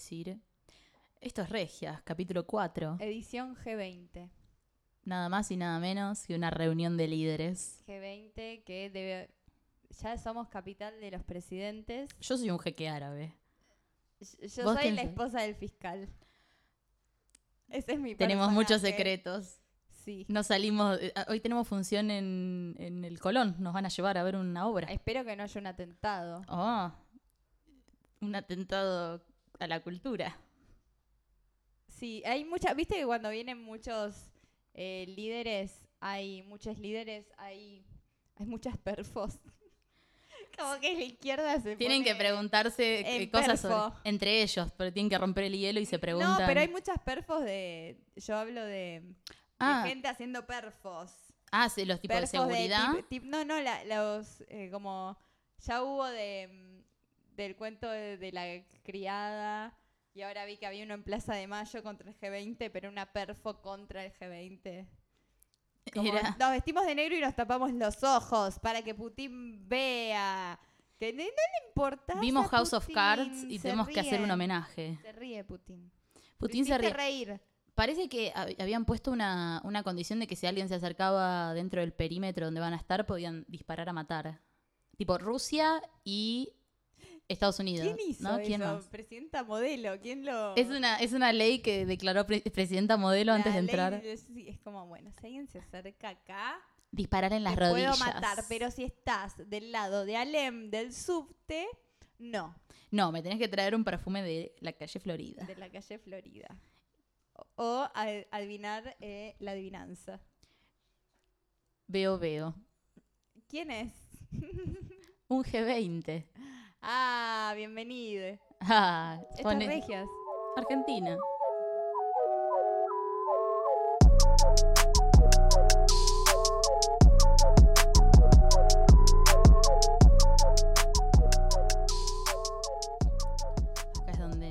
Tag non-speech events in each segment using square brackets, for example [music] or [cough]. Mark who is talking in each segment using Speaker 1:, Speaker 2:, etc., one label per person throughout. Speaker 1: decir? Esto es Regias, capítulo 4.
Speaker 2: Edición G20.
Speaker 1: Nada más y nada menos que una reunión de líderes.
Speaker 2: G20 que debe... Ya somos capital de los presidentes.
Speaker 1: Yo soy un jeque árabe.
Speaker 2: Y- Yo
Speaker 1: ¿Vos
Speaker 2: soy
Speaker 1: quién
Speaker 2: la
Speaker 1: sos?
Speaker 2: esposa del fiscal. Ese es mi
Speaker 1: Tenemos muchos
Speaker 2: personaje.
Speaker 1: secretos.
Speaker 2: Sí.
Speaker 1: No salimos. eh, Hoy tenemos función en, en el Colón. Nos van a llevar a ver una obra.
Speaker 2: Espero que no haya un atentado.
Speaker 1: Oh, un atentado a la cultura.
Speaker 2: Sí, hay muchas, viste que cuando vienen muchos eh, líderes, hay muchos líderes, hay, hay muchas perfos. [laughs] Como que la izquierda se
Speaker 1: Tienen que
Speaker 2: pone-
Speaker 1: preguntarse eh,
Speaker 2: en
Speaker 1: cosas
Speaker 2: perfo.
Speaker 1: sobre- entre ellos, pero tienen que romper el hielo y se preguntan.
Speaker 2: No, pero hay muchas perfos de, yo hablo de, de
Speaker 1: Ah.
Speaker 2: gente haciendo perfos.
Speaker 1: Ah, sí, los tipos de
Speaker 2: Perfos
Speaker 1: seguridad.
Speaker 2: tip- tip- no, no, la- los, eh, como, ya hubo de, mm, del cuento de, de la criada. Y ahora vi que había uno en Plaza de Mayo contra el G20, pero una perfo contra el G20. Como
Speaker 1: Era-
Speaker 2: Nos vestimos de negro y nos tapamos los ojos para que Putin vea. Que no, no le importa.
Speaker 1: Vimos House of Cards y tenemos que hacer un homenaje.
Speaker 2: Se ríe Putin.
Speaker 1: Putin
Speaker 2: Lo
Speaker 1: se
Speaker 2: hiciste
Speaker 1: ríe.
Speaker 2: reír.
Speaker 1: Parece que hab- habían puesto una, una condición de que si alguien se acercaba dentro del perímetro donde van a estar, podían disparar a matar. Tipo Rusia y Estados Unidos.
Speaker 2: ¿Quién hizo
Speaker 1: ¿no? ¿Quién
Speaker 2: eso?
Speaker 1: más?
Speaker 2: Presidenta modelo. ¿Quién lo.?
Speaker 1: Es una, es una ley que declaró pre- presidenta modelo
Speaker 2: la
Speaker 1: antes de
Speaker 2: ley
Speaker 1: entrar.
Speaker 2: de- sí, es como, bueno, si alguien se acerca acá,
Speaker 1: Disparar en las
Speaker 2: te
Speaker 1: rodillas.
Speaker 2: puedo matar. Pero si estás del lado de Alem, del subte, no.
Speaker 1: No, me tenés que traer un perfume de la calle Florida.
Speaker 2: De la calle Florida. O, o ad- adivinar eh, la adivinanza.
Speaker 1: Veo, veo.
Speaker 2: ¿Quién es?
Speaker 1: Un G20.
Speaker 2: Ah, bienvenido.
Speaker 1: [laughs] Ah,
Speaker 2: Estas
Speaker 1: pone-
Speaker 2: regias.
Speaker 1: Argentina. Acá es donde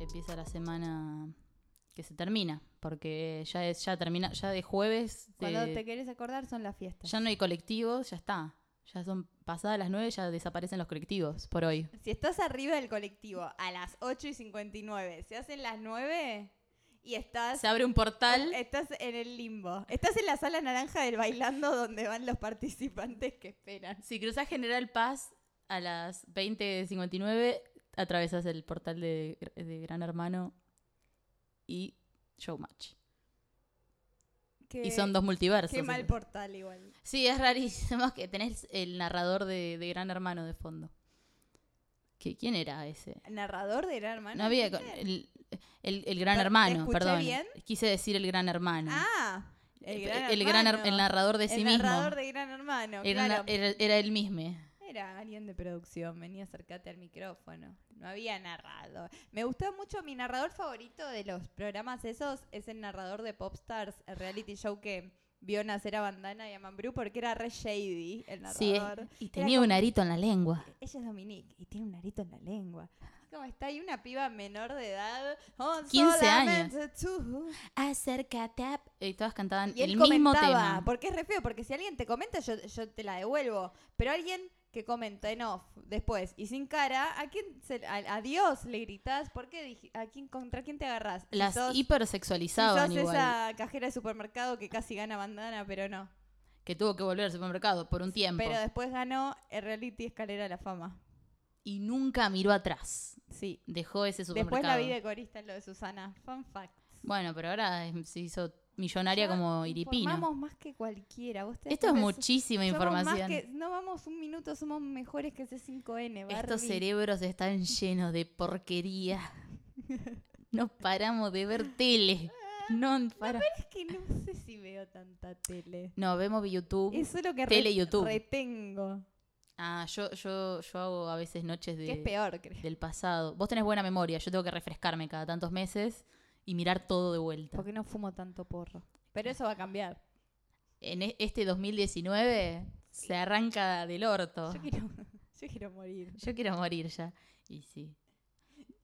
Speaker 1: empieza la semana que se termina, porque ya es ya termina, ya de jueves de-
Speaker 2: Cuando te querés acordar son las fiestas.
Speaker 1: ya no hay colectivos, ya está. Ya son pasadas las 9, ya desaparecen los colectivos por hoy.
Speaker 2: Si estás arriba del colectivo a las 8 y 59, se hacen las 9 y estás,
Speaker 1: Se abre un portal.
Speaker 2: estás en el limbo. Estás en la sala naranja del bailando donde van los participantes que esperan.
Speaker 1: Si cruzas General Paz a las 20.59, atravesas el portal de, de Gran Hermano y Showmatch.
Speaker 2: Qué,
Speaker 1: y son dos multiversos.
Speaker 2: qué mal portal igual.
Speaker 1: Sí, es rarísimo [laughs] que tenés el narrador de, de Gran Hermano de fondo. ¿Qué, ¿Quién era ese?
Speaker 2: Narrador de Gran Hermano.
Speaker 1: No había...
Speaker 2: ¿viste?
Speaker 1: con- El, el- el Gran
Speaker 2: ¿Te
Speaker 1: Hermano,
Speaker 2: escuché
Speaker 1: perdón.
Speaker 2: bien?
Speaker 1: Quise decir el Gran Hermano.
Speaker 2: Ah, el Gran
Speaker 1: el, gran her-
Speaker 2: Hermano.
Speaker 1: el narrador de sí
Speaker 2: El
Speaker 1: mismo.
Speaker 2: narrador de Gran Hermano.
Speaker 1: era,
Speaker 2: claro.
Speaker 1: era, era él mismo.
Speaker 2: Era alguien de producción, venía acercate al micrófono. No había narrado. Me gustó mucho, mi narrador favorito de los programas esos es el narrador de Popstars, el reality show que vio nacer a Bandana y a Mambrú porque era re shady el
Speaker 1: Sí,
Speaker 2: narrador.
Speaker 1: y tenía un arito en la lengua.
Speaker 2: Ella es Dominique y tiene un arito en la lengua. Y Como está ahí una piba menor de edad, oh,
Speaker 1: 15
Speaker 2: solamente tú.
Speaker 1: Acércate. a- Y todas cantaban
Speaker 2: Y él
Speaker 1: el mismo
Speaker 2: comentaba,
Speaker 1: tema.
Speaker 2: porque es re feo, porque si alguien te comenta, yo, yo te la devuelvo. Pero alguien que comenta en off después y sin cara, ¿a quién se- a, a Dios le gritás? ¿Por qué dij- a quién, contra quién te agarrás? Si
Speaker 1: Las
Speaker 2: sos- si
Speaker 1: hipersexualizaban
Speaker 2: sos
Speaker 1: igual.
Speaker 2: esa cajera de supermercado que casi gana bandana, pero no.
Speaker 1: Que tuvo que volver al supermercado por un tiempo.
Speaker 2: Pero después ganó el reality escalera a la fama.
Speaker 1: Y nunca miró atrás.
Speaker 2: Sí.
Speaker 1: Dejó ese
Speaker 2: Después
Speaker 1: supermercado.
Speaker 2: la vi de corista en lo de Susana. Fun fact.
Speaker 1: Bueno, pero ahora es- se hizo millonaria
Speaker 2: Ya
Speaker 1: como Iripino.
Speaker 2: informamos más que cualquiera. Vos te das
Speaker 1: Esto es
Speaker 2: cuenta,
Speaker 1: muchísima
Speaker 2: somos más
Speaker 1: información.
Speaker 2: que- no vamos un minuto, somos mejores que C5N.
Speaker 1: Estos
Speaker 2: Barbie.
Speaker 1: cerebros están llenos de
Speaker 2: [laughs]
Speaker 1: porquería. No paramos de ver tele. No, para-
Speaker 2: Es que Ah, no sé si veo tanta tele.
Speaker 1: no vemos YouTube.
Speaker 2: Eso es lo que re-
Speaker 1: Uh, Tele y YouTube.
Speaker 2: retengo.
Speaker 1: Ah, yo, yo, yo hago a veces noches de.
Speaker 2: Que es peor, creo.
Speaker 1: del pasado. Vos tenés buena memoria, yo tengo que refrescarme cada tantos meses y mirar todo de vuelta.
Speaker 2: Porque no fumo tanto porro. Pero eso va a cambiar.
Speaker 1: En e- este 2019 se arranca del orto.
Speaker 2: [laughs] Yo quiero, yo quiero morir.
Speaker 1: Yo quiero morir ya. Y sí.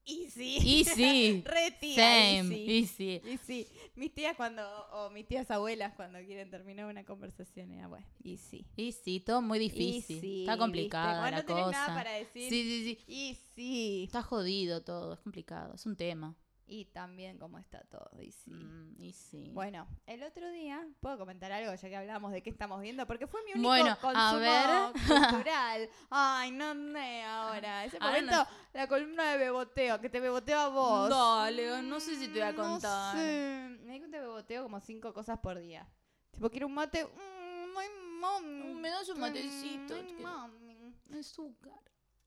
Speaker 2: Y sí.
Speaker 1: Y sí.
Speaker 2: [laughs] Re tía,
Speaker 1: Same.
Speaker 2: y sí.
Speaker 1: Y sí.
Speaker 2: Y sí, mis tías cuando, o mis tías abuelas cuando quieren terminar una conversación, era bueno, y sí.
Speaker 1: Y sí, todo muy difícil.
Speaker 2: sí,
Speaker 1: Está complicada
Speaker 2: ¿viste? Cuando
Speaker 1: la
Speaker 2: no tenés
Speaker 1: cosa.
Speaker 2: nada para decir.
Speaker 1: Sí, sí, sí.
Speaker 2: Y sí.
Speaker 1: Está jodido todo, es complicado, es un tema.
Speaker 2: Y también cómo está todo, y sí.
Speaker 1: Mm, y sí.
Speaker 2: Bueno, el otro día, ¿puedo comentar algo ya que hablamos de qué estamos viendo? Porque fue mi único
Speaker 1: Bueno,
Speaker 2: consumo
Speaker 1: a ver. [laughs]
Speaker 2: cultural. Ay, no sé ahora. Ese
Speaker 1: Ahora no
Speaker 2: momento, la columna de beboteo, que te beboteo a vos.
Speaker 1: Dale, no sé si te voy a
Speaker 2: Mm,
Speaker 1: contar.
Speaker 2: No sé. Me di cuenta que beboteo como cinco cosas por día. Tipo, quiero un mate. Mm, no hay mami.
Speaker 1: Me das un
Speaker 2: Mm,
Speaker 1: matecito,
Speaker 2: no hay
Speaker 1: te quiero.
Speaker 2: mami.
Speaker 1: Azúcar.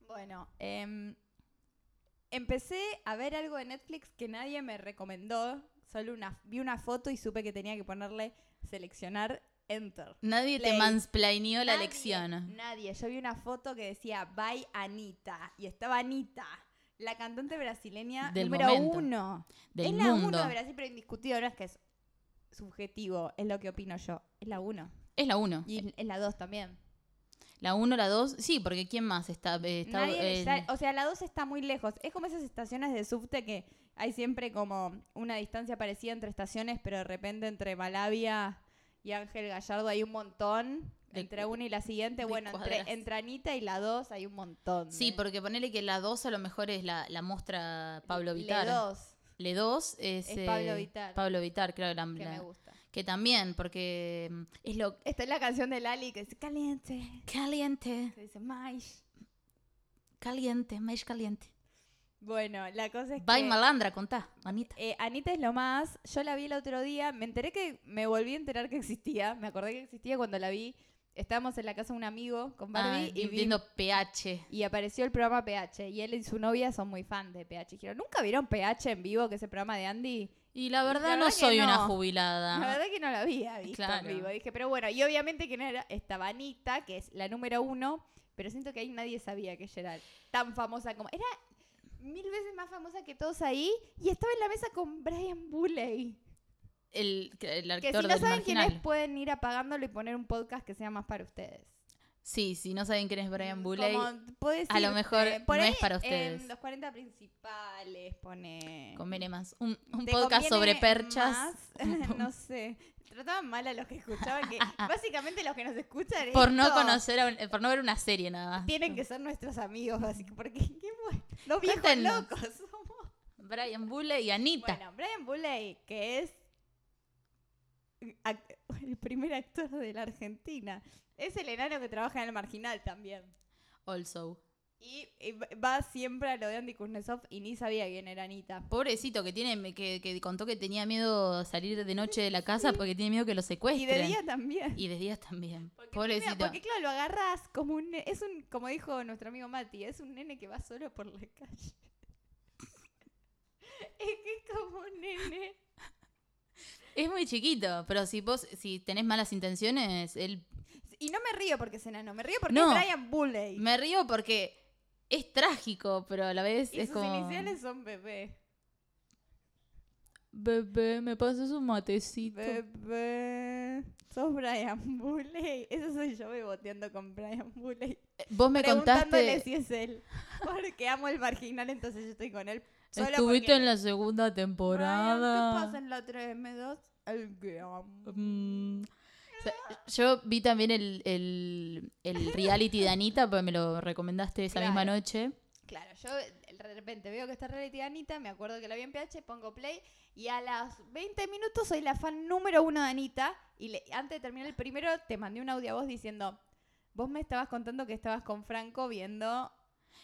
Speaker 2: Bueno, em, empecé a ver algo de Netflix que nadie me recomendó. Solo una, vi una foto y supe que tenía que ponerle seleccionar Enter.
Speaker 1: Nadie
Speaker 2: Play.
Speaker 1: te mansplainió la
Speaker 2: Nadie,
Speaker 1: lección.
Speaker 2: Nadie. Yo vi una foto que decía Bye Anita. Y estaba Anita, la cantante brasileña
Speaker 1: Del
Speaker 2: número
Speaker 1: momento.
Speaker 2: uno.
Speaker 1: Del
Speaker 2: es la
Speaker 1: mundo.
Speaker 2: uno de Brasil, pero indiscutido. No es que es subjetivo, es lo que opino yo. Es la uno.
Speaker 1: es la 1.
Speaker 2: Y es la dos también.
Speaker 1: La 1, la 2. Sí, porque ¿quién más está? eh, está,
Speaker 2: Nadie le
Speaker 1: el-
Speaker 2: sale- o sea, la 2 está muy lejos. Es como esas estaciones de subte que hay siempre como una distancia parecida entre estaciones, pero de repente entre Malavia y Ángel Gallardo hay un montón.
Speaker 1: De
Speaker 2: entre
Speaker 1: cu-
Speaker 2: una y la siguiente,
Speaker 1: de
Speaker 2: bueno, entre,
Speaker 1: cuadras.
Speaker 2: entre Anita y la 2 hay un montón.
Speaker 1: Sí,
Speaker 2: de-
Speaker 1: porque ponele que la 2 a lo mejor es la, la muestra Pablo
Speaker 2: Le
Speaker 1: Vitar.
Speaker 2: dos,
Speaker 1: Le 2 es,
Speaker 2: Es Pablo
Speaker 1: eh,
Speaker 2: Vittar.
Speaker 1: Pablo Vittar, claro, la-
Speaker 2: que
Speaker 1: la-
Speaker 2: me gusta.
Speaker 1: que también, porque mm, es lo
Speaker 2: Esta es la canción de Lali que dice caliente,
Speaker 1: caliente,
Speaker 2: que dice Maish.
Speaker 1: caliente, más caliente.
Speaker 2: Bueno, la cosa es
Speaker 1: Bye
Speaker 2: que...
Speaker 1: malandra, contá, manita.
Speaker 2: Eh, Anita es lo más. Yo la vi el otro día. Me enteré que. Me volví a enterar que existía. Me acordé que existía cuando la vi. Estábamos en la casa de un amigo con Barbie
Speaker 1: Ah,
Speaker 2: y, vi-
Speaker 1: viendo PH.
Speaker 2: y apareció el programa PH. Y él y su novia son muy fan de PH. Y dijeron, ¿nunca vieron PH en vivo, que es el programa de Andy?
Speaker 1: Y la verdad
Speaker 2: la
Speaker 1: no
Speaker 2: verdad que
Speaker 1: soy una
Speaker 2: no.
Speaker 1: jubilada.
Speaker 2: La verdad que no la había visto
Speaker 1: Ah. Claro.
Speaker 2: en vivo. Dije, pero bueno, y obviamente que no era estaba Anita, que es la número uno, pero siento que ahí nadie sabía que ella era tan famosa como. Era mil veces más famosa que todos ahí y estaba en la mesa con Brian Bulley.
Speaker 1: El, que- el
Speaker 2: Que
Speaker 1: actor
Speaker 2: si no
Speaker 1: del
Speaker 2: saben quién es,
Speaker 1: marginal.
Speaker 2: pueden ir apagándolo y poner un podcast que sea más para ustedes. Mm,
Speaker 1: Sí, si no saben quién es Brian Bulley.
Speaker 2: Como, podés
Speaker 1: a lo
Speaker 2: irte,
Speaker 1: mejor
Speaker 2: por
Speaker 1: no
Speaker 2: ahí,
Speaker 1: es para
Speaker 2: em,
Speaker 1: ustedes.
Speaker 2: los 40 principales, pone.
Speaker 1: Conviene más. Un, un
Speaker 2: ¿Te
Speaker 1: podcast
Speaker 2: conviene
Speaker 1: sobre perchas.
Speaker 2: más?
Speaker 1: [laughs]
Speaker 2: [laughs] no sé. Trataban mal a los que escuchaban, que básicamente los que nos escuchan.
Speaker 1: Ah, Por no
Speaker 2: esto,
Speaker 1: conocer, a un- eh, por no ver una serie nada más.
Speaker 2: Tienen que ser nuestros amigos, así que, porque qué bueno. Los viejos
Speaker 1: Cuéntenos.
Speaker 2: locos somos.
Speaker 1: [laughs] Brian Bulley y Anita.
Speaker 2: Bueno, Brian Bulley, que es ac- [laughs] el primer actor de la Argentina, es el enano que trabaja en el marginal también.
Speaker 1: Also.
Speaker 2: Y, y va siempre a lo de Andy Kuznetsov y ni sabía quién era Anita.
Speaker 1: Pobrecito que tiene, que, que contó que tenía miedo salir de noche de la casa porque tiene miedo que lo
Speaker 2: Y de
Speaker 1: secuestren.
Speaker 2: día también. [laughs]
Speaker 1: Y de días también.
Speaker 2: Mira,
Speaker 1: Pobrecito.
Speaker 2: porque claro, lo agarras como un ne- es un como dijo nuestro amigo Mati, es un nene que va solo por la [laughs] calle. Es que es como un nene.
Speaker 1: Es muy chiquito, pero si vos, si tenés malas intenciones, él
Speaker 2: [laughs] Y no me río porque es enano, me río porque
Speaker 1: No.
Speaker 2: es Brian Bulley.
Speaker 1: me río porque es trágico, pero a la vez
Speaker 2: y
Speaker 1: es
Speaker 2: sus
Speaker 1: como.
Speaker 2: iniciales son bebé.
Speaker 1: Bebé, me pasas un matecito.
Speaker 2: Bebé, sos Brian Bulley. Eso soy yo beboteando con Brian Bulley.
Speaker 1: Vos me
Speaker 2: preguntándole
Speaker 1: contaste.
Speaker 2: si es él. Porque amo el marginal, entonces yo estoy con él. solo
Speaker 1: Estuviste
Speaker 2: porque-
Speaker 1: en la segunda temporada.
Speaker 2: Brian, ¿Qué pasa en la 3M2? El que amo.
Speaker 1: Mm. O sea, yo vi también el, el, el [laughs] reality de Anita, porque me lo recomendaste esa misma
Speaker 2: Claro.
Speaker 1: noche.
Speaker 2: Claro, yo de repente veo que está reality de Anita, me acuerdo que la vi en PH, pongo play y a las 20 minutos soy la fan número uno de Anita y le- antes de terminar el primero te mandé un audio a vos diciendo, vos me estabas contando que estabas con Franco viendo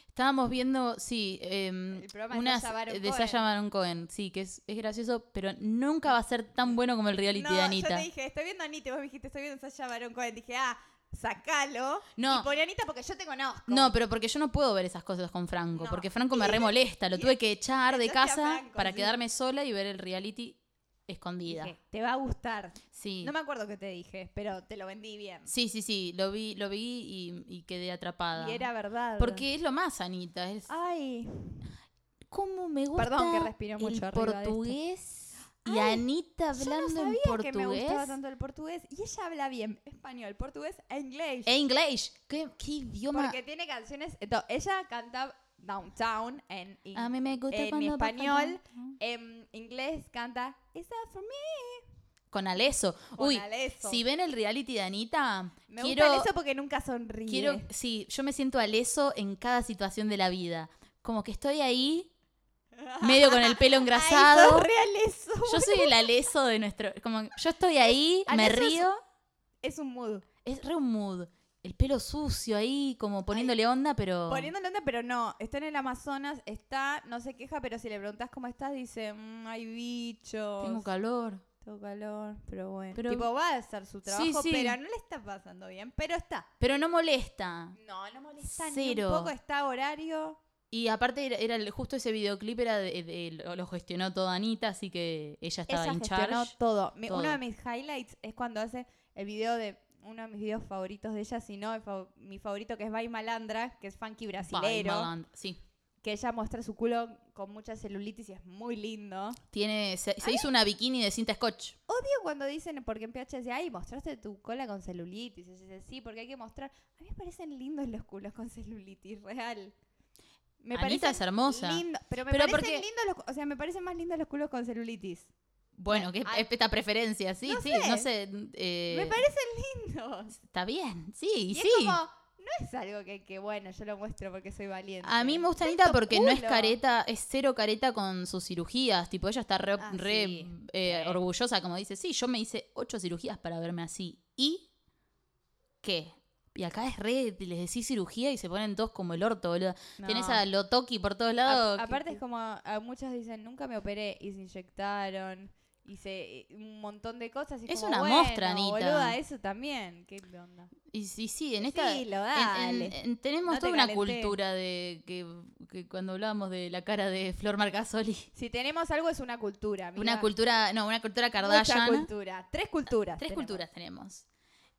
Speaker 1: Estábamos viendo, sí, em,
Speaker 2: El programa de
Speaker 1: unas
Speaker 2: Sacha Baron
Speaker 1: eh, de
Speaker 2: Cohen.
Speaker 1: Sasha Baron Cohen, sí, que es, es gracioso, pero nunca va a ser tan bueno como el reality
Speaker 2: No,
Speaker 1: de
Speaker 2: Yo
Speaker 1: Anita.
Speaker 2: te dije, estoy viendo a Anita y vos me dijiste, estoy viendo a Sasha Baron Cohen. Dije, ah, sacalo.
Speaker 1: No.
Speaker 2: Y poné a Anita porque yo te conozco.
Speaker 1: No, pero porque yo no puedo ver esas cosas con Franco,
Speaker 2: No.
Speaker 1: porque Franco me remolesta, lo tuve que echar de
Speaker 2: Echaste a
Speaker 1: casa
Speaker 2: Franco,
Speaker 1: para
Speaker 2: sí.
Speaker 1: quedarme sola y ver el reality escondida.
Speaker 2: Dije, te va a gustar.
Speaker 1: Sí.
Speaker 2: No me acuerdo qué te dije, pero te lo vendí bien.
Speaker 1: sí, sí, sí, lo vi, lo vi y, y quedé atrapada.
Speaker 2: Y era verdad.
Speaker 1: porque es lo más, Anita, es
Speaker 2: Ah, Ay,
Speaker 1: cómo me gusta
Speaker 2: Perdón, que respiro mucho
Speaker 1: el
Speaker 2: arriba de esto.
Speaker 1: portugués y
Speaker 2: Ay,
Speaker 1: Anita
Speaker 2: yo no
Speaker 1: hablando en
Speaker 2: sabía
Speaker 1: portugués.
Speaker 2: que me gustaba tanto el portugués. Y ella habla bien español, portugués e inglés.
Speaker 1: E inglés. ¿Qué, qué idioma?
Speaker 2: Porque tiene canciones. ento- eh, ella canta Downtown en, in-
Speaker 1: A mí me gusta
Speaker 2: en
Speaker 1: cuando bajan
Speaker 2: español,
Speaker 1: downtown.
Speaker 2: en inglés canta Is that for me?
Speaker 1: Con Aleso.
Speaker 2: Con
Speaker 1: Uy,
Speaker 2: Alesso.
Speaker 1: si ven el reality de Anita,
Speaker 2: Me
Speaker 1: quiero,
Speaker 2: gusta eso porque nunca sonríe.
Speaker 1: quiero, sí, yo me siento Aleso en cada situación de la vida. Como que estoy ahí, medio con el pelo
Speaker 2: [laughs] Ay,
Speaker 1: engrasado.
Speaker 2: sos real eso.
Speaker 1: Yo soy el Aleso de nuestro, como yo estoy ahí, me
Speaker 2: Alesso es-
Speaker 1: río.
Speaker 2: Es un mood.
Speaker 1: Es re un mood. El pelo sucio ahí, como poniéndole onda, pero.
Speaker 2: Poniéndole onda, pero no. Está en el Amazonas, está, no se queja, pero si le preguntas cómo estás, dice, "Mm, hay bichos.
Speaker 1: Tengo calor.
Speaker 2: Tengo calor, pero bueno.
Speaker 1: Pero-
Speaker 2: tipo, va a hacer su trabajo,
Speaker 1: sí.
Speaker 2: pero no le está pasando bien. Pero está.
Speaker 1: Pero no molesta.
Speaker 2: No, no molesta
Speaker 1: Cero.
Speaker 2: ni un poco. Está a horario.
Speaker 1: Y aparte, era, era el- justo ese videoclip era de- de- lo, lo gestionó toda Anita, así que ella estaba
Speaker 2: Ella
Speaker 1: en
Speaker 2: gestionó
Speaker 1: charge.
Speaker 2: todo. Mi- Uno
Speaker 1: todo.
Speaker 2: de mis highlights es cuando hace el video de uno de mis videos favoritos de ella, si no, el fa- mi favorito que es By Malandra, que es funky
Speaker 1: Bye,
Speaker 2: brasilero,
Speaker 1: Malandra. Sí.
Speaker 2: que ella muestra su culo con mucha celulitis y es muy lindo.
Speaker 1: Tiene, se, se hizo una bikini de cinta scotch.
Speaker 2: Odio cuando dicen, porque en PH dice, ay, mostraste tu cola con celulitis. Y ella dice, sí, porque hay que mostrar. A mí me parecen lindos los culos con celulitis, real. Me
Speaker 1: Anita es hermosa.
Speaker 2: lindo- pero me
Speaker 1: Pero
Speaker 2: parecen
Speaker 1: porque-
Speaker 2: lindos los cu- o sea, me parecen más lindos los culos con celulitis.
Speaker 1: Bueno, que es-
Speaker 2: Ay.
Speaker 1: es esta preferencia, sí,
Speaker 2: No
Speaker 1: sí,
Speaker 2: sé.
Speaker 1: no sé. eh,
Speaker 2: me parecen lindos.
Speaker 1: Está bien, sí,
Speaker 2: Y
Speaker 1: sí.
Speaker 2: es como, no es algo que, que, bueno, yo lo muestro porque soy valiente.
Speaker 1: A mí me gusta Anita
Speaker 2: Tanto
Speaker 1: porque no es
Speaker 2: culo.
Speaker 1: careta, es cero careta con sus cirugías. Tipo, ella está re,
Speaker 2: Ah,
Speaker 1: re,
Speaker 2: sí.
Speaker 1: eh,
Speaker 2: Sí.
Speaker 1: orgullosa, como dice, sí, yo me hice ocho cirugías para verme así. ¿Y qué? Y acá es re, les decís cirugía y se ponen todos como el orto, boludo.
Speaker 2: No.
Speaker 1: Tienes a Lotoki por todos
Speaker 2: A-
Speaker 1: lados. que-
Speaker 2: aparte es como, a muchas dicen, nunca me operé y se inyectaron. Y se, y un montón de cosas. y
Speaker 1: Es
Speaker 2: como,
Speaker 1: una
Speaker 2: bueno,
Speaker 1: mostra, Anita.
Speaker 2: boluda, eso también. ¿Qué onda?
Speaker 1: Y sí, sí, en esta.
Speaker 2: Decilo,
Speaker 1: en- en-
Speaker 2: dale.
Speaker 1: en- tenemos
Speaker 2: No te
Speaker 1: toda una
Speaker 2: calenté.
Speaker 1: cultura de que, que cuando hablábamos de la cara de Flor Marcasoli.
Speaker 2: Si tenemos algo es una cultura. amiga.
Speaker 1: Una cultura, no, una cultura
Speaker 2: Mucha
Speaker 1: Kardashian.
Speaker 2: cultura. Tres culturas.
Speaker 1: Tres
Speaker 2: tenemos.
Speaker 1: culturas tenemos.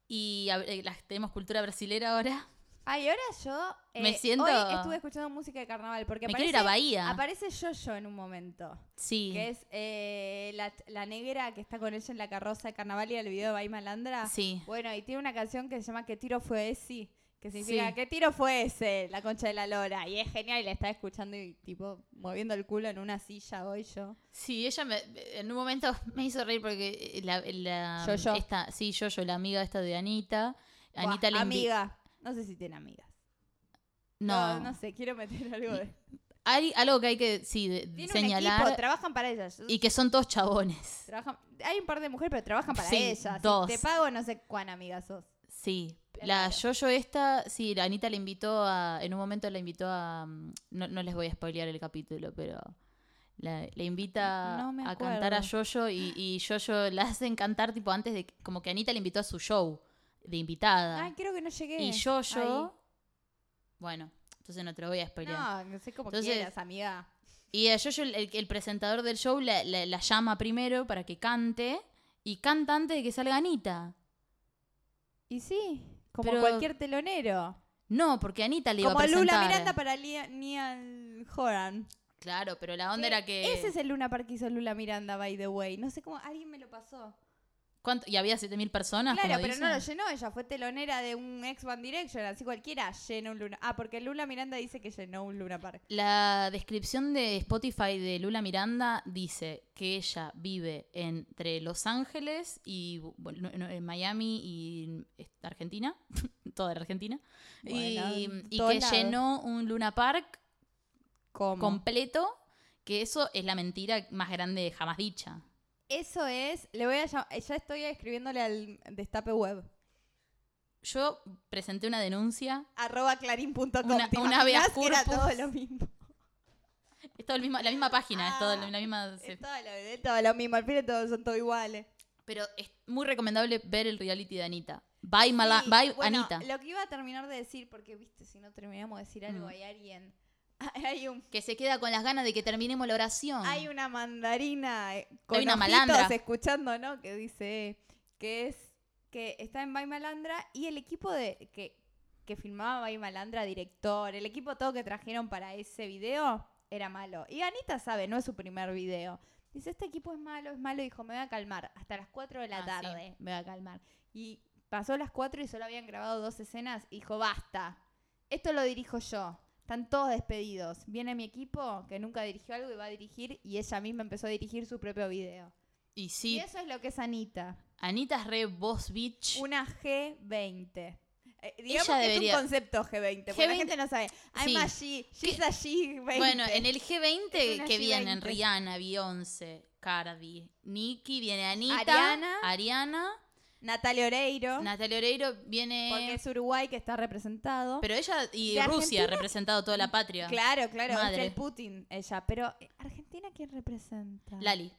Speaker 1: Y a- eh, las tenemos cultura brasilera ahora.
Speaker 2: Ay, ahora yo eh,
Speaker 1: Me siento-
Speaker 2: hoy estuve escuchando música de carnaval porque
Speaker 1: Me
Speaker 2: aparece,
Speaker 1: quiero ir a Bahía.
Speaker 2: aparece Yo-Yo en un momento.
Speaker 1: sí.
Speaker 2: Que es eh, la, la negra que está con ella en la carroza de carnaval y el video de Bay Malandra.
Speaker 1: Sí.
Speaker 2: Bueno, y tiene una canción que se llama ¿Qué tiro fue ese? Que significa
Speaker 1: Sí.
Speaker 2: ¿Qué tiro fue ese? La concha de la lora. Y es genial, y la estaba escuchando y tipo moviendo el culo en una silla hoy yo.
Speaker 1: Sí, ella me- en un momento me hizo reír porque eh, la, la-
Speaker 2: Yo-Yo.
Speaker 1: esta, sí, yo, yo, la amiga esta de Anita.
Speaker 2: Buah,
Speaker 1: Anita le invi-
Speaker 2: amiga. No sé si tiene amigas.
Speaker 1: No,
Speaker 2: no, sé, quiero meter [laughs] algo de.
Speaker 1: Hay algo que hay que sí, de-
Speaker 2: Tiene un equipo,
Speaker 1: señalar
Speaker 2: trabajan para ellas.
Speaker 1: y que son todos chabones.
Speaker 2: Trabajan- Hay un par de mujeres, pero trabajan para
Speaker 1: Sí,
Speaker 2: ellas.
Speaker 1: dos.
Speaker 2: Te pago no sé cuán amiga sos.
Speaker 1: Sí.
Speaker 2: Claro.
Speaker 1: La yo-yo esta, sí, la Anita la invitó a. En un momento la invitó a. mm, No, no les voy a spoilear el capítulo, pero. La, la invita
Speaker 2: No me
Speaker 1: a cantar a
Speaker 2: acuerdo.
Speaker 1: Yoyo y, y Yoyo la hacen cantar tipo antes de. que- Como que Anita le invitó a su show de invitada.
Speaker 2: Ay, creo que no llegué.
Speaker 1: y Yoyo.
Speaker 2: Ah, Ahí.
Speaker 1: Bueno, entonces no te lo voy a spoilear.
Speaker 2: No, no sé cómo
Speaker 1: Entonces-
Speaker 2: quieras, amiga.
Speaker 1: Y a Yoyo, el, el presentador del show, la, la- la llama primero para que cante y canta antes de que salga Anita.
Speaker 2: Y sí, como
Speaker 1: Pero-
Speaker 2: cualquier telonero.
Speaker 1: No, porque Anita le iba
Speaker 2: Como
Speaker 1: a presentar.
Speaker 2: Lula Miranda para Lia- Niall Horan.
Speaker 1: Claro, pero la onda era que.
Speaker 2: Eh, Ese es el Luna Park que hizo Lula Miranda, by the way. No sé cómo, alguien me lo pasó.
Speaker 1: ¿Cuánto? ¿Y había 7.000 personas?
Speaker 2: claro,
Speaker 1: Ah, como
Speaker 2: pero
Speaker 1: dicen?
Speaker 2: no lo llenó. Ella fue telonera de un ex One Direction, así cualquiera llena un Luna. Ah, porque Lula Miranda dice que llenó un Luna Park.
Speaker 1: La descripción de Spotify de Lula Miranda dice que ella vive entre Los Ángeles y bueno, no, en Miami y en Argentina, [laughs] toda Argentina, y,
Speaker 2: Bueno,
Speaker 1: y
Speaker 2: todos
Speaker 1: que
Speaker 2: lados.
Speaker 1: llenó un Luna Park
Speaker 2: ¿Cómo?
Speaker 1: completo, que eso es la mentira más grande jamás dicha.
Speaker 2: Eso es, le voy a llam- eh, ya estoy escribiéndole al destape web.
Speaker 1: Yo presenté una denuncia,
Speaker 2: Arroba clarín.com.
Speaker 1: Una-
Speaker 2: ¿Te
Speaker 1: un
Speaker 2: [laughs] imaginas
Speaker 1: habeas
Speaker 2: que era
Speaker 1: corpus.
Speaker 2: todo lo mismo.
Speaker 1: es todo el mismo, la misma página, es todo
Speaker 2: Ah,
Speaker 1: la misma...
Speaker 2: Es todo lo, es todo lo mismo. Al final todos son todos iguales.
Speaker 1: Pero es muy recomendable ver el reality de Anita. Bye, Mala-
Speaker 2: Sí,
Speaker 1: bye,
Speaker 2: bueno,
Speaker 1: Anita.
Speaker 2: Lo que iba a terminar de decir, porque viste, si no terminamos de decir algo,
Speaker 1: Mm.
Speaker 2: hay alguien. [laughs] Hay un
Speaker 1: Que se queda con las ganas de que terminemos la oración.
Speaker 2: Hay una mandarina eh, con
Speaker 1: Hay una
Speaker 2: ojitos
Speaker 1: malandra.
Speaker 2: escuchando, ¿no? Que dice eh, que es que está en Bay Malandra y el equipo de que, que filmaba Bay Malandra, director, el equipo todo que trajeron para ese video era malo. Y Anita sabe, no es su primer video. Dice, este equipo es malo, es malo. Dijo, me voy a calmar. Hasta las 4 de la
Speaker 1: Ah, sí.
Speaker 2: tarde me voy a calmar. Y pasó las 4 y solo habían grabado dos escenas. Dijo, basta. Esto lo dirijo yo. Están todos despedidos. Viene mi equipo que nunca dirigió algo y va a dirigir y ella misma empezó a dirigir su propio video.
Speaker 1: Y
Speaker 2: Y
Speaker 1: sí,
Speaker 2: eso es lo que es Anita.
Speaker 1: Anita es re boss bitch.
Speaker 2: Una G20. Eh, digamos
Speaker 1: Ella
Speaker 2: que es
Speaker 1: debería-
Speaker 2: un concepto G20, porque la
Speaker 1: G20
Speaker 2: gente no sabe. I'm
Speaker 1: Sí.
Speaker 2: a G, she's a G20.
Speaker 1: Bueno, en el G20
Speaker 2: Es una
Speaker 1: que vienen
Speaker 2: G20.
Speaker 1: Rihanna, Beyoncé, Cardi, Nicki, viene Anita,
Speaker 2: Ariana.
Speaker 1: Ariana, Ariana
Speaker 2: Natalia Oreiro,
Speaker 1: Natalia Oreiro
Speaker 2: porque
Speaker 1: viene...
Speaker 2: es Uruguay que está representado.
Speaker 1: Pero ella y Rusia
Speaker 2: de Argentina- Mm,
Speaker 1: ha representado toda la patria.
Speaker 2: claro, claro, es
Speaker 1: Madre.
Speaker 2: el Putin ella. Pero, eh, ¿Argentina quién representa?
Speaker 1: Lali.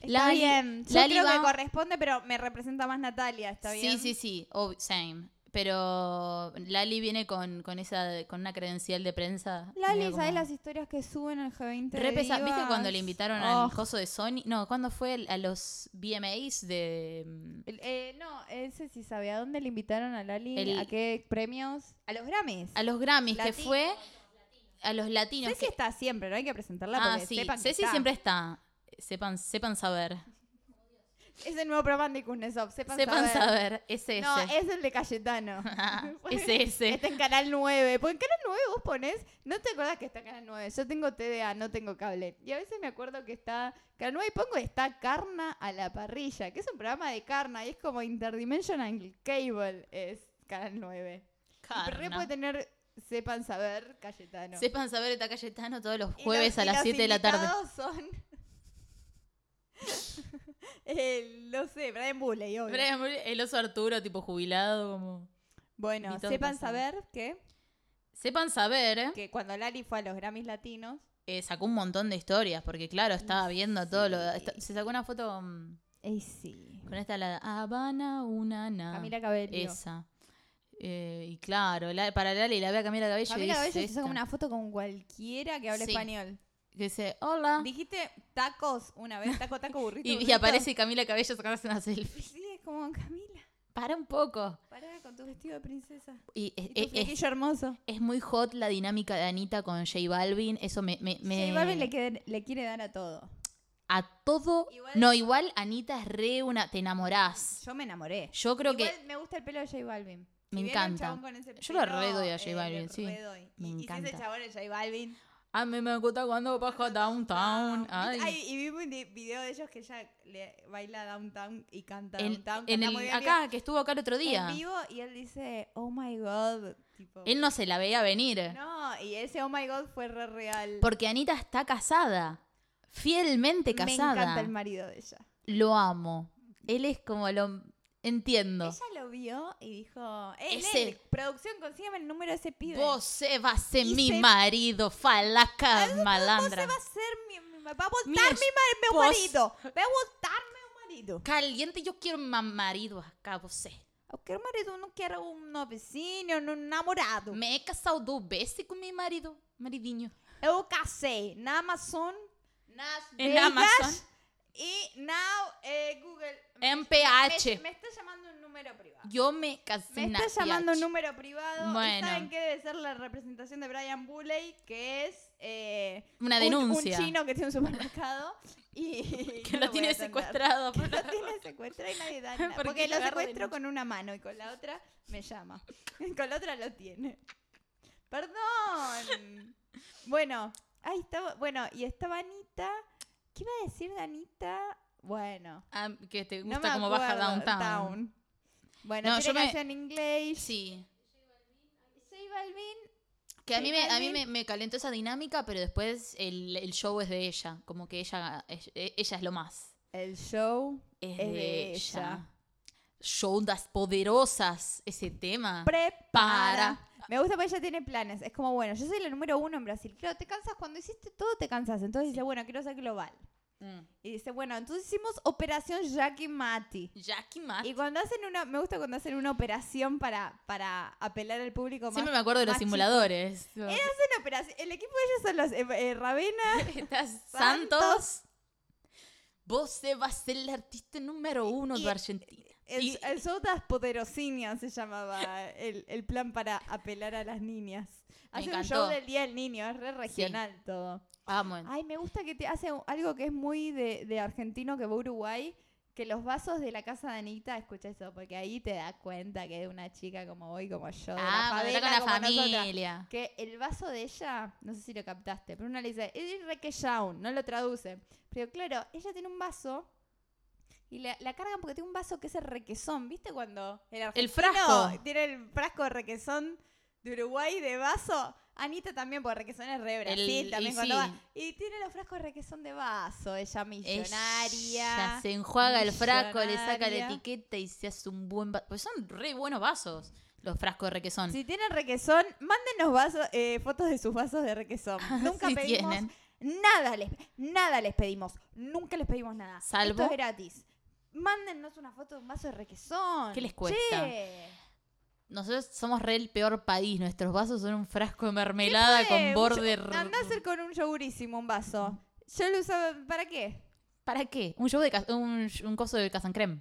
Speaker 2: Está
Speaker 1: Lali-
Speaker 2: bien. Yo
Speaker 1: Lali
Speaker 2: creo que
Speaker 1: va-
Speaker 2: corresponde, pero me representa más Natalia, ¿está bien?
Speaker 1: Sí, sí, sí, ob- same. Pero Lali viene con, con esa con una credencial de prensa.
Speaker 2: Lali,
Speaker 1: medio como-
Speaker 2: ¿sabes las historias que suben al G20? de
Speaker 1: Re pesa- ¿Viste
Speaker 2: divas?
Speaker 1: cuando le invitaron
Speaker 2: Oh,
Speaker 1: al coso de Sony? No, ¿cuándo fue el- a los VMAs de mm,
Speaker 2: El- eh, no, ese sí sabe. ¿A dónde le invitaron a Lali?
Speaker 1: El-
Speaker 2: ¿A qué premios? A los Grammys.
Speaker 1: a los Grammys que
Speaker 2: Latino.
Speaker 1: fue a los latinos
Speaker 2: Ceci
Speaker 1: que-
Speaker 2: está siempre, no hay que presentarla
Speaker 1: Ah,
Speaker 2: porque
Speaker 1: sí,
Speaker 2: sepan que
Speaker 1: Ceci
Speaker 2: está.
Speaker 1: siempre está. Sepan sepan saber.
Speaker 2: Es el nuevo programa de Kuznetsov, sepan,
Speaker 1: Sepan
Speaker 2: saber.
Speaker 1: saber, es ese.
Speaker 2: No, es Este el de Cayetano.
Speaker 1: [laughs]
Speaker 2: [laughs]
Speaker 1: es ese.
Speaker 2: Está en Canal 9. Porque en Canal 9 vos ponés. No te acordás que está Canal 9. Yo tengo TDA, no tengo cable. Y a veces me acuerdo que está Canal 9 y pongo está Carna a la parrilla, que es un programa de Carna y es como Interdimensional Cable. Es Canal 9. Pero re
Speaker 1: Carna.
Speaker 2: puede tener, sepan saber, Cayetano.
Speaker 1: Sepan saber está Cayetano todos los
Speaker 2: Y
Speaker 1: jueves
Speaker 2: los-
Speaker 1: a
Speaker 2: y
Speaker 1: las
Speaker 2: los
Speaker 1: 7 de la tarde.
Speaker 2: invitados son. [laughs] el, Eh, no sé, Brian Bulley, obvio.
Speaker 1: Brian Murray, El oso Arturo, tipo jubilado, como.
Speaker 2: Bueno,
Speaker 1: Invitados
Speaker 2: sepan
Speaker 1: no son.
Speaker 2: saber que,
Speaker 1: Sepan saber, eh,
Speaker 2: que cuando Lali fue a los Grammys latinos,
Speaker 1: eh, sacó un montón de historias, porque claro, estaba viendo todo lo.
Speaker 2: Sí.
Speaker 1: esta- se sacó una foto mm, con,
Speaker 2: ey sí.
Speaker 1: con esta, la de Habana, una, na.
Speaker 2: Ah, Camila Cabello.
Speaker 1: Esa. Eh, y claro, la- para Lali la ve a Camila Cabello. y
Speaker 2: Camila
Speaker 1: dice
Speaker 2: Cabello se
Speaker 1: esta,
Speaker 2: saca una foto con cualquiera que hable
Speaker 1: Sí.
Speaker 2: español.
Speaker 1: que dice, hola.
Speaker 2: Dijiste tacos una vez, taco, taco, burrito.
Speaker 1: Y, y
Speaker 2: burrito.
Speaker 1: aparece Camila Cabello sacándose una selfie.
Speaker 2: Sí, es como Camila,
Speaker 1: Para un poco.
Speaker 2: pará con tu vestido de princesa.
Speaker 1: Y es,
Speaker 2: Y tu
Speaker 1: es-
Speaker 2: flequillo hermoso.
Speaker 1: es muy hot la dinámica de Anita con J Balvin. Eso me. me, me-
Speaker 2: J Balvin le, quiere- le quiere dar a todo.
Speaker 1: A todo.
Speaker 2: Igual-
Speaker 1: No, igual Anita es re una. Te enamorás.
Speaker 2: Yo me enamoré.
Speaker 1: Yo creo que.
Speaker 2: Igual me gusta el pelo de J Balvin.
Speaker 1: Me
Speaker 2: viene un
Speaker 1: encanta.
Speaker 2: chabón con ese
Speaker 1: Yo lo
Speaker 2: pelo,
Speaker 1: redoy a J
Speaker 2: eh,
Speaker 1: Balvin,
Speaker 2: le
Speaker 1: sí.
Speaker 2: redoy. Y-
Speaker 1: Me
Speaker 2: Y si ese
Speaker 1: encanta.
Speaker 2: chabón es J Balvin.
Speaker 1: A mí me gusta cuando bajo downtown. Ah, Ay.
Speaker 2: Ay, y vi un di- video de ellos que ella le baila Downtown y canta
Speaker 1: En-
Speaker 2: Downtown.
Speaker 1: en
Speaker 2: canta
Speaker 1: el-
Speaker 2: muy bien,
Speaker 1: acá, que estuvo acá el otro
Speaker 2: en
Speaker 1: día.
Speaker 2: vivo y él dice, oh my god. Tipo,
Speaker 1: Él no se la veía venir.
Speaker 2: no, y ese oh my god fue re real.
Speaker 1: Porque Anita está casada. Fielmente
Speaker 2: Me
Speaker 1: casada.
Speaker 2: encanta el marido de ella.
Speaker 1: Lo amo. Él es como lo. Entiendo.
Speaker 2: Ella lo vio y dijo, él,
Speaker 1: Ese-
Speaker 2: él, producción, consígueme el número de ese pibe.
Speaker 1: Vos se va a ser
Speaker 2: Y
Speaker 1: mi
Speaker 2: se-
Speaker 1: marido, falaca
Speaker 2: Vos se
Speaker 1: malandra.
Speaker 2: va a ser mi, mi- va a votar mi,
Speaker 1: Mi
Speaker 2: mar- meu
Speaker 1: esposa.
Speaker 2: marido. Va a votar meu marido.
Speaker 1: Caliente, yo quiero mi marido acá, você.
Speaker 2: Eu quero marido, não quero um novecinho, um namorado.
Speaker 1: Me he casado dos veces con mi marido, maridinho.
Speaker 2: Eu casei na Amazon, nas
Speaker 1: En
Speaker 2: Vegas
Speaker 1: Amazon.
Speaker 2: e na eh, Google.
Speaker 1: En PH.
Speaker 2: Me, me está llamando un número privado.
Speaker 1: Yo me casé
Speaker 2: Me
Speaker 1: en
Speaker 2: está
Speaker 1: APH.
Speaker 2: llamando un número privado. ¿Y
Speaker 1: Bueno.
Speaker 2: saben qué debe ser la representación de Brian Bulley? Que es... eh,
Speaker 1: Una
Speaker 2: un-
Speaker 1: denuncia.
Speaker 2: Un, chino que tiene un supermercado y...
Speaker 1: [laughs] que
Speaker 2: no
Speaker 1: lo tiene
Speaker 2: voy a atender. [laughs]
Speaker 1: secuestrado. [laughs]
Speaker 2: Lo tiene secuestrado y nadie da nada.
Speaker 1: ¿Por
Speaker 2: Porque
Speaker 1: qué
Speaker 2: lo
Speaker 1: lo agarra de
Speaker 2: secuestro
Speaker 1: noche?
Speaker 2: con una mano y con la otra me llama. [laughs] Con la otra lo tiene. Perdón. Bueno, ahí estaba. Bueno, y estaba Anita. ¿Qué iba a decir de Anita? Bueno.
Speaker 1: Ah, que te
Speaker 2: no
Speaker 1: gusta
Speaker 2: me
Speaker 1: como baja
Speaker 2: acuerdo,
Speaker 1: downtown.
Speaker 2: Down. Bueno,
Speaker 1: No,
Speaker 2: tiene
Speaker 1: yo me-
Speaker 2: canción en inglés.
Speaker 1: Sí.
Speaker 2: J Balvin.
Speaker 1: Que a mí,
Speaker 2: Sí,
Speaker 1: me, a mí
Speaker 2: Balvin.
Speaker 1: me, me calentó esa dinámica, pero después el, el show es de ella. Como que ella es, ella es lo más.
Speaker 2: El show.
Speaker 1: Es,
Speaker 2: de
Speaker 1: de,
Speaker 2: ella.
Speaker 1: ella. Show das poderosas, ese tema.
Speaker 2: Prepara.
Speaker 1: Ah, Para.
Speaker 2: Me gusta porque ella tiene planes. Es como, bueno, yo soy la número uno en Brasil. Claro, te cansas cuando hiciste todo, te cansas. Entonces dice, bueno, quiero ser global.
Speaker 1: Mm.
Speaker 2: Y dice, bueno, entonces hicimos operación Jackie Mati.
Speaker 1: Jackie Matt.
Speaker 2: Y cuando hacen una, me gusta cuando hacen una operación para, para apelar al público más.
Speaker 1: Siempre me acuerdo de los
Speaker 2: más chico. [laughs]
Speaker 1: simuladores.
Speaker 2: Hacen operación- el equipo de ellos son los eh, eh, Ravena,
Speaker 1: [laughs] Estás
Speaker 2: Santos.
Speaker 1: Santos. Vos se vas a ser el artista número uno
Speaker 2: y-
Speaker 1: de Argentina.
Speaker 2: el,
Speaker 1: Y-
Speaker 2: el show das Poderosinia se llamaba el, el plan para apelar a las niñas.
Speaker 1: Me
Speaker 2: Hacen un
Speaker 1: encantó.
Speaker 2: show del Día del Niño, es re regional todo.
Speaker 1: Amo.
Speaker 2: Ay, me gusta que te hace algo que es muy de, de argentino que va a Uruguay, que los vasos de la casa de Anita, escucha eso, porque ahí te das cuenta que es una chica como hoy, como yo, de
Speaker 1: Ah,
Speaker 2: la
Speaker 1: cuando
Speaker 2: favela,
Speaker 1: está con la
Speaker 2: como nosotras,
Speaker 1: familia.
Speaker 2: que el vaso de ella, no sé si lo captaste, pero uno le dice, es re que Shaun", no lo traduce. Pero claro, ella tiene un vaso y la, la cargan porque tiene un vaso que es el requesón, ¿viste? Cuando el argentino
Speaker 1: frasco.
Speaker 2: tiene el frasco de requesón de Uruguay de vaso. Anita también, porque requesón es re Brasil,
Speaker 1: El-
Speaker 2: también
Speaker 1: y
Speaker 2: cuando
Speaker 1: sí.
Speaker 2: va. Y tiene los frascos de requesón de vaso, ella millonaria.
Speaker 1: Ella se enjuaga el frasco, le saca la
Speaker 2: millonaria.
Speaker 1: etiqueta y se hace un buen vaso. Pues son re buenos vasos los frascos de requesón.
Speaker 2: Si tienen requesón, mándenos vasos, eh, fotos de sus vasos
Speaker 1: [laughs]
Speaker 2: de requesón. Nunca
Speaker 1: Si
Speaker 2: pedimos
Speaker 1: tienen.
Speaker 2: nada, les, nada les pedimos. Nunca les pedimos nada.
Speaker 1: Salvo-
Speaker 2: Esto es gratis. Mándennos una foto de un vaso de requesón.
Speaker 1: ¿Qué les cuesta?
Speaker 2: Che.
Speaker 1: Nosotros somos re el peor país. Nuestros vasos son un frasco de mermelada con
Speaker 2: Eh,
Speaker 1: borde.
Speaker 2: un yo-
Speaker 1: r-
Speaker 2: Andá a hacer con un yogurísimo un vaso. Yo lo usaba, ¿para qué?
Speaker 1: ¿Para qué? Un, yogur de ca- un, un coso de casancrem.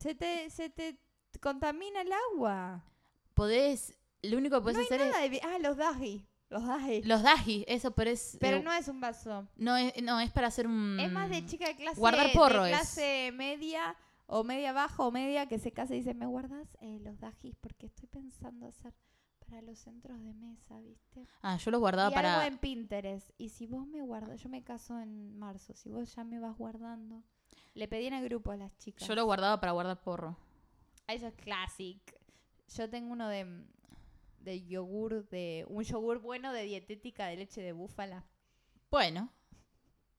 Speaker 2: Se te, se te contamina el agua.
Speaker 1: Podés. Lo único que podés
Speaker 2: no hay
Speaker 1: hacer
Speaker 2: nada de... vi- Ah, los daji. Los daji.
Speaker 1: es. Los daji, eso, pero es.
Speaker 2: Pero
Speaker 1: eh,
Speaker 2: no es un vaso.
Speaker 1: no es, no, es para hacer un.
Speaker 2: Es más de chica de clase,
Speaker 1: Mm. Guardar
Speaker 2: de
Speaker 1: porro es.
Speaker 2: clase media o media baja o media que se casa y dice, ¿me guardas eh, los dajis? Porque estoy pensando hacer para los centros de mesa, ¿viste?
Speaker 1: Ah, yo los guardaba
Speaker 2: y
Speaker 1: para.
Speaker 2: algo en Pinterest. Y si vos me guardas, yo me caso en marzo, si vos ya me vas guardando. Le pedí en el grupo a las chicas.
Speaker 1: Yo lo guardaba para guardar porro.
Speaker 2: Ah, Eso es classic. Yo tengo uno de, de yogur, de un yogur bueno de dietética de leche de búfala.
Speaker 1: Bueno.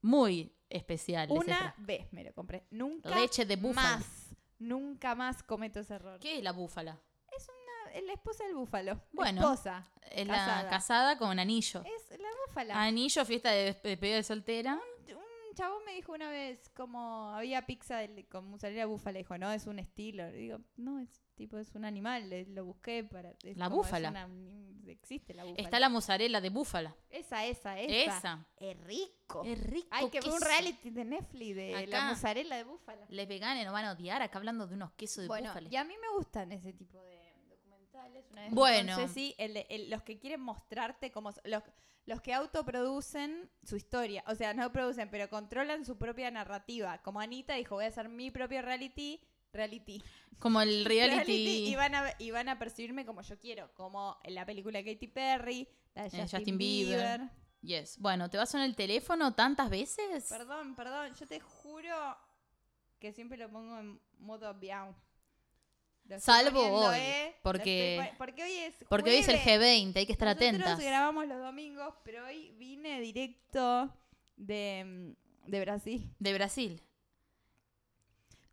Speaker 1: Muy especial. ese
Speaker 2: Una
Speaker 1: frasco.
Speaker 2: vez me lo compré. Nunca
Speaker 1: Leche de búfala.
Speaker 2: más, nunca más cometo ese error.
Speaker 1: ¿Qué es la búfala?
Speaker 2: Ah, La esposa del búfalo.
Speaker 1: Bueno.
Speaker 2: Esposa.
Speaker 1: Es la
Speaker 2: Casada.
Speaker 1: casada con anillo.
Speaker 2: Es la búfala.
Speaker 1: Anillo, fiesta de despe- despedida de soltera.
Speaker 2: Un chabón me dijo una vez, como había pizza del- con mozzarella de búfala. Dijo, no, es un estilo. Y digo, no, es tipo, es un animal. eh, Lo busqué para. es
Speaker 1: La
Speaker 2: como, es
Speaker 1: búfala.
Speaker 2: una- mm, existe la búfala.
Speaker 1: Está la mozzarella de búfala.
Speaker 2: Esa, esa, esa.
Speaker 1: Esa.
Speaker 2: Es rico.
Speaker 1: Es rico.
Speaker 2: Hay que ver un
Speaker 1: queso.
Speaker 2: reality de Netflix de la
Speaker 1: Acá.
Speaker 2: mozzarella de búfala.
Speaker 1: Les veganes nos van a odiar acá hablando de unos quesos de
Speaker 2: Bueno,
Speaker 1: búfala.
Speaker 2: y a mí me gustan ese tipo de documentales. Una vez
Speaker 1: Bueno.
Speaker 2: sí, los que quieren mostrarte como los, los que autoproducen su historia, o sea, no producen, pero controlan su propia narrativa. Como Anita dijo, voy a hacer mi propio reality, reality,
Speaker 1: Como
Speaker 2: [laughs]
Speaker 1: el reality.
Speaker 2: y van a y van a percibirme como yo quiero, como en la película de Katy Perry, la de
Speaker 1: Eh,
Speaker 2: Justin,
Speaker 1: Justin Bieber.
Speaker 2: Bieber.
Speaker 1: Yes. Bueno, ¿te vas en el teléfono tantas veces?
Speaker 2: Perdón, perdón, yo te juro que siempre lo pongo en modo avión. Lo estoy
Speaker 1: Salvo
Speaker 2: poniendo,
Speaker 1: hoy,
Speaker 2: ¿eh? Lo
Speaker 1: porque-
Speaker 2: estoy poni- porque hoy es
Speaker 1: Porque hoy es el
Speaker 2: jueves.
Speaker 1: G20, hay que estar
Speaker 2: Nosotros
Speaker 1: atentas.
Speaker 2: grabamos los domingos, pero hoy vine directo de, de Brasil.
Speaker 1: De Brasil.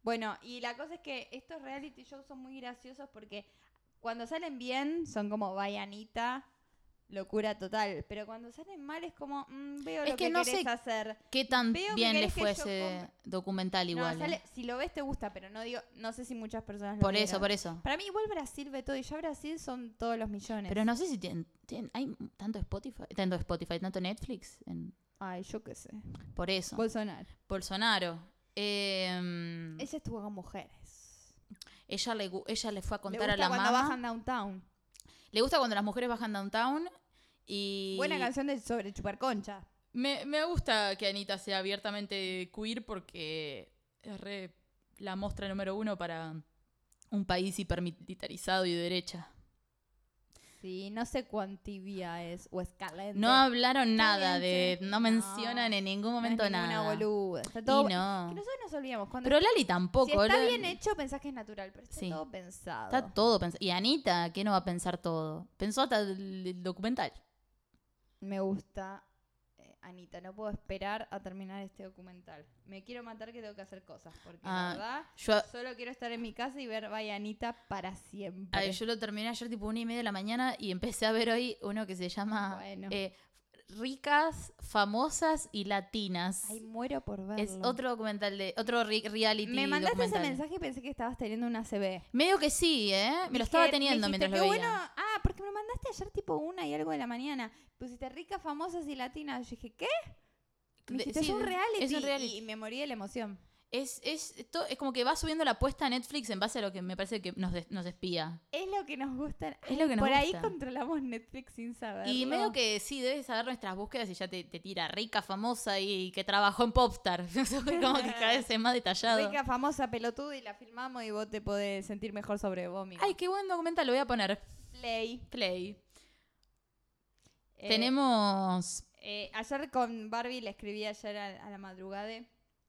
Speaker 2: Bueno, y la cosa es que estos reality shows son muy graciosos porque cuando salen bien son como Bayanita, locura total, pero cuando salen mal es como mm, veo
Speaker 1: Es
Speaker 2: lo
Speaker 1: que
Speaker 2: que,
Speaker 1: no
Speaker 2: querés
Speaker 1: sé
Speaker 2: hacer.
Speaker 1: ¿Qué tan
Speaker 2: Veo que
Speaker 1: bien
Speaker 2: querés
Speaker 1: les
Speaker 2: que
Speaker 1: fue
Speaker 2: yo
Speaker 1: ese
Speaker 2: compre-
Speaker 1: documental
Speaker 2: No,
Speaker 1: igual? eh?
Speaker 2: sale- si lo ves te gusta, pero no digo, no sé si muchas personas lo
Speaker 1: por eso,
Speaker 2: vieron.
Speaker 1: por eso.
Speaker 2: Para mí igual Brasil ve todo y ya Brasil son todos los millones.
Speaker 1: Pero no sé si tienen, tienen- hay tanto Spotify, tanto Spotify, tanto Netflix. en-
Speaker 2: Ay, yo qué sé.
Speaker 1: por eso.
Speaker 2: Bolsonaro.
Speaker 1: Bolsonaro. em,
Speaker 2: Ella estuvo con mujeres.
Speaker 1: ella, le, gu- ella le fue a
Speaker 2: Le
Speaker 1: contar a
Speaker 2: gusta
Speaker 1: la
Speaker 2: cuando
Speaker 1: mamá.
Speaker 2: bajan downtown.
Speaker 1: Le gusta cuando las mujeres bajan downtown. Y
Speaker 2: Buena canción de sobre chupar concha.
Speaker 1: Me, me gusta que Anita sea abiertamente queer porque es re la muestra número uno para un país hipermilitarizado y de derecha.
Speaker 2: Sí, no sé cuantibia es o escalente.
Speaker 1: No hablaron nada de.
Speaker 2: Caliente.
Speaker 1: No mencionan
Speaker 2: No,
Speaker 1: en ningún
Speaker 2: No es
Speaker 1: momento
Speaker 2: ninguna
Speaker 1: nada.
Speaker 2: boluda. Está
Speaker 1: Y
Speaker 2: todo. Que
Speaker 1: no.
Speaker 2: nosotros nos olvidamos. Cuando
Speaker 1: Pero Lali
Speaker 2: si
Speaker 1: tampoco.
Speaker 2: está
Speaker 1: Lali-
Speaker 2: bien hecho, pensás que es natural, pero está
Speaker 1: Sí.
Speaker 2: todo pensado.
Speaker 1: Está todo pensado. Y Anita, ¿qué no va a pensar todo? Pensó hasta el, el documental.
Speaker 2: Me gusta. eh, Anita, no puedo esperar a terminar este documental. Me quiero matar que tengo que hacer cosas, porque
Speaker 1: Ah,
Speaker 2: la
Speaker 1: Yo,
Speaker 2: verdad, solo quiero estar en mi casa y ver Vaya Anita para siempre.
Speaker 1: ay, yo lo terminé ayer tipo una y media de la mañana y empecé a ver hoy uno que se llama
Speaker 2: Ah, Bueno.
Speaker 1: eh, Ricas, Famosas y Latinas.
Speaker 2: Ay, muero por verlo.
Speaker 1: Es otro documental de. Otro re- reality.
Speaker 2: Me mandaste
Speaker 1: documental.
Speaker 2: ese mensaje y pensé que estabas teniendo una CB.
Speaker 1: Medio que sí, ¿eh? Me lo
Speaker 2: Dije-
Speaker 1: estaba teniendo
Speaker 2: dijiste,
Speaker 1: mientras lo
Speaker 2: "Qué
Speaker 1: veía.
Speaker 2: bueno. Ah, porque me lo mandaste ayer tipo una y algo de la mañana. Pusiste ricas, famosas y latinas. Yo dije, ¿qué? Me
Speaker 1: De-
Speaker 2: dijiste,
Speaker 1: sí,
Speaker 2: es un
Speaker 1: de-
Speaker 2: reality.
Speaker 1: es un reality.
Speaker 2: Y, y me morí de la emoción.
Speaker 1: Es, es, to- es como que va subiendo la apuesta a Netflix en base a lo que me parece que nos, des- nos espía.
Speaker 2: Es lo que nos gusta.
Speaker 1: Es lo que nos
Speaker 2: Por ahí
Speaker 1: gusta.
Speaker 2: controlamos Netflix sin saberlo.
Speaker 1: Y medio que sí, debes saber nuestras búsquedas y ya te, te tira rica, famosa y que trabajó en Popstar. [laughs] como que cada vez es más detallado.
Speaker 2: Rica, famosa, pelotuda y la filmamos y vos te podés sentir mejor sobre vos mismo.
Speaker 1: Ay, qué buen documental, lo voy a poner.
Speaker 2: play.
Speaker 1: Play.
Speaker 2: Eh,
Speaker 1: Tenemos.
Speaker 2: eh, ayer con Barbie le escribí ayer a, a la madrugada y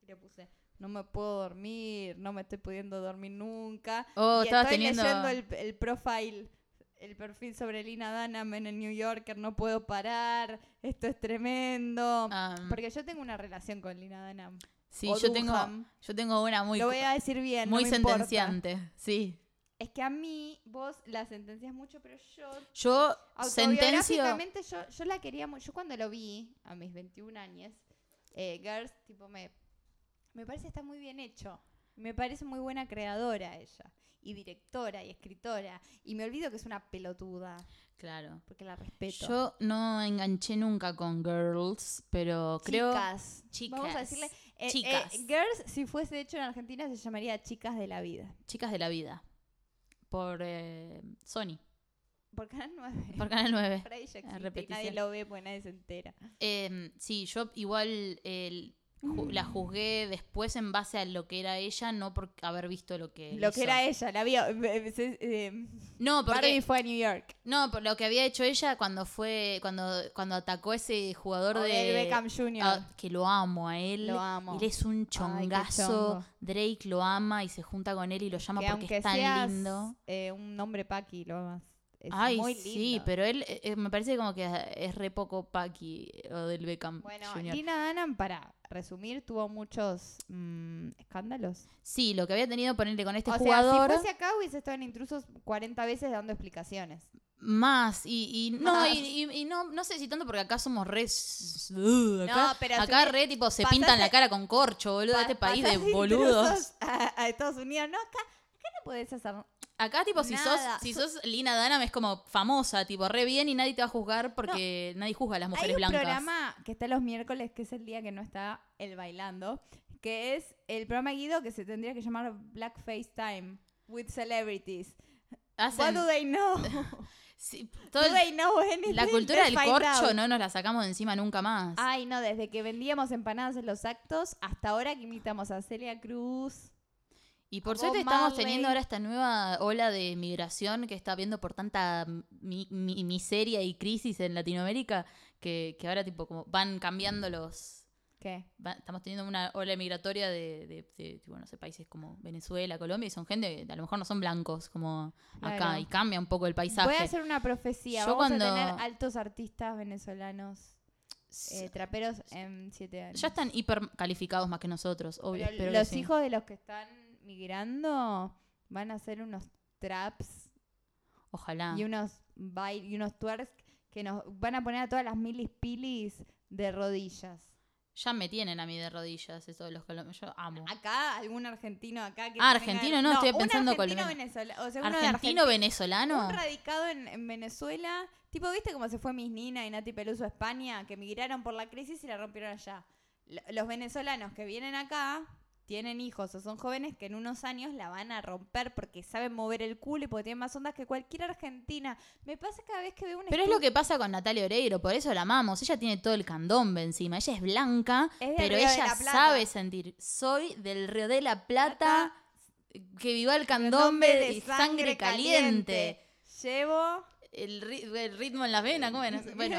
Speaker 2: le puse, no me puedo dormir, no me estoy pudiendo dormir nunca.
Speaker 1: Oh,
Speaker 2: y
Speaker 1: estabas
Speaker 2: estoy
Speaker 1: teniendo.
Speaker 2: leyendo el, el profile, el perfil sobre Lina Dunham en el New Yorker, no puedo parar, esto es tremendo.
Speaker 1: am,
Speaker 2: Porque yo tengo una relación con Lina Dunham.
Speaker 1: Ah. um, sí,
Speaker 2: o
Speaker 1: yo tengo,
Speaker 2: Dunham.
Speaker 1: yo tengo una muy,
Speaker 2: Lo voy a decir bien, no
Speaker 1: muy
Speaker 2: me importa.
Speaker 1: sentenciante. Sí.
Speaker 2: Es que a mí vos la sentencias mucho, pero yo
Speaker 1: Yo sentencio.
Speaker 2: autobiográficamente yo, yo la quería mucho. Yo cuando lo vi a mis 21 años, eh, Girls, tipo, me, me parece que está muy bien hecho. Me parece muy buena creadora ella. Y directora y escritora. Y me olvido que es una pelotuda,
Speaker 1: Claro.
Speaker 2: porque la respeto.
Speaker 1: Yo no enganché nunca con girls, pero creo.
Speaker 2: Chicas.
Speaker 1: Chicas.
Speaker 2: Vamos a decirle. eh, eh,
Speaker 1: Chicas.
Speaker 2: Girls, si fuese hecho en Argentina, se llamaría Chicas de la Vida.
Speaker 1: Chicas de la vida. Por eh, Sony.
Speaker 2: Por [laughs] Canal 9.
Speaker 1: Por Canal 9.
Speaker 2: Por ahí ya existe y nadie
Speaker 1: repetición.
Speaker 2: lo ve porque nadie se entera.
Speaker 1: Em, sí, yo igual el- ju- la juzgué después en base a lo que era ella, no por haber visto lo que.
Speaker 2: Lo que
Speaker 1: hizo.
Speaker 2: era ella, la vio. eh, se- eh,
Speaker 1: No,
Speaker 2: Barbie
Speaker 1: Eh, porque,
Speaker 2: fue a New York.
Speaker 1: no, por lo que había hecho ella cuando fue. Cuando, cuando atacó a ese jugador
Speaker 2: O
Speaker 1: de.
Speaker 2: del Beckham Jr.
Speaker 1: ah, que lo amo a él.
Speaker 2: lo amo.
Speaker 1: Él es un
Speaker 2: Ay, qué
Speaker 1: chongazo.
Speaker 2: chongo.
Speaker 1: Drake lo ama y se junta con él y lo llama
Speaker 2: Que
Speaker 1: porque
Speaker 2: aunque
Speaker 1: es tan
Speaker 2: seas,
Speaker 1: lindo.
Speaker 2: eh, un nombre paqui, lo amas. Es
Speaker 1: Ay,
Speaker 2: muy
Speaker 1: sí,
Speaker 2: lindo.
Speaker 1: pero él eh, eh, me parece como que es re poco Paki o del Beckham
Speaker 2: Bueno,
Speaker 1: Jr.
Speaker 2: Lina Dunham, para resumir, tuvo muchos mm, escándalos.
Speaker 1: Sí, lo que había tenido ponerle con este
Speaker 2: o
Speaker 1: jugador
Speaker 2: sea, si fuese acá hubiese estado en intrusos 40 veces dando explicaciones.
Speaker 1: más y, y no
Speaker 2: Más.
Speaker 1: y, y- y no no sé si tanto porque acá somos re s- uh, acá,
Speaker 2: No, pero
Speaker 1: acá
Speaker 2: si-
Speaker 1: re tipo se
Speaker 2: pasás
Speaker 1: pintan
Speaker 2: de-
Speaker 1: la cara con corcho, boludo,
Speaker 2: Pa-
Speaker 1: este país de
Speaker 2: pasás [laughs]
Speaker 1: boludos.
Speaker 2: intrusos A, a Estados Unidos, no, acá, acá no podés hacer.
Speaker 1: Acá tipo si sos
Speaker 2: Nada.
Speaker 1: si sos Lina Dunham es como famosa, tipo re bien y nadie te va a juzgar porque nadie juzga a las
Speaker 2: Hay
Speaker 1: mujeres
Speaker 2: un
Speaker 1: blancas.
Speaker 2: programa que está los miércoles, que es el día que no está el bailando, que es el programa Guido que se tendría que llamar Blackface Time with Celebrities. What
Speaker 1: Hacen-
Speaker 2: do they know?
Speaker 1: sí,
Speaker 2: Do
Speaker 1: [laughs] todo el-
Speaker 2: they know anything? [laughs]
Speaker 1: la cultura
Speaker 2: Let's
Speaker 1: del
Speaker 2: find
Speaker 1: corcho
Speaker 2: out. Ah,
Speaker 1: no nos la sacamos de encima nunca más.
Speaker 2: Ay, no, desde que vendíamos empanadas en los actos hasta ahora que imitamos a Celia Cruz.
Speaker 1: Y por
Speaker 2: Bob
Speaker 1: suerte estamos
Speaker 2: Marley.
Speaker 1: teniendo ahora esta nueva ola de migración que está habiendo por tanta mi- mi- miseria y crisis en Latinoamérica que, que ahora tipo como van cambiando los...
Speaker 2: ¿Qué?
Speaker 1: va- estamos teniendo una ola migratoria de, de- de, tipo, no sé, países como Venezuela, Colombia, y son gente que a lo mejor no son blancos como acá,
Speaker 2: Claro.
Speaker 1: y cambia un poco el paisaje.
Speaker 2: Voy a hacer una profecía.
Speaker 1: Yo
Speaker 2: Vamos
Speaker 1: cuando-
Speaker 2: a tener altos artistas venezolanos,
Speaker 1: S-
Speaker 2: eh, traperos en siete años.
Speaker 1: ya están hiper calificados más que nosotros, obvio.
Speaker 2: Pero
Speaker 1: espero que
Speaker 2: los
Speaker 1: sí.
Speaker 2: hijos de los que están migrando van a ser unos traps
Speaker 1: Ojalá.
Speaker 2: y unos bail y unos twerks que nos van a poner a todas las milis pilis de rodillas.
Speaker 1: Ya me tienen a mí de rodillas eso de los colombianos. Yo amo.
Speaker 2: Acá algún argentino acá que
Speaker 1: Ah,
Speaker 2: tenga-
Speaker 1: argentino no, estoy pensando
Speaker 2: un argentino
Speaker 1: colombiano.
Speaker 2: venezolano, o sea, uno de
Speaker 1: ¿Argentino,
Speaker 2: Argentina,
Speaker 1: venezolano?
Speaker 2: un radicado en, en Venezuela, tipo, ¿viste cómo se fue Miss Nina y Nati Peluso a España que migraron por la crisis y la rompieron allá? Lo- Los venezolanos que vienen acá tienen hijos o son jóvenes que en unos años la van a romper porque saben mover el culo y porque tienen más ondas que cualquier argentina. Me pasa cada vez que veo un
Speaker 1: Pero es lo que pasa con Natalia Oreiro, por eso la amamos. Ella tiene todo el candombe encima. Ella es blanca,
Speaker 2: Es del
Speaker 1: pero
Speaker 2: Río de
Speaker 1: ella
Speaker 2: la Plata.
Speaker 1: sabe sentir. Soy del Río de la Plata, que viva el candombe
Speaker 2: nombre
Speaker 1: y sangre caliente.
Speaker 2: Llevo
Speaker 1: El, ri- el ritmo en las venas, ¿cómo era?
Speaker 2: [laughs]
Speaker 1: Bueno,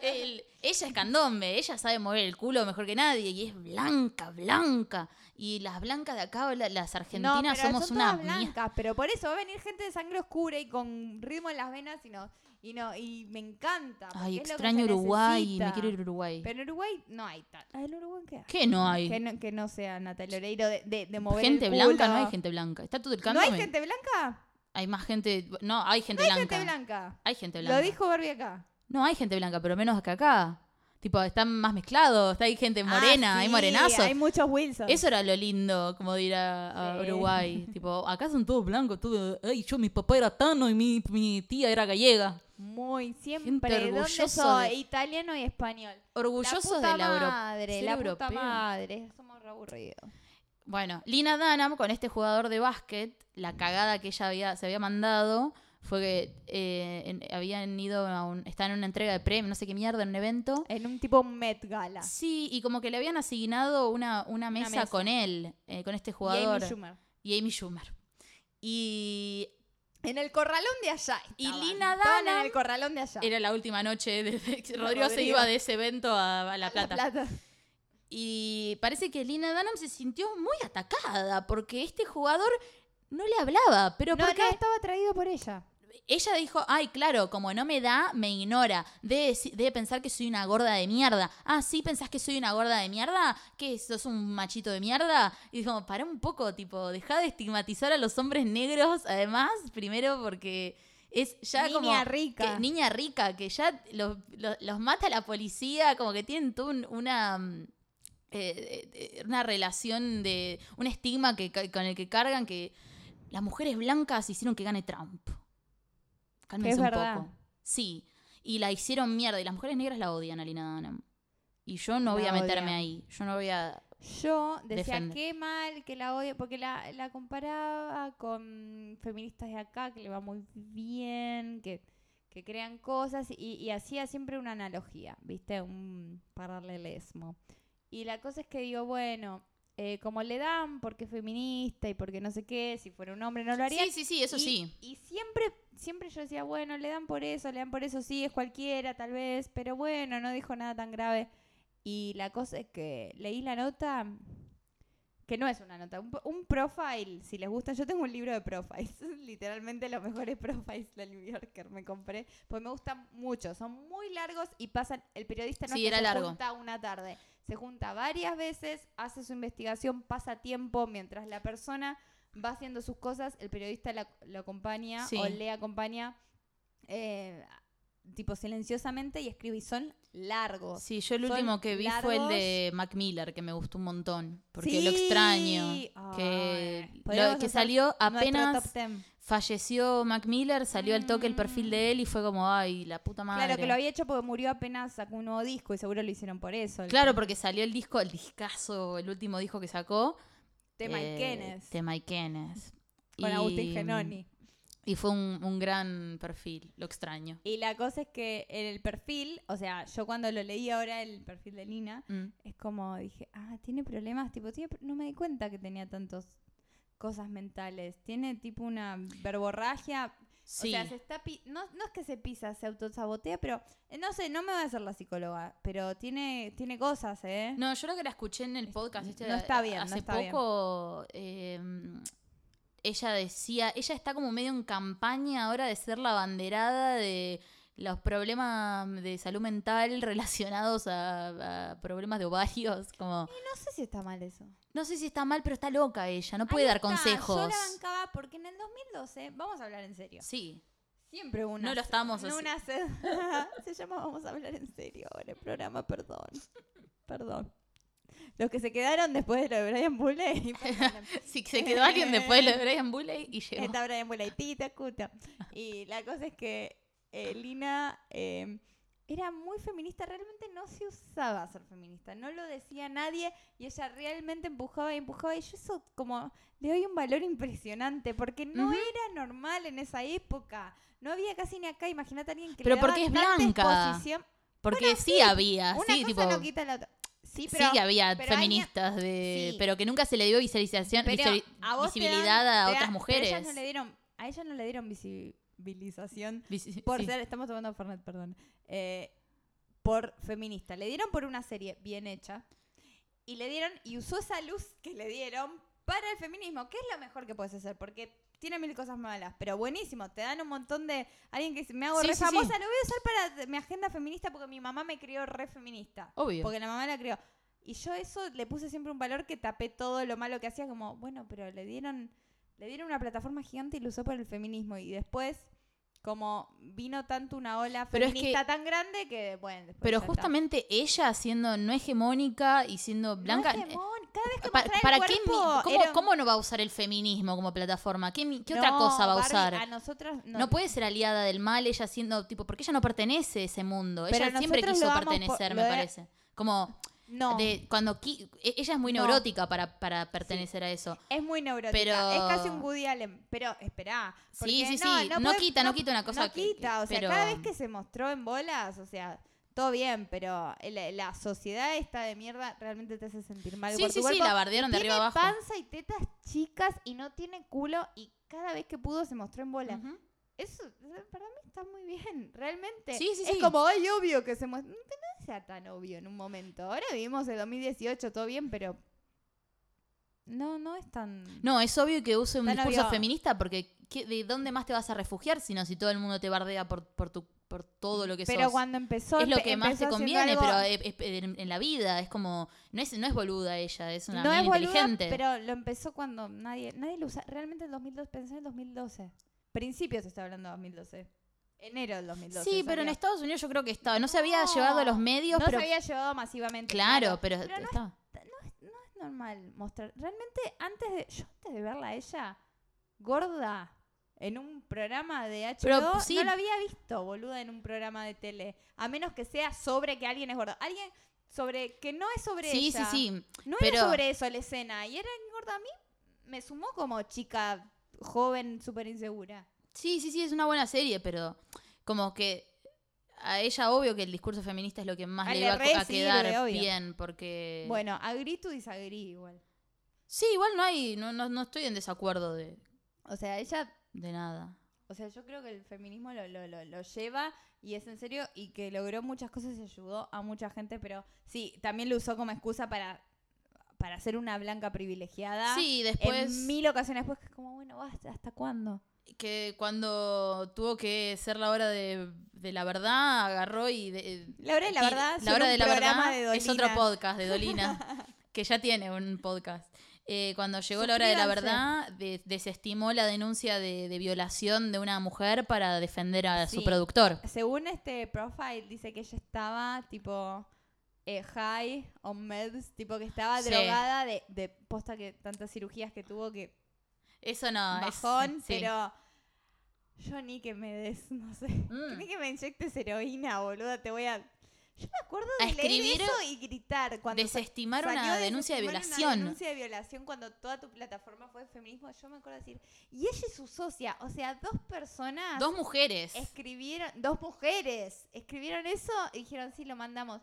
Speaker 1: el- ella es candombe, ella sabe mover el culo mejor que nadie y es blanca, blanca. Y las blancas de acá, la- las argentinas,
Speaker 2: pero
Speaker 1: somos
Speaker 2: son
Speaker 1: una
Speaker 2: todas
Speaker 1: mierda.
Speaker 2: blancas, pero por eso va a venir gente de sangre oscura y con ritmo en las venas y no y no y me encanta. porque
Speaker 1: Ay,
Speaker 2: es lo que
Speaker 1: extraño
Speaker 2: se
Speaker 1: Uruguay, me
Speaker 2: necesita.
Speaker 1: quiero ir a Uruguay.
Speaker 2: Pero en Uruguay no hay tal. Ah, ¿En Uruguay qué hay?
Speaker 1: ¿Qué no hay?
Speaker 2: Que no, que no sea Natalia Oreiro de, de, de mover
Speaker 1: gente
Speaker 2: el
Speaker 1: blanca,
Speaker 2: culo.
Speaker 1: no hay gente blanca. Está todo el
Speaker 2: ¿No
Speaker 1: candombe.
Speaker 2: hay gente blanca?
Speaker 1: Hay más gente. No, hay gente
Speaker 2: No hay
Speaker 1: blanca.
Speaker 2: gente blanca.
Speaker 1: Hay gente blanca.
Speaker 2: Lo dijo Barbie acá.
Speaker 1: No, hay gente blanca, pero menos que acá. Tipo, están más mezclados. Está, hay gente morena,
Speaker 2: Ah,
Speaker 1: hay
Speaker 2: sí,
Speaker 1: morenazos.
Speaker 2: Hay muchos Wilson.
Speaker 1: Eso era lo lindo, como de ir a, a
Speaker 2: Sí. [laughs]
Speaker 1: Uruguay. tipo, acá son todos blancos. Todo, ay, yo, mi papá era tano y mi, mi tía era gallega.
Speaker 2: Muy siempre. ¿Dónde
Speaker 1: orgulloso
Speaker 2: soy?
Speaker 1: de-
Speaker 2: Italiano y español.
Speaker 1: Orgullosos
Speaker 2: la puta
Speaker 1: de la Euro-
Speaker 2: madre,
Speaker 1: ser
Speaker 2: la
Speaker 1: europeo.
Speaker 2: puta madre. Somos re aburridos.
Speaker 1: Bueno, Lina Dunham con este jugador de básquet, la cagada que ella había, se había mandado fue que eh, en- habían ido a un, estaban en una entrega de premio, no sé qué mierda, en un evento.
Speaker 2: En un tipo Met Gala.
Speaker 1: Sí, y como que le habían asignado una, una, mesa,
Speaker 2: mesa.
Speaker 1: con él, eh, con este
Speaker 2: Y
Speaker 1: jugador.
Speaker 2: Amy Schumer.
Speaker 1: Y Amy Schumer. Y
Speaker 2: En el corralón de allá.
Speaker 1: Y
Speaker 2: estaban.
Speaker 1: Lina
Speaker 2: Estaban
Speaker 1: Dunham
Speaker 2: en el corralón de allá.
Speaker 1: era la última noche de, de-
Speaker 2: [laughs]
Speaker 1: que Rodrigo, se
Speaker 2: Rodrigo.
Speaker 1: iba de ese evento a, a La
Speaker 2: La
Speaker 1: Plata.
Speaker 2: Plata.
Speaker 1: Y parece que Lina Dunham se sintió muy atacada porque este jugador no le hablaba, pero
Speaker 2: No,
Speaker 1: porque
Speaker 2: no, estaba atraído por ella.
Speaker 1: ella dijo, ay, claro, como no me da, me ignora. Debe, si- debe pensar que soy una gorda de mierda. Ah, ¿sí pensás que soy una gorda de mierda? ¿Que sos un machito de mierda? Y dijo, para un poco, tipo, deja de estigmatizar a los hombres negros, además, primero porque es ya
Speaker 2: Niña
Speaker 1: como...
Speaker 2: rica.
Speaker 1: que- niña rica, que ya los, los- los mata la policía, como que tienen toda un- una... mm, eh, eh, eh, una relación de un estigma que, ca- con el que cargan que las mujeres blancas hicieron que gane Trump. Cálmense
Speaker 2: Es
Speaker 1: un
Speaker 2: verdad.
Speaker 1: poco. Sí. Y la hicieron mierda. Y las mujeres negras la odian a Lina Dunham. Y yo no voy
Speaker 2: La
Speaker 1: a meterme
Speaker 2: odian.
Speaker 1: ahí. Yo no voy a.
Speaker 2: Yo decía,
Speaker 1: Defende.
Speaker 2: qué mal que la odio, porque la, la comparaba con feministas de acá, que le va muy bien, que, que crean cosas, y, y hacía siempre una analogía, ¿viste? Un paralelismo. Y la cosa es que digo, bueno, eh, como le dan, porque es feminista y porque no sé qué, si fuera un hombre no lo haría.
Speaker 1: Sí, sí, sí, eso
Speaker 2: y,
Speaker 1: sí.
Speaker 2: Y siempre, siempre yo decía, bueno, le dan por eso, le dan por eso, sí, es cualquiera, tal vez, pero bueno, no dijo nada tan grave. Y la cosa es que leí la nota, que no es una nota, un, po- un profile, si les gusta, yo tengo un libro de profiles, [laughs] literalmente los mejores [laughs] profiles del New Yorker me compré, pues me gustan mucho, son muy largos y pasan, el periodista no es
Speaker 1: Sí,
Speaker 2: que
Speaker 1: era
Speaker 2: se
Speaker 1: largo.
Speaker 2: junta una tarde, se junta varias veces, hace su investigación, pasa tiempo mientras la persona va haciendo sus cosas, el periodista la- lo acompaña
Speaker 1: Sí.
Speaker 2: o le acompaña eh, tipo silenciosamente y escribe y son largos.
Speaker 1: Sí, yo el
Speaker 2: Son
Speaker 1: último que vi fue el
Speaker 2: largos.
Speaker 1: de Mac Miller, que me gustó un montón. Porque
Speaker 2: Sí.
Speaker 1: lo extraño. Que,
Speaker 2: Ay,
Speaker 1: lo-
Speaker 2: podríamos
Speaker 1: que
Speaker 2: hacer
Speaker 1: salió
Speaker 2: Nuestro
Speaker 1: apenas
Speaker 2: top 10.
Speaker 1: falleció Mac Miller, salió al toque el perfil de él y fue como, ay, la puta madre.
Speaker 2: Claro, que lo había hecho porque murió apenas sacó un nuevo disco y seguro lo hicieron por eso. el
Speaker 1: Claro,
Speaker 2: tema-
Speaker 1: porque salió el disco, el discazo, el último disco que sacó.
Speaker 2: tema
Speaker 1: eh,
Speaker 2: y Kenneth.
Speaker 1: Tema y Kenneth.
Speaker 2: Con
Speaker 1: Y- mm.
Speaker 2: Agustín Genoni.
Speaker 1: Y fue un, un gran perfil, lo extraño.
Speaker 2: Y la cosa es que en el perfil, o sea, yo cuando lo leí ahora, el perfil de Lina,
Speaker 1: Mm.
Speaker 2: es como dije, ah, tiene problemas, tipo, tiene pro- no me di cuenta que tenía tantos cosas mentales. Tiene tipo una verborragia.
Speaker 1: Sí,
Speaker 2: O sea, se está pi- no, no es que se pisa, se autosabotea, pero eh, no sé, no me va a hacer la psicóloga, pero tiene, tiene cosas, ¿eh?
Speaker 1: No, yo lo que la escuché en el
Speaker 2: Es-
Speaker 1: podcast. este
Speaker 2: no
Speaker 1: de-
Speaker 2: está bien, no
Speaker 1: Hace
Speaker 2: está bien.
Speaker 1: poco eh, ella decía, ella está como medio en campaña ahora de ser la banderada de los problemas de salud mental [laughs] relacionados a, a problemas de ovarios. Como,
Speaker 2: No sé si está mal eso.
Speaker 1: no sé si está mal, pero está loca ella, no puede
Speaker 2: Ahí
Speaker 1: dar
Speaker 2: está,
Speaker 1: consejos.
Speaker 2: Yo la bancaba porque en el 2012, vamos a hablar en serio.
Speaker 1: Sí,
Speaker 2: Siempre una.
Speaker 1: no lo estamos
Speaker 2: No
Speaker 1: haci-
Speaker 2: una sed. [laughs] se llama Vamos a hablar en serio ahora el programa, perdón. Perdón. Los que se quedaron después de lo de Brian Bulley. [laughs] perdonen.
Speaker 1: [laughs] Si se quedó alguien después de lo de Brian Bulley y llegó.
Speaker 2: Está Brian Bulley, tita, cuta. Y la cosa es que eh, Lina eh, era muy feminista, realmente no se usaba ser feminista, no lo decía nadie y ella realmente empujaba y empujaba y yo eso como le doy un valor impresionante porque no
Speaker 1: Ujú.
Speaker 2: era normal en esa época. No había casi ni acá, imagínate a alguien que
Speaker 1: Pero
Speaker 2: le daba
Speaker 1: porque es
Speaker 2: tanta
Speaker 1: blanca.
Speaker 2: exposición.
Speaker 1: Porque
Speaker 2: Bueno,
Speaker 1: sí,
Speaker 2: sí,
Speaker 1: había,
Speaker 2: Una
Speaker 1: sí,
Speaker 2: cosa
Speaker 1: tipo,
Speaker 2: no quita la otra. Sí,
Speaker 1: sí
Speaker 2: pero
Speaker 1: que había
Speaker 2: pero alguien-
Speaker 1: feministas de,
Speaker 2: sí.
Speaker 1: pero que nunca se le dio visualización,
Speaker 2: Pero
Speaker 1: visori-
Speaker 2: a vos te
Speaker 1: visibilidad
Speaker 2: dan-
Speaker 1: a
Speaker 2: te
Speaker 1: otras
Speaker 2: dan- pero
Speaker 1: mujeres.
Speaker 2: ellas no le dieron, a ellas no le dieron visibilización
Speaker 1: [laughs] Visi-
Speaker 2: por
Speaker 1: sí.
Speaker 2: ser, estamos tomando Fernet, perdón. Eh, por feminista. Le dieron por una serie bien hecha. Y le dieron, y usó esa luz que le dieron para el feminismo, que es lo mejor que puedes hacer, porque tiene mil cosas malas, pero buenísimo. Te dan un montón de. Alguien que dice, me hago
Speaker 1: Sí,
Speaker 2: re
Speaker 1: sí, sí.
Speaker 2: famosa, lo voy a usar para mi agenda feminista porque mi mamá me crió re feminista.
Speaker 1: Obvio.
Speaker 2: Porque la mamá la crió. Y yo eso le puse siempre un valor que tapé todo lo malo que hacía, como, bueno, pero le dieron, le dieron una plataforma gigante y lo usó para el feminismo. Y después, como vino tanto una ola
Speaker 1: Pero es
Speaker 2: feminista tan grande que, bueno, después
Speaker 1: pero
Speaker 2: ya está.
Speaker 1: justamente ella siendo no hegemónica y siendo
Speaker 2: No,
Speaker 1: blanca, eh,
Speaker 2: hegemón, cada vez que
Speaker 1: pa-
Speaker 2: mostraba el
Speaker 1: ¿para qué
Speaker 2: cuerpo
Speaker 1: mi- cómo,
Speaker 2: era-
Speaker 1: cómo no va a usar el feminismo como plataforma? ¿Qué, mi- qué otra
Speaker 2: No,
Speaker 1: cosa va a
Speaker 2: Barbie,
Speaker 1: usar?
Speaker 2: A nosotras
Speaker 1: No puede ser aliada del mal ella siendo tipo, porque ella no pertenece a ese mundo.
Speaker 2: Pero
Speaker 1: ella siempre
Speaker 2: nosotros
Speaker 1: quiso
Speaker 2: lo damos por-
Speaker 1: pertenecer,
Speaker 2: lo
Speaker 1: me
Speaker 2: de-
Speaker 1: parece. Como
Speaker 2: No.
Speaker 1: de cuando qui- e- ella es muy
Speaker 2: No.
Speaker 1: neurótica para, para pertenecer a eso.
Speaker 2: Es muy neurótica.
Speaker 1: Pero-
Speaker 2: Es casi un Woody Allen. Pero esperá.
Speaker 1: Sí,
Speaker 2: porque
Speaker 1: sí, sí. No
Speaker 2: podés-
Speaker 1: quita, no quita una cosa
Speaker 2: No
Speaker 1: que- que-
Speaker 2: quita. o sea,
Speaker 1: pero-
Speaker 2: cada vez que se mostró en bolas, o sea, todo bien, pero la, la sociedad esta de mierda realmente te hace sentir mal.
Speaker 1: Sí,
Speaker 2: por
Speaker 1: sí,
Speaker 2: tu
Speaker 1: sí,
Speaker 2: cuerpo.
Speaker 1: la bardearon de
Speaker 2: tiene
Speaker 1: arriba abajo.
Speaker 2: panza y tetas chicas y no tiene culo y cada vez que pudo se mostró en bolas.
Speaker 1: Ujú.
Speaker 2: Eso eh, para mí está muy bien, [laughs] realmente.
Speaker 1: Sí, sí,
Speaker 2: es
Speaker 1: sí.
Speaker 2: como, ay, obvio que se muestra. No te- no sea tan obvio en un momento. Ahora vivimos el 2018, todo bien, pero. No, no es tan.
Speaker 1: No, es obvio que use un
Speaker 2: Tan
Speaker 1: discurso
Speaker 2: obvio.
Speaker 1: feminista porque ¿qué- ¿de dónde más te vas a refugiar sino si todo el mundo te bardea por, por, tu, por todo lo que
Speaker 2: pero
Speaker 1: sos?
Speaker 2: cuando empezó.
Speaker 1: es lo
Speaker 2: empe-
Speaker 1: que más te
Speaker 2: empezó haciendo
Speaker 1: conviene,
Speaker 2: algo-
Speaker 1: pero eh, eh, en, en la vida es como. No es, no es boluda ella, es una
Speaker 2: no
Speaker 1: mina
Speaker 2: es boluda,
Speaker 1: inteligente.
Speaker 2: pero lo empezó cuando nadie nadie lo usa. Realmente el 2012, pensé en el 2012. Principios está hablando de 2012. Enero del 2012.
Speaker 1: sí, pero en
Speaker 2: salió.
Speaker 1: Estados Unidos yo creo que estaba. No se había
Speaker 2: No,
Speaker 1: llevado a los medios,
Speaker 2: No
Speaker 1: pero.
Speaker 2: se había llevado masivamente.
Speaker 1: Claro, pero,
Speaker 2: Pero no
Speaker 1: estaba.
Speaker 2: es normal mostrar. Realmente, antes de. Yo antes de verla a ella, gorda, en un programa de HBO,
Speaker 1: Pero, sí.
Speaker 2: no la había visto, boluda, en un programa de tele. A menos que sea sobre que alguien es gordo. Alguien sobre que no es sobre
Speaker 1: Sí, sí,
Speaker 2: ella.
Speaker 1: sí.
Speaker 2: No
Speaker 1: pero-
Speaker 2: era sobre eso la escena. Y era gorda a mí. Me sumó como chica joven, súper insegura.
Speaker 1: Sí, sí, sí, es una buena serie, pero como que a ella obvio que el discurso feminista es lo que más
Speaker 2: Ah,
Speaker 1: le
Speaker 2: le
Speaker 1: iba a,
Speaker 2: re
Speaker 1: a quedar
Speaker 2: sirve, obvio.
Speaker 1: bien, porque...
Speaker 2: Bueno, agree to disagree igual.
Speaker 1: Sí, igual no hay, no, no, no estoy en desacuerdo de,
Speaker 2: O sea, ella
Speaker 1: de nada.
Speaker 2: O sea, yo creo que el feminismo lo, lo, lo, lo lleva y es en serio y que logró muchas cosas y ayudó a mucha gente, pero sí, también lo usó como excusa para, para ser una blanca privilegiada.
Speaker 1: Sí, pues después
Speaker 2: Ah, En mil ocasiones después, que es como, bueno, basta, ¿hasta cuándo?
Speaker 1: que cuando tuvo que ser la hora de, de la verdad, agarró y... de-
Speaker 2: La hora de la
Speaker 1: y
Speaker 2: verdad,
Speaker 1: la hora de la verdad es otro
Speaker 2: poco
Speaker 1: podcast de
Speaker 2: [laughs]
Speaker 1: Dolina, que ya tiene un podcast. Eh, cuando llegó la hora de la verdad, de- desestimó la denuncia de, de violación de una mujer para defender a su
Speaker 2: Sí.
Speaker 1: productor.
Speaker 2: Según este profile, dice que ella estaba tipo eh, high o meds, tipo que estaba
Speaker 1: Sí.
Speaker 2: drogada de, de posta que tantas cirugías que tuvo que
Speaker 1: Ah, Eso no, es-
Speaker 2: bajón,
Speaker 1: sí.
Speaker 2: pero yo ni que me des, [laughs] no sé,
Speaker 1: Mm.
Speaker 2: ni que me inyectes heroína, boluda, te voy a... Yo me acuerdo
Speaker 1: A
Speaker 2: de leer
Speaker 1: escribir,
Speaker 2: eso y gritar cuando sa-
Speaker 1: Desestimar
Speaker 2: salió
Speaker 1: una
Speaker 2: de
Speaker 1: denuncia de
Speaker 2: desestimar una
Speaker 1: violación.
Speaker 2: denuncia de violación cuando toda tu plataforma fue de feminismo, yo me acuerdo decir, y ella y su socia, o sea, dos personas
Speaker 1: Dos mujeres.
Speaker 2: escribieron, dos mujeres escribieron eso y dijeron, sí, lo mandamos.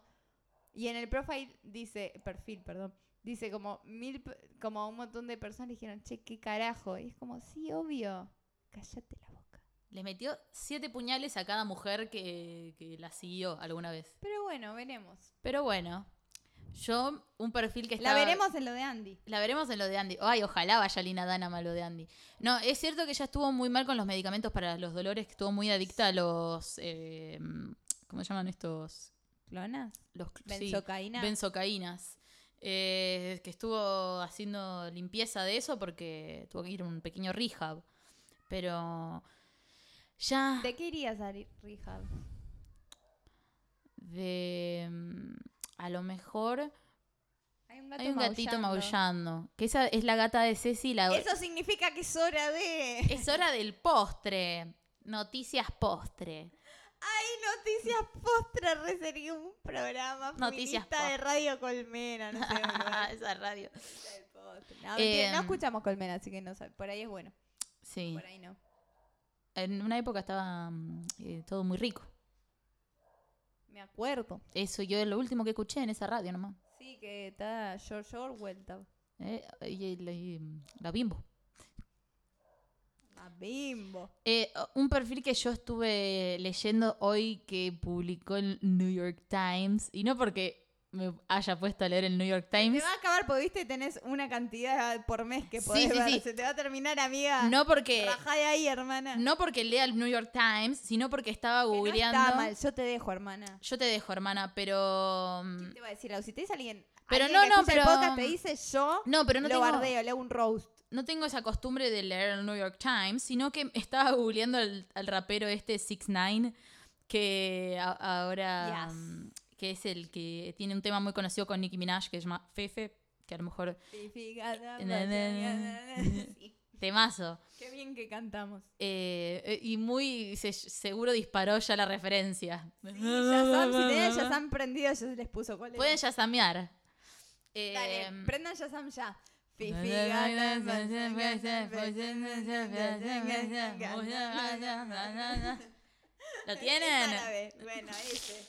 Speaker 2: Y en el profile dice, perfil, perdón, dice como mil, pe- como un montón de personas dijeron, che, qué carajo. Y es como, sí, obvio, cállate la boca.
Speaker 1: Les metió siete puñales a cada mujer que, que la siguió alguna vez.
Speaker 2: Pero bueno, veremos.
Speaker 1: Pero bueno, yo, un perfil que
Speaker 2: La
Speaker 1: estaba...
Speaker 2: veremos en lo de Andy.
Speaker 1: La veremos en lo de Andy. Ay, ojalá vaya Lina Dana a lo de Andy. No, es cierto que ella estuvo muy mal con los medicamentos para los dolores, que estuvo muy adicta a los... eh, ¿Cómo se llaman estos?
Speaker 2: ¿Clonas?
Speaker 1: Los sí,
Speaker 2: ¿Benzocaína?
Speaker 1: benzocaínas. Eh, que estuvo haciendo limpieza de eso porque tuvo que ir a un pequeño rehab. Pero ya de,
Speaker 2: ¿De qué irías a ri- rehab?
Speaker 1: mm, a lo mejor
Speaker 2: Hay un gato,
Speaker 1: hay un gatito maullando. Que esa es la gata de Ceci, la
Speaker 2: Eso significa que es hora de...
Speaker 1: Es hora del postre. Noticias postre. [laughs]
Speaker 2: Noticias Postra re sería un programa
Speaker 1: Noticias
Speaker 2: feminista de Radio Colmena, no sé.
Speaker 1: [laughs]
Speaker 2: boludo.
Speaker 1: Esa radio.
Speaker 2: Noticias del Postre. No, mentira,
Speaker 1: Eh,
Speaker 2: no escuchamos Colmena, así que no sab- por ahí es bueno,
Speaker 1: Sí.
Speaker 2: por ahí no.
Speaker 1: En una época estaba mm, eh, todo muy rico.
Speaker 2: Me acuerdo.
Speaker 1: Eso yo es lo último que escuché en esa radio nomás.
Speaker 2: Sí, que está George Orwell, está
Speaker 1: Eh, y, el- y, mm, la bimbo.
Speaker 2: a bimbo.
Speaker 1: Eh, un perfil que yo estuve leyendo hoy que publicó el New York Times, y no porque me haya puesto a leer el New York
Speaker 2: Me
Speaker 1: Times,
Speaker 2: va a acabar porque viste tenés una cantidad por mes que
Speaker 1: Sí,
Speaker 2: podés
Speaker 1: sí,
Speaker 2: ver.
Speaker 1: sí.
Speaker 2: Se te va a terminar, amiga.
Speaker 1: no porque,
Speaker 2: Rajá de ahí, hermana.
Speaker 1: no porque lea el New York Times, sino porque estaba
Speaker 2: Que no
Speaker 1: googleando.
Speaker 2: está mal, yo te dejo, hermana.
Speaker 1: Yo te dejo, hermana, pero... mm,
Speaker 2: ¿Quién te va a decir algo? Si te dice alguien,
Speaker 1: Pero
Speaker 2: alguien que
Speaker 1: no, no,
Speaker 2: escucha el
Speaker 1: pero-
Speaker 2: podcast, te dice yo,
Speaker 1: No, pero no
Speaker 2: lo
Speaker 1: tengo,
Speaker 2: bardeo, le hago un roast.
Speaker 1: no tengo esa costumbre de leer el New York Times, sino que [laughs] estaba googleando al, al rapero este 69 que a- ahora
Speaker 2: Yes.
Speaker 1: mm, que es el que tiene un tema muy conocido con Nicki Minaj que se llama Fefe, que a lo mejor
Speaker 2: Y fíjate,
Speaker 1: na, na, na.
Speaker 2: [laughs] Sí,
Speaker 1: temazo.
Speaker 2: Qué bien que
Speaker 1: [laughs]
Speaker 2: cantamos.
Speaker 1: Eh, eh, y muy se- seguro disparó ya la referencia.
Speaker 2: Sí, ya saben, si tenían, ya se han prendido, ya se les puso cuál era.
Speaker 1: Pues, Pueden yasamear. Eh,
Speaker 2: Dale, prendan Shazam ya. Fifi gana,
Speaker 1: pues,
Speaker 2: [laughs]
Speaker 1: ¿Lo
Speaker 2: Es
Speaker 1: tienen?
Speaker 2: árabe. Bueno,
Speaker 1: [laughs]
Speaker 2: ese.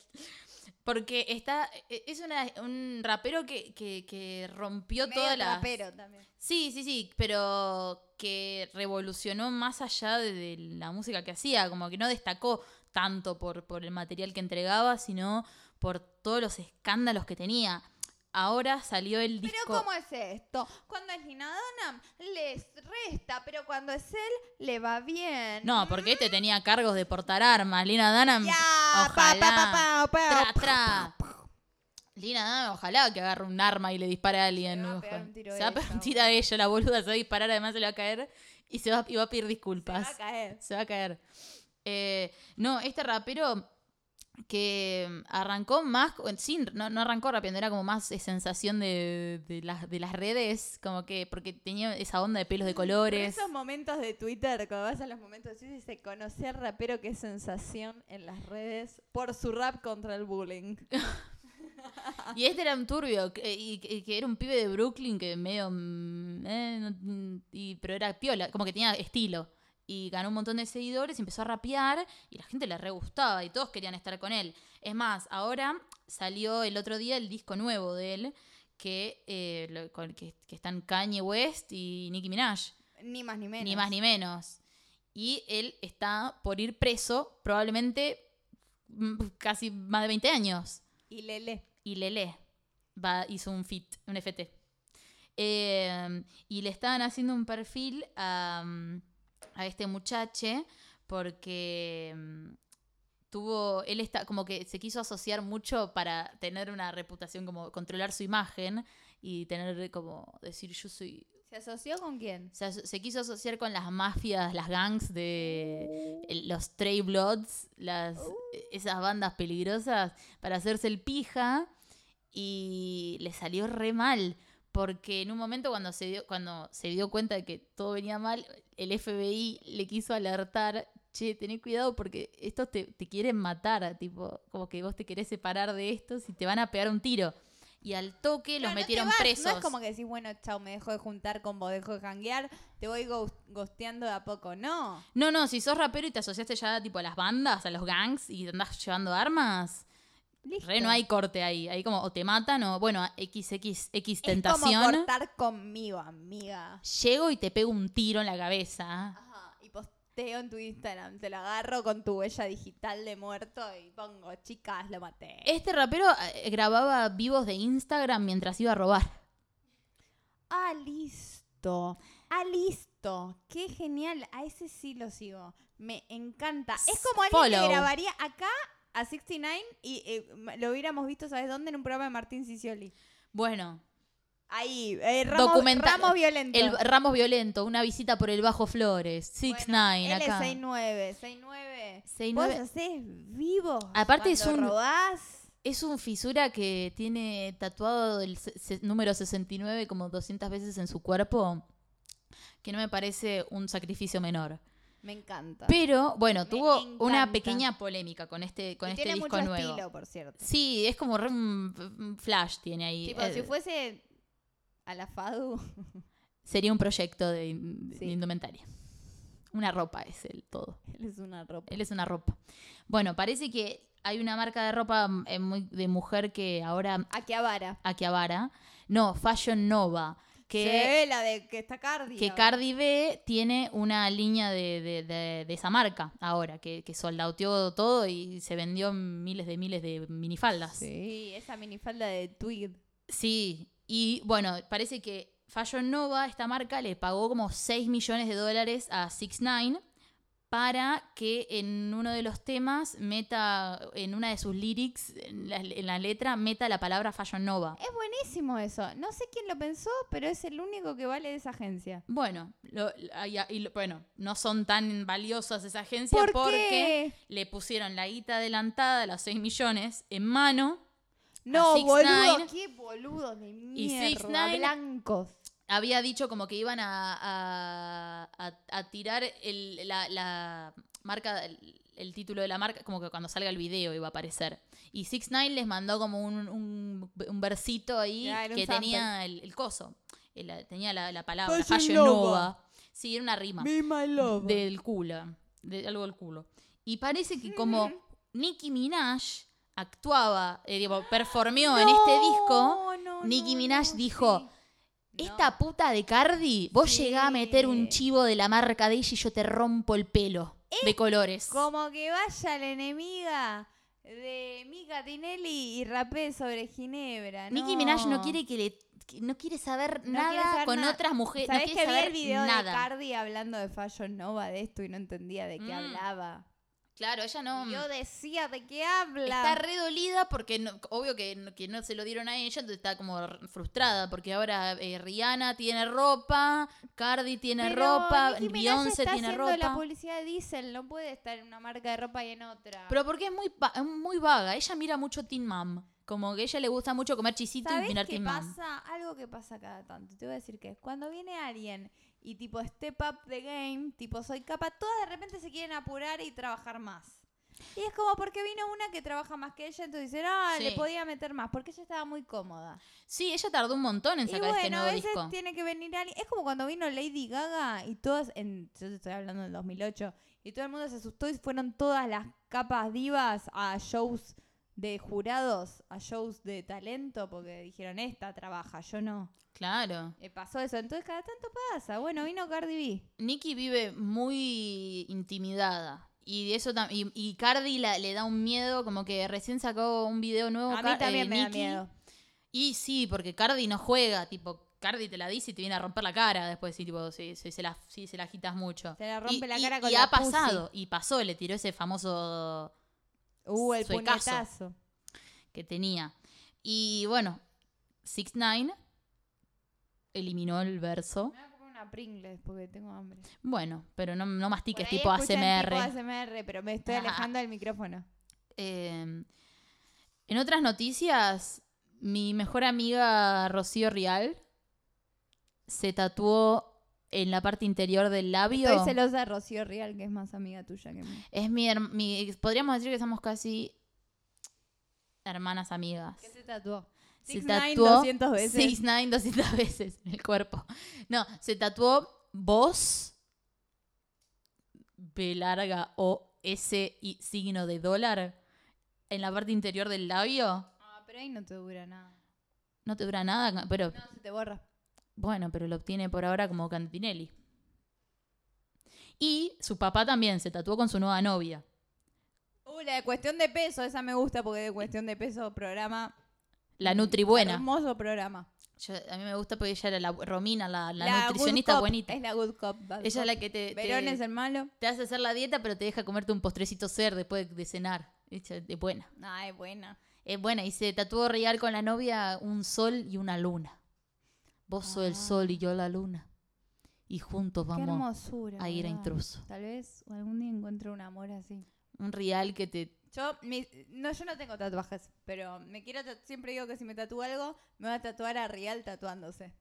Speaker 1: Porque está e, es una, un rapero que, que, que rompió
Speaker 2: Medio
Speaker 1: todas las...
Speaker 2: trapero también.
Speaker 1: Sí, sí, sí, pero que revolucionó más allá de, de la música que hacía, como que no destacó tanto por, por el material que entregaba, sino por todos los escándalos que tenía. Ahora salió el disco...
Speaker 2: Pero ¿cómo es esto? Cuando es Lina Dunham les resta, pero cuando es él le va bien.
Speaker 1: No, porque
Speaker 2: Mm.
Speaker 1: este tenía cargos de portar armas. Lina Dunham,
Speaker 2: Ya, pa,
Speaker 1: mm, ojalá.
Speaker 2: pa, pa, pa, pa,
Speaker 1: Tra, tra. Lina Dunham, ojalá que agarre un arma y le dispare a alguien.
Speaker 2: Se va a
Speaker 1: ojo.
Speaker 2: pegar un tiro
Speaker 1: Se va a
Speaker 2: ella,
Speaker 1: pegar un tiro
Speaker 2: boludo.
Speaker 1: a ella, la boluda se va a disparar, además se le va a caer y, se va, y va a pedir
Speaker 2: Se va
Speaker 1: disculpas.
Speaker 2: a caer.
Speaker 1: Se va a caer. Eh, no, este rapero que arrancó más, sí, no, no arrancó rapeando, era como más eh, sensación de, de las, de las redes, como que, porque tenía esa onda de pelos de colores.
Speaker 2: Por esos momentos de Twitter, cuando vas a los momentos así, dice conocer rapero que es sensación en las redes por su rap contra el bullying.
Speaker 1: Y este era un turbio, que- y, y que era un pibe de Brooklyn que medio... mm, eh, no- mm, y, pero era piola, como que tenía estilo. Y ganó un montón de seguidores, y empezó a rapear y la gente le re gustaba y todos querían estar con él. Es más, ahora salió el otro día el disco nuevo de él, que, eh, lo- con- que, que están Kanye West y Nicki Minaj,
Speaker 2: [laughs] Ni más ni menos.
Speaker 1: ni más ni menos. Y él está por ir preso probablemente mm, casi más de 20 años
Speaker 2: Y Lele.
Speaker 1: y Lele va, hizo un fit, un FT. Eh, y le estaban haciendo un perfil a, mm, a este muchache porque mm, tuvo, él está como que se quiso asociar mucho para tener una reputación, como controlar su imagen y tener como decir yo soy,
Speaker 2: ¿Se asoció con quién?
Speaker 1: o sea, se quiso asociar con las mafias, las gangs de el- los Trey Bloods, las,
Speaker 2: Oh.
Speaker 1: e, esas bandas peligrosas, para hacerse el pija. Y le salió re mal. Porque en un momento cuando se dio, cuando se dio cuenta de que todo venía mal, el FBI le quiso alertar. Che, tené cuidado porque estos te, te quieren matar, tipo, como que vos te querés separar de estos y te van a pegar un tiro. Y al toque los
Speaker 2: Claro, no te
Speaker 1: metieron
Speaker 2: vas,
Speaker 1: presos.
Speaker 2: No es como que decís, bueno, chao, me dejo de juntar con vos, dejo de janguear, te voy gos- gosteando de a poco. No.
Speaker 1: No, no, si sos rapero y te asociaste ya tipo a las bandas, a los gangs y te andás llevando armas, re
Speaker 2: Listo.
Speaker 1: no hay corte ahí. Ahí como o te matan o bueno, XX, X
Speaker 2: Es como
Speaker 1: tentación.
Speaker 2: cortar conmigo, amiga.
Speaker 1: Llego y te pego un tiro en la cabeza.
Speaker 2: Ajá. Y posteo en tu Instagram, te lo agarro con tu huella digital de muerto y pongo, chicas, lo maté.
Speaker 1: Este rapero eh, grababa vivos de Instagram mientras iba a robar.
Speaker 2: Ah, listo. Ah, listo. Qué genial. A ese sí lo sigo. Me encanta. Es como alguien
Speaker 1: Follow.
Speaker 2: que grabaría acá a 69 y eh, m- lo hubiéramos visto, ¿sabes dónde? En un programa de Martín Sicioli.
Speaker 1: Bueno,
Speaker 2: Ahí, eh, Ramos,
Speaker 1: Documenta-
Speaker 2: Ramos Violento.
Speaker 1: el Ramos Violento, una visita por el Bajo Flores, Six Nine
Speaker 2: Él
Speaker 1: acá.
Speaker 2: es 69, 69.
Speaker 1: Seis
Speaker 2: Vos
Speaker 1: nueve.
Speaker 2: hacés vivo.
Speaker 1: Aparte es
Speaker 2: cuando
Speaker 1: un-
Speaker 2: robás.
Speaker 1: Es un fisura que tiene tatuado el se- se- número 69 como 200 veces en su cuerpo, que no me parece un sacrificio menor.
Speaker 2: Me encanta.
Speaker 1: Pero bueno,
Speaker 2: Me
Speaker 1: tuvo una
Speaker 2: encanta.
Speaker 1: pequeña polémica con este, con
Speaker 2: Y
Speaker 1: este
Speaker 2: tiene
Speaker 1: disco
Speaker 2: mucho
Speaker 1: nuevo.
Speaker 2: estilo, por cierto.
Speaker 1: Sí, es como re un un flash tiene ahí.
Speaker 2: Tipo,
Speaker 1: Eh,
Speaker 2: si fuese a la FADU. [laughs]
Speaker 1: Sería un proyecto de, in- de
Speaker 2: Sí.
Speaker 1: indumentaria. Una ropa es el todo.
Speaker 2: Él es una ropa.
Speaker 1: Él es una ropa. Bueno, parece que hay una marca de ropa mm, eh, muy- de mujer que ahora
Speaker 2: Akihabara.
Speaker 1: Akihabara. No, Fashion Nova. Que,
Speaker 2: Que la de que está Cardi.
Speaker 1: que
Speaker 2: ahora.
Speaker 1: Cardi B tiene una línea de, de- de- de esa marca ahora, que, que soldateó todo y se vendió miles de miles de minifaldas.
Speaker 2: Sí, esa minifalda de Twig.
Speaker 1: Sí, y bueno, parece que Fashion Nova, esta marca, le pagó como 6 millones de dólares a 6ix9ine para que en uno de los temas meta, en una de sus lyrics, en la, en la letra, meta la palabra Fashion Nova.
Speaker 2: Es buenísimo eso. No sé quién lo pensó, pero es el único que vale de esa agencia.
Speaker 1: Bueno, lo- y- y lo- bueno, no son tan valiosas esas agencias
Speaker 2: ¿Por
Speaker 1: porque
Speaker 2: qué?
Speaker 1: le pusieron la guita adelantada, los 6 millones, en mano.
Speaker 2: No,
Speaker 1: Six
Speaker 2: boludo.
Speaker 1: Nine.
Speaker 2: Qué boludos de
Speaker 1: Six
Speaker 2: mierda.
Speaker 1: Nine.
Speaker 2: blancos.
Speaker 1: había dicho como que iban a, a- a- a tirar el- la, la marca, el, el título de la marca, como que cuando salga el video iba a aparecer. Y Six Nine les mandó como un, un, un versito ahí
Speaker 2: Ah, era un
Speaker 1: que
Speaker 2: sample.
Speaker 1: tenía el, el coso, el- la- tenía la, la palabra
Speaker 2: Fashion
Speaker 1: Fashion
Speaker 2: Nova.
Speaker 1: Nova. Sí, era una rima
Speaker 2: Me my love.
Speaker 1: del culo, de algo del culo. Y parece que como Nicki Minaj actuaba, eh, digo, performió en este disco, Nicki Minaj dijo, esta puta de Cardi, vos
Speaker 2: Sí.
Speaker 1: llegás a meter un chivo de la marca de ella y yo te rompo el pelo de colores.
Speaker 2: Como que vaya la enemiga de Mika Tinelli y rapé sobre Ginebra.
Speaker 1: Nicki Minaj no quiere que le que no quiere saber nada
Speaker 2: quiere saber
Speaker 1: con
Speaker 2: nada.
Speaker 1: otras mujeres, no
Speaker 2: ¿Sabés
Speaker 1: quiere
Speaker 2: que vi
Speaker 1: saber
Speaker 2: el video de
Speaker 1: nada.
Speaker 2: Cardi hablando de Fashion Nova de esto y no entendía de qué
Speaker 1: Mm.
Speaker 2: hablaba?
Speaker 1: claro, ella no.
Speaker 2: Y Yo decía, ¿de qué habla?
Speaker 1: Está re dolida porque no- obvio que, no- que no se lo dieron a ella, entonces está como r- frustrada porque ahora eh, Rihanna tiene ropa, Cardi tiene
Speaker 2: Pero
Speaker 1: ropa,
Speaker 2: Nicki Minaj
Speaker 1: Beyoncé
Speaker 2: está
Speaker 1: tiene
Speaker 2: haciendo
Speaker 1: ropa.
Speaker 2: la publicidad de Diesel, no puede estar en una marca de ropa y en otra.
Speaker 1: Pero porque es muy, va- es muy vaga, ella mira mucho Teen Mom, como que a ella le gusta mucho comer chisito y
Speaker 2: ¿Sabés
Speaker 1: mirar
Speaker 2: qué
Speaker 1: Teen Mom.
Speaker 2: pasa? Algo que pasa cada tanto. Te voy a decir que es cuando viene alguien y tipo step up the game, tipo soy capa, todas de repente se quieren apurar y trabajar más. Y es como porque vino una que trabaja más que ella, entonces dicen, ah, le
Speaker 1: Sí.
Speaker 2: podía meter más, porque ella estaba muy cómoda.
Speaker 1: Sí, ella tardó un montón en
Speaker 2: Y
Speaker 1: sacar
Speaker 2: bueno,
Speaker 1: este
Speaker 2: a
Speaker 1: nuevo
Speaker 2: veces
Speaker 1: disco.
Speaker 2: tiene que venir alguien. Es como cuando vino Lady Gaga y todas, en, yo te estoy hablando del 2008, y todo el mundo se asustó y fueron todas las capas divas a shows de jurados, a shows de talento, porque dijeron, esta trabaja, yo no.
Speaker 1: Claro.
Speaker 2: Eh, pasó eso, entonces cada tanto pasa. Bueno, vino Cardi B.
Speaker 1: Nicki vive muy intimidada. Y eso tam- y, y Cardi la- le da un miedo, como que recién sacó un video nuevo.
Speaker 2: A
Speaker 1: Car-
Speaker 2: mí
Speaker 1: eh,
Speaker 2: también me da
Speaker 1: Nicki.
Speaker 2: miedo.
Speaker 1: Y sí, porque Cardi no juega, tipo, Cardi te la dice y te viene a romper la cara después, sí, tipo, si, si se, la, si se la agitas mucho.
Speaker 2: Se la rompe
Speaker 1: Y-
Speaker 2: la
Speaker 1: y-
Speaker 2: cara con
Speaker 1: y
Speaker 2: la
Speaker 1: ha pasado, y pasó, le tiró ese famoso
Speaker 2: pussy. Uh, el
Speaker 1: Suecazo.
Speaker 2: puñetazo.
Speaker 1: que tenía. Y bueno, Six Nine eliminó el verso.
Speaker 2: Me voy a comer una Pringles porque tengo hambre.
Speaker 1: Bueno, pero no, no
Speaker 2: Por
Speaker 1: mastiques
Speaker 2: ahí
Speaker 1: tipo
Speaker 2: escuchan
Speaker 1: ASMR.
Speaker 2: Tipo ASMR, pero me estoy
Speaker 1: Ajá.
Speaker 2: alejando del micrófono.
Speaker 1: Eh, en otras noticias, mi mejor amiga Rocío Rial se tatuó en la parte interior del labio.
Speaker 2: Estoy celosa de Rocío Real, que es más amiga tuya que mía.
Speaker 1: Es mi, herm- mi- podríamos decir que somos casi hermanas amigas.
Speaker 2: ¿Qué se tatuó?
Speaker 1: Se
Speaker 2: 6ix9ine
Speaker 1: tatuó
Speaker 2: 200 veces.
Speaker 1: 6ix9ine 200 [laughs] veces en el cuerpo. No, se tatuó vos, B larga o S y signo de dólar en la parte interior del labio.
Speaker 2: Ah, pero ahí no te dura nada.
Speaker 1: No te dura nada, pero
Speaker 2: No, se te borra.
Speaker 1: bueno, pero lo obtiene por ahora como Cantinelli. Y su papá también se tatuó con su nueva novia.
Speaker 2: Uh, la de cuestión de peso, esa me gusta porque de cuestión de peso, programa.
Speaker 1: La Nutribuena.
Speaker 2: Mm, Hermoso programa.
Speaker 1: Yo- a mí me gusta porque ella era la Romina, la, la
Speaker 2: Good
Speaker 1: nutricionista
Speaker 2: Cop,
Speaker 1: buenita.
Speaker 2: Es la good cop. bad
Speaker 1: Ella es
Speaker 2: cop.
Speaker 1: la que te, te-
Speaker 2: Verón es el malo.
Speaker 1: te hace hacer la dieta, pero te deja comerte un postrecito ser después de cenar. Ella Es buena.
Speaker 2: Ay, buena.
Speaker 1: Es buena. Y se tatuó real con la novia un sol y una luna. Vos sos el
Speaker 2: Ah.
Speaker 1: sol y yo la luna. Y juntos
Speaker 2: Qué
Speaker 1: vamos
Speaker 2: hermosura.
Speaker 1: a ir a
Speaker 2: boluda.
Speaker 1: intruso.
Speaker 2: Tal vez algún día encuentre un amor así.
Speaker 1: Un real que te.
Speaker 2: Yo, mi- no, yo no tengo tatuajes, pero me quiero tatu- siempre digo que si me tatúo algo, me voy a tatuar a Real tatuándose.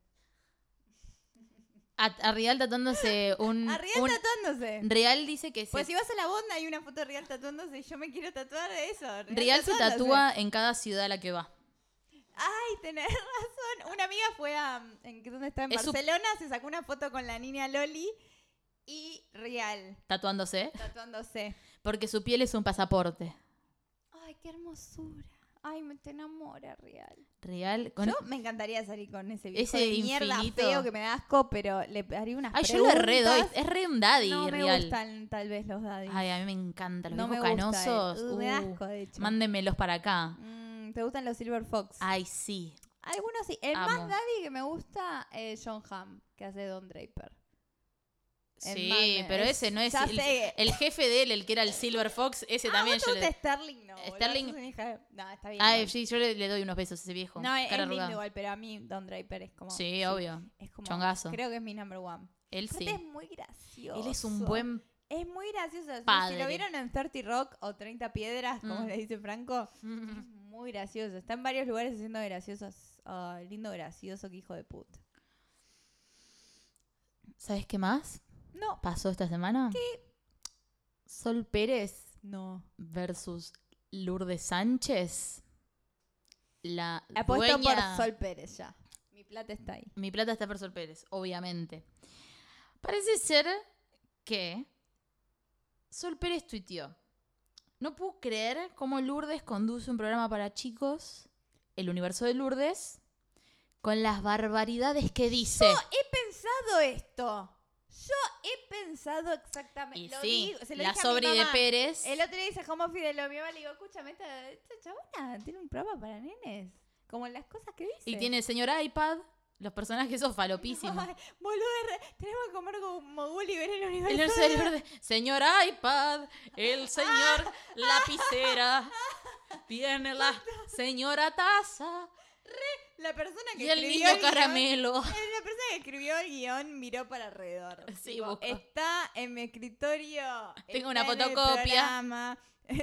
Speaker 1: A, a Rial
Speaker 2: [laughs]
Speaker 1: tatuándose un.
Speaker 2: A Real
Speaker 1: Mm, un-
Speaker 2: tatuándose.
Speaker 1: Real dice que se-
Speaker 2: Pues si vas a la bonda hay una foto de Real tatuándose y yo me quiero tatuar de eso. Real,
Speaker 1: Rial se
Speaker 2: tatuándose.
Speaker 1: tatúa en cada ciudad a la que va.
Speaker 2: Ay, tenés [laughs] razón. Una amiga fue a... ¿en, qué- ¿Dónde está? En
Speaker 1: Es su-
Speaker 2: Barcelona, se sacó una foto con la niña Loli y Real
Speaker 1: Tatuándose.
Speaker 2: tatuándose.
Speaker 1: Porque su piel es un pasaporte.
Speaker 2: Ay, qué hermosura. Ay, me te enamora Real.
Speaker 1: Real. con-
Speaker 2: Yo me encantaría salir con ese viejo
Speaker 1: Ese
Speaker 2: de mierda
Speaker 1: infinito.
Speaker 2: feo que me da asco, pero le haría unas
Speaker 1: Ay, yo
Speaker 2: preguntas.
Speaker 1: lo re doy. Es re un daddy,
Speaker 2: no me
Speaker 1: Rial.
Speaker 2: gustan tal vez los daddy.
Speaker 1: Ay, a mí me encantan los
Speaker 2: no me
Speaker 1: viejos
Speaker 2: gusta
Speaker 1: canosos.
Speaker 2: él. Uh, me da
Speaker 1: Uh,
Speaker 2: asco, de hecho.
Speaker 1: mándenmelos para acá.
Speaker 2: Mm, ¿Te gustan los Silver Fox?
Speaker 1: Ay, sí.
Speaker 2: Algunos sí. El
Speaker 1: Ah, Amo.
Speaker 2: más daddy que me gusta es John Hamm, que hace Don Draper. En
Speaker 1: Sí,
Speaker 2: Mad Men.
Speaker 1: pero
Speaker 2: Es-
Speaker 1: ese no es
Speaker 2: ya
Speaker 1: el,
Speaker 2: sé.
Speaker 1: el jefe de él, el que era el Silver Fox, ese
Speaker 2: Ah,
Speaker 1: también
Speaker 2: ¿vos
Speaker 1: yo
Speaker 2: te
Speaker 1: le,
Speaker 2: gusta Sterling? No, boludo,
Speaker 1: Sterling-
Speaker 2: sos una hija de- No, está bien.
Speaker 1: Ay,
Speaker 2: igual.
Speaker 1: sí, yo le, le doy unos besos a ese viejo.
Speaker 2: no, es,
Speaker 1: cara
Speaker 2: es lindo
Speaker 1: arrugada.
Speaker 2: igual, pero a mí Don Draper es como...
Speaker 1: Sí, obvio.
Speaker 2: Es como...
Speaker 1: Chongazo.
Speaker 2: Creo que es mi number one.
Speaker 1: Él
Speaker 2: Aparte
Speaker 1: sí.
Speaker 2: es muy gracioso.
Speaker 1: Él es un
Speaker 2: [laughs]
Speaker 1: buen
Speaker 2: Es muy gracioso. o sea, Si
Speaker 1: Padre.
Speaker 2: lo vieron en 30 Rock o 30 Piedras, como
Speaker 1: Mm.
Speaker 2: le
Speaker 1: [laughs]
Speaker 2: dice Franco, es muy gracioso. Está en varios lugares haciendo graciosos. Ah, lindo gracioso, que hijo de puta.
Speaker 1: ¿Sabes qué más
Speaker 2: No,
Speaker 1: pasó esta semana? ¿Qué? Sol Pérez
Speaker 2: no.
Speaker 1: versus Lourdes Sánchez. La
Speaker 2: Apuesto por
Speaker 1: dueña-
Speaker 2: Sol Pérez ya. Mi plata está ahí.
Speaker 1: Mi plata está por Sol Pérez, obviamente. Parece ser que Sol Pérez tuiteó. No puedo creer cómo Lourdes conduce un programa para chicos, el universo de Lourdes, con las barbaridades que dice.
Speaker 2: He pensado esto. Yo he pensado exactamente.
Speaker 1: Y
Speaker 2: lo
Speaker 1: sí,
Speaker 2: digo, se lo
Speaker 1: la
Speaker 2: dije a mi
Speaker 1: sobri de
Speaker 2: mamá.
Speaker 1: Pérez.
Speaker 2: El otro día dice home office de lo mío, le digo, escúchame, esta, esta chabona tiene un programa para nenes. Como las cosas que dice.
Speaker 1: Y
Speaker 2: [laughs]
Speaker 1: tiene el señor iPad, los personajes son falopísimos.
Speaker 2: Ay, boludo, re- tenemos que comer como Gulliver en el universo.
Speaker 1: El universo del verde. Señor iPad, el señor lapicera, tiene la señora
Speaker 2: [laughs]
Speaker 1: taza
Speaker 2: La persona que
Speaker 1: y el
Speaker 2: escribió
Speaker 1: niño
Speaker 2: guión-
Speaker 1: caramelo.
Speaker 2: eh, La persona que escribió el guión miró para alrededor.
Speaker 1: Sí,
Speaker 2: Tipo,
Speaker 1: buscó.
Speaker 2: Está en mi escritorio.
Speaker 1: Tengo
Speaker 2: está
Speaker 1: una
Speaker 2: en el
Speaker 1: fotocopia.
Speaker 2: programa. [laughs]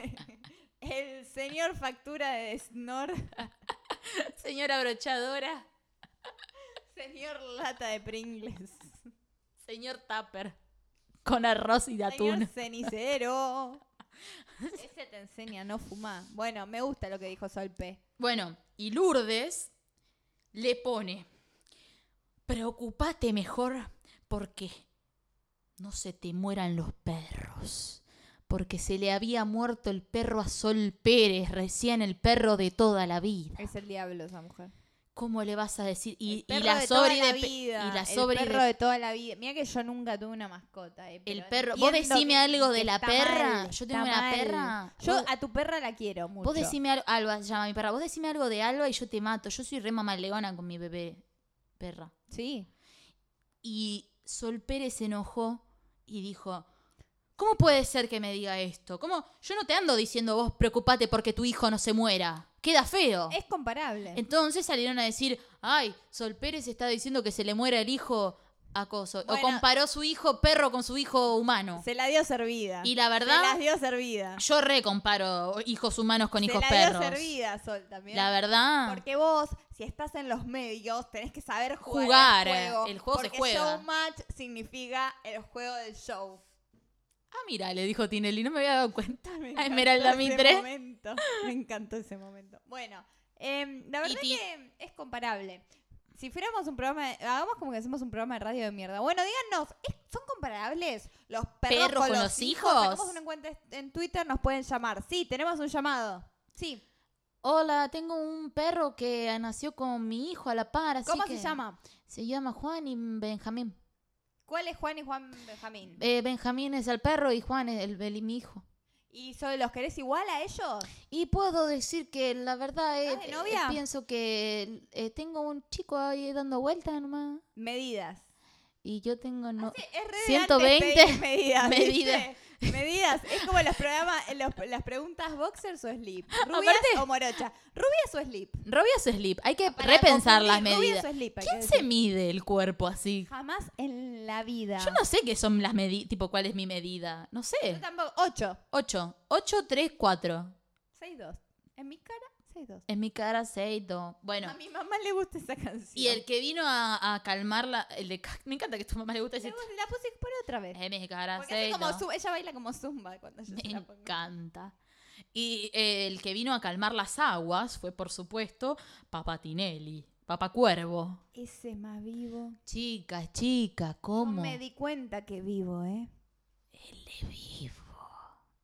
Speaker 2: El señor factura de Snor, [laughs]
Speaker 1: Señora brochadora,
Speaker 2: señor lata de Pringles,
Speaker 1: señor tupper. Con arroz y de
Speaker 2: señor
Speaker 1: atún. [laughs]
Speaker 2: cenicero. Ese te enseña, no fumar. Bueno, me gusta lo que dijo Sol P.
Speaker 1: Bueno, y Lourdes le pone, preocupate mejor porque no se te mueran los perros. Porque se le había muerto el perro a Sol Pérez, recién el perro de toda la vida.
Speaker 2: Es el diablo esa mujer.
Speaker 1: ¿Cómo le vas a decir?
Speaker 2: El
Speaker 1: Y, y
Speaker 2: perro
Speaker 1: la
Speaker 2: de
Speaker 1: sobri
Speaker 2: toda la
Speaker 1: de pe-
Speaker 2: vida,
Speaker 1: y la sobri
Speaker 2: el perro
Speaker 1: de-
Speaker 2: de toda la vida. Mira que yo nunca tuve una mascota. eh, pero
Speaker 1: El perro- vos
Speaker 2: entiendo
Speaker 1: decime algo de
Speaker 2: que
Speaker 1: la
Speaker 2: está
Speaker 1: perra.
Speaker 2: mal,
Speaker 1: Yo tengo
Speaker 2: está
Speaker 1: una
Speaker 2: mal.
Speaker 1: perra.
Speaker 2: Yo
Speaker 1: Vos-
Speaker 2: a tu perra la quiero mucho.
Speaker 1: Vos decime algo, Alba se llama mi perra, vos decime algo de Alba y yo te mato. Yo soy re mamá leona con mi bebé perra.
Speaker 2: Sí.
Speaker 1: Y Sol Pérez se enojó y dijo, ¿cómo puede ser que me diga esto? ¿Cómo? Yo no te ando diciendo vos preocupate porque tu hijo no se muera. Queda feo.
Speaker 2: Es comparable.
Speaker 1: Entonces salieron a decir, ay, Sol Pérez está diciendo que se le muera el hijo acoso.
Speaker 2: Bueno.
Speaker 1: o comparó su hijo perro con su hijo humano.
Speaker 2: Se la dio servida.
Speaker 1: Y la verdad-
Speaker 2: Se las dio servida.
Speaker 1: Yo re comparo hijos humanos con hijos
Speaker 2: Se la
Speaker 1: perros.
Speaker 2: dio servida, Sol, también.
Speaker 1: La verdad.
Speaker 2: Porque vos, si estás en los medios, tenés que saber
Speaker 1: Jugar,
Speaker 2: jugar.
Speaker 1: eh,
Speaker 2: el juego,
Speaker 1: el juego se
Speaker 2: Porque
Speaker 1: juega.
Speaker 2: Showmatch significa el juego del show.
Speaker 1: Ah, mira, le dijo Tinelli, no me había dado cuenta.
Speaker 2: Me
Speaker 1: A
Speaker 2: encantó
Speaker 1: Esmeralda
Speaker 2: ese
Speaker 1: Mitre.
Speaker 2: momento. Me encantó ese momento. Bueno, em, la verdad
Speaker 1: Y ti-
Speaker 2: que es comparable. Si fuéramos un programa, de- hagamos como que hacemos un programa de radio de mierda. Bueno, díganos, ¿es- ¿son comparables los perros, con, los, hijos? Hagamos una encuesta en Twitter, nos pueden llamar. Sí, tenemos un llamado. Sí.
Speaker 1: Hola, tengo un perro que nació con mi hijo a la par. así
Speaker 2: ¿Cómo
Speaker 1: que-
Speaker 2: se llama?
Speaker 1: Se llama Juan y Benjamín.
Speaker 2: ¿Cuál es Juan y Juan Benjamín?
Speaker 1: Eh, Benjamín es el perro y Juan es el, el- mi hijo.
Speaker 2: ¿Y sobre los querés igual a ellos?
Speaker 1: Y puedo decir que la verdad eh,
Speaker 2: de
Speaker 1: eh,
Speaker 2: novia?
Speaker 1: pienso que eh, tengo un chico ahí dando vueltas nomás
Speaker 2: Medidas.
Speaker 1: y yo tengo no-
Speaker 2: Sí, es re de
Speaker 1: 120
Speaker 2: antes pedir
Speaker 1: [laughs]
Speaker 2: medidas.
Speaker 1: medidas.
Speaker 2: ¿viste? Medidas. Es como los programas, eh, los- las preguntas boxers o
Speaker 1: [laughs]
Speaker 2: slip. Rubias
Speaker 1: Aparte-
Speaker 2: o morocha. Rubias o slip.
Speaker 1: Rubias slip, hay que
Speaker 2: Para
Speaker 1: repensar
Speaker 2: confundir,
Speaker 1: las medidas.
Speaker 2: Rubias o slip. hay
Speaker 1: ¿Quién
Speaker 2: que
Speaker 1: se
Speaker 2: decir.
Speaker 1: mide el cuerpo así?
Speaker 2: Jamás en la vida.
Speaker 1: Yo no sé qué son las medidas, tipo cuál es mi medida. No
Speaker 2: Yo
Speaker 1: sé.
Speaker 2: tampoco. 8.
Speaker 1: 8, 8, 3, 4.
Speaker 2: 6, 2. En mi cara, 6, 2.
Speaker 1: En mi cara 6, 2. Bueno.
Speaker 2: A mi mamá le gusta esa canción.
Speaker 1: Y el que vino a, a calmarla, el de Cac- me encanta que Eh, a tu mamá le gusta
Speaker 2: Le
Speaker 1: decir,
Speaker 2: gu- La puse por otra vez.
Speaker 1: en mi cara
Speaker 2: Porque hace
Speaker 1: aceito".
Speaker 2: como zu- ella baila como zumba cuando yo se
Speaker 1: [laughs] Me
Speaker 2: la pongo.
Speaker 1: encanta. Y eh, el que vino a calmar las aguas fue, por supuesto, Papatinelli, Papá Cuervo.
Speaker 2: Ese más vivo.
Speaker 1: Chica, chica,
Speaker 2: No
Speaker 1: ¿cómo?
Speaker 2: me di cuenta que vivo, ¿eh?
Speaker 1: Él es vivo,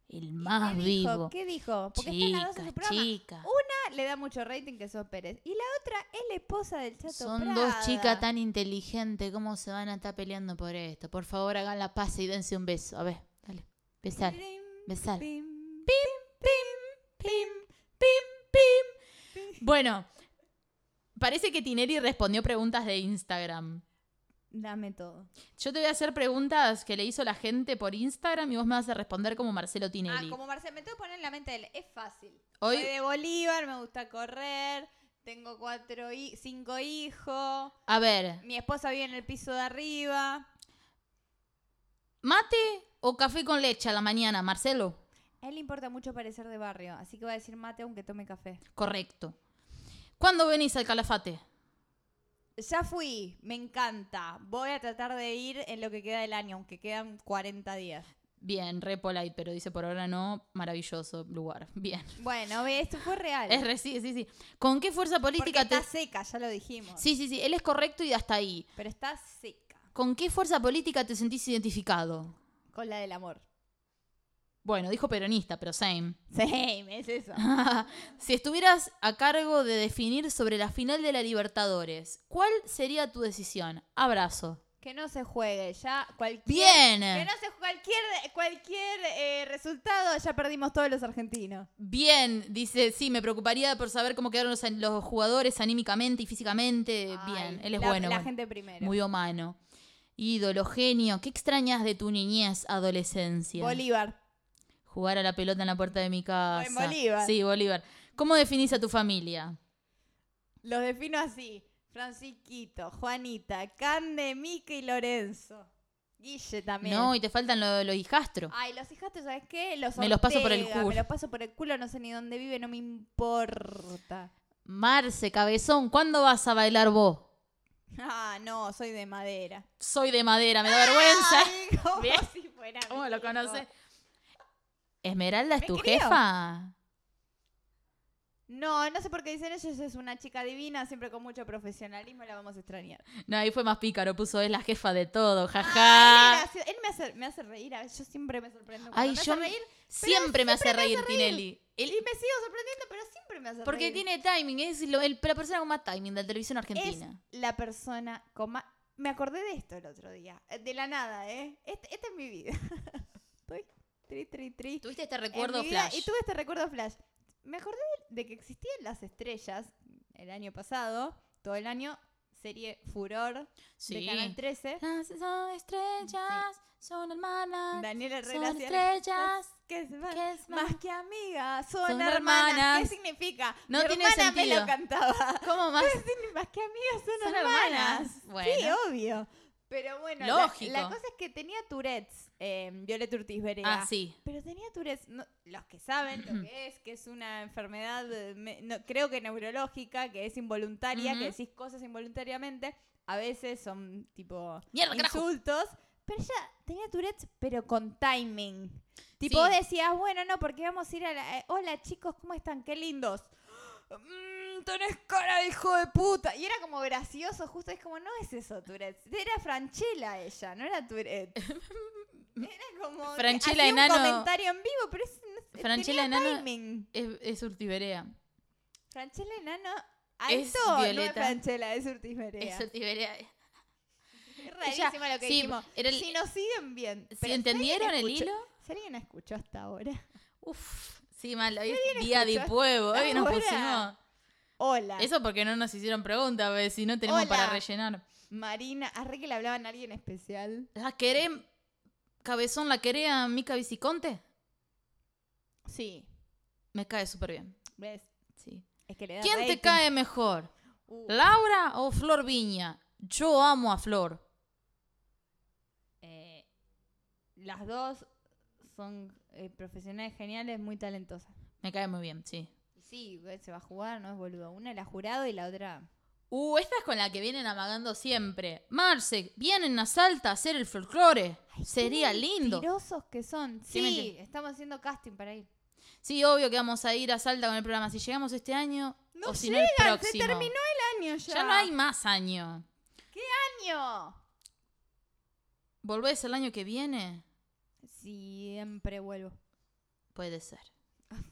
Speaker 1: el
Speaker 2: ¿Y
Speaker 1: más
Speaker 2: qué dijo?
Speaker 1: vivo.
Speaker 2: ¿Qué dijo? Porque están las dos en
Speaker 1: Chica,
Speaker 2: su programa.
Speaker 1: chica.
Speaker 2: Una le da mucho rating que sos Pérez. Y la otra es la esposa del Chato
Speaker 1: Son
Speaker 2: Prada.
Speaker 1: dos chicas tan inteligentes, ¿cómo se van a estar peleando por esto? Por favor, hagan la paz y dense un beso. A ver, dale, besar.
Speaker 2: Pim,
Speaker 1: besar.
Speaker 2: pim,
Speaker 1: Bueno, parece que Tineri respondió preguntas de Instagram.
Speaker 2: Dame todo.
Speaker 1: Yo te voy a hacer preguntas que le hizo la gente por Instagram y vos me vas a responder como Marcelo
Speaker 2: Ah,
Speaker 1: Tinelli.
Speaker 2: como Marcelo, me tengo que poner en la mente de él. Es fácil.
Speaker 1: Hoy-
Speaker 2: Soy de Bolívar, me gusta correr. Tengo cuatro hi- cinco hijos.
Speaker 1: A ver,
Speaker 2: Mi esposa vive en el piso de arriba.
Speaker 1: ¿mate o café con leche a la mañana, Marcelo?
Speaker 2: A él le importa mucho parecer de barrio, así que va a decir mate aunque tome café.
Speaker 1: Correcto. ¿Cuándo venís al calafate?
Speaker 2: Ya fui, me encanta. Voy a tratar de ir en lo que queda del año, aunque quedan 40 días.
Speaker 1: Bien, re polite, pero dice por ahora no, maravilloso lugar. Bien.
Speaker 2: Bueno, ve, esto fue real.
Speaker 1: Es re- sí, sí, sí. ¿Con qué fuerza
Speaker 2: Porque
Speaker 1: política te...
Speaker 2: está seca, ya lo dijimos.
Speaker 1: Sí, sí, sí, él es correcto y hasta ahí.
Speaker 2: Pero está seca.
Speaker 1: ¿Con qué fuerza política te sentís identificado?
Speaker 2: Con la del amor. [laughs]
Speaker 1: Bueno, dijo peronista, pero same.
Speaker 2: Sí, es eso.
Speaker 1: si estuvieras a cargo de definir sobre la final de la Libertadores, ¿cuál sería tu decisión? Abrazo.
Speaker 2: Que no se juegue, ya cualquier.
Speaker 1: Bien.
Speaker 2: Que no se cualquier, cualquier eh, resultado, ya perdimos todos los argentinos.
Speaker 1: Bien, dice, sí, me preocuparía por saber cómo quedaron los, los jugadores anímicamente y físicamente. Eh, Bien,
Speaker 2: Ay,
Speaker 1: él es
Speaker 2: la-
Speaker 1: bueno.
Speaker 2: La
Speaker 1: bueno.
Speaker 2: gente primero.
Speaker 1: Muy humano. Ídolo, genio. ¿Qué extrañas de tu niñez, adolescencia?
Speaker 2: Bolívar.
Speaker 1: Jugar a la pelota en la puerta de mi casa.
Speaker 2: Buen Bolívar.
Speaker 1: Sí, Bolívar. ¿Cómo definís a tu familia?
Speaker 2: Los defino así. Francisquito, Juanita, Cande, Mica y Lorenzo. Guille también.
Speaker 1: No, y te faltan los hijastros.
Speaker 2: Ay, los hijastros, ¿sabes qué? Los
Speaker 1: Me los paso por el
Speaker 2: Ortega,
Speaker 1: culo.
Speaker 2: Me los paso por el culo, no sé ni dónde vive, no me
Speaker 1: [laughs]
Speaker 2: importa.
Speaker 1: Marce, cabezón, ¿cuándo vas a bailar vos?
Speaker 2: Ah, no, soy
Speaker 1: [laughs]
Speaker 2: de madera.
Speaker 1: Soy de madera, me da vergüenza.
Speaker 2: Ay, como
Speaker 1: Bien.
Speaker 2: si fuera
Speaker 1: [laughs] ¿Cómo
Speaker 2: mi
Speaker 1: lo
Speaker 2: hijo.
Speaker 1: conoces? ¿Esmeralda es
Speaker 2: Me
Speaker 1: tu
Speaker 2: crió.
Speaker 1: jefa?
Speaker 2: No, no sé por qué dicen eso, es una chica divina, siempre con mucho profesionalismo, la vamos a extrañar.
Speaker 1: No, ahí fue más pícaro, puso es la jefa de todo,
Speaker 2: Ay,
Speaker 1: jaja.
Speaker 2: gracias. él me hace, me hace reír, a ver, yo siempre me sorprendo. cuando
Speaker 1: Ay,
Speaker 2: me hace
Speaker 1: yo
Speaker 2: reír,
Speaker 1: siempre me hace reír, Tinelli.
Speaker 2: y
Speaker 1: Él-
Speaker 2: me sigo sorprendiendo, pero siempre me hace
Speaker 1: porque
Speaker 2: reír.
Speaker 1: tiene timing, es lo- el- la persona con más timing de la televisión argentina.
Speaker 2: Es la persona con más... Me acordé de esto el otro día, eh, de la nada, ¿eh? Este- Esta es mi vida. [laughs] Estoy tri, tri, tri.
Speaker 1: ¿Tuviste este
Speaker 2: en
Speaker 1: recuerdo
Speaker 2: mi vida,
Speaker 1: flash?
Speaker 2: Y tuve este recuerdo flash. Me acordé de- de que existían las estrellas el año pasado, todo el año, serie Furor de
Speaker 1: Sí.
Speaker 2: Canal 13.
Speaker 1: Las son estrellas son hermanas.
Speaker 2: Daniel
Speaker 1: Ah, Son
Speaker 2: Herrera hacía la-
Speaker 1: estrellas.
Speaker 2: que es más,
Speaker 1: que es más-
Speaker 2: [laughs] más que amigas, son,
Speaker 1: Son
Speaker 2: hermanas.
Speaker 1: hermanas.
Speaker 2: ¿Qué significa?
Speaker 1: No
Speaker 2: mi
Speaker 1: tiene
Speaker 2: hermana me
Speaker 1: sentido.
Speaker 2: lo cantaba. [laughs]
Speaker 1: ¿Cómo más?
Speaker 2: Más que amigas son,
Speaker 1: Son
Speaker 2: hermanas.
Speaker 1: hermanas. Bueno.
Speaker 2: Sí, obvio. Pero bueno, la-
Speaker 1: Lógico.
Speaker 2: La, cosa es que tenía Tourette's, eh, Violeta Ortiz Vereda.
Speaker 1: Ah, sí.
Speaker 2: Pero tenía Tourette's, no- los que saben lo que es, que es una enfermedad, eh, me- no- creo que neurológica, que es involuntaria,
Speaker 1: Ujú.
Speaker 2: que decís cosas involuntariamente. A veces son tipo
Speaker 1: Mierda, carajo.
Speaker 2: insultos. Pero ella tenía Tourette's, pero con timing. Tipo,
Speaker 1: Sí.
Speaker 2: vos decías, bueno, no, porque vamos a ir a la. eh, Hola chicos, ¿cómo están? ¡Qué lindos! Mmm, tenés cara de hijo de puta. Y era como gracioso, justo es como, no es eso, Tourette's. Era Franchella ella, no era Tourette's.
Speaker 1: [laughs]
Speaker 2: Era como. que
Speaker 1: Francella
Speaker 2: hacía
Speaker 1: enano-
Speaker 2: un comentario en vivo, pero es. no-
Speaker 1: Francella
Speaker 2: tenía
Speaker 1: enano-
Speaker 2: timing.
Speaker 1: Es, es urtiberea.
Speaker 2: Franchella enano.
Speaker 1: Es
Speaker 2: Alto, no es
Speaker 1: Violeta.
Speaker 2: Franchella, es Urtiz Berea.
Speaker 1: Es urtiberea.
Speaker 2: Es rarísimo
Speaker 1: Ella-
Speaker 2: lo que
Speaker 1: sí,
Speaker 2: dijimos.
Speaker 1: era el-
Speaker 2: si nos siguen bien. pero
Speaker 1: ¿Si
Speaker 2: si
Speaker 1: entendieron el
Speaker 2: alguien escuchó-
Speaker 1: hilo?
Speaker 2: Si alguien escuchó hasta ahora.
Speaker 1: Uf. Sí, mal. Hoy es día de
Speaker 2: escuchó
Speaker 1: pueblo. Hoy nos
Speaker 2: ahora?
Speaker 1: pusimos.
Speaker 2: Hola.
Speaker 1: Eso porque no nos hicieron preguntas, a ver, si no tenemos
Speaker 2: Hola.
Speaker 1: para rellenar.
Speaker 2: Marina, arre que le hablaban a alguien especial.
Speaker 1: ¿La querés, cabezón, la querés a Mica Viciconte?
Speaker 2: Sí.
Speaker 1: Me cae súper bien.
Speaker 2: ¿Ves?
Speaker 1: Sí.
Speaker 2: Es que le da
Speaker 1: ¿Quién te
Speaker 2: rating.
Speaker 1: cae mejor?
Speaker 2: Uh,
Speaker 1: ¿Laura o Flor Viña? Yo amo a Flor.
Speaker 2: eh, las dos son eh, profesionales geniales, muy talentosas.
Speaker 1: Me cae muy bien, sí.
Speaker 2: Y sí, eh, se va a jugar, no es boludo. Una la jurado y la otra.
Speaker 1: Uh, esta es con la que vienen amagando siempre. Marce, vienen a Salta a hacer el folclore. Sería lindo.
Speaker 2: Mentirosos que son.
Speaker 1: Sí,
Speaker 2: Sí,
Speaker 1: mentira.
Speaker 2: estamos haciendo casting para ir.
Speaker 1: Sí, obvio que vamos a ir a Salta con el programa. Si llegamos este año
Speaker 2: No
Speaker 1: o si no el
Speaker 2: llegan, se
Speaker 1: próximo.
Speaker 2: terminó el año ya.
Speaker 1: ya no hay más año.
Speaker 2: año.
Speaker 1: ¿Volvés el año que viene?
Speaker 2: Siempre vuelvo.
Speaker 1: Puede ser.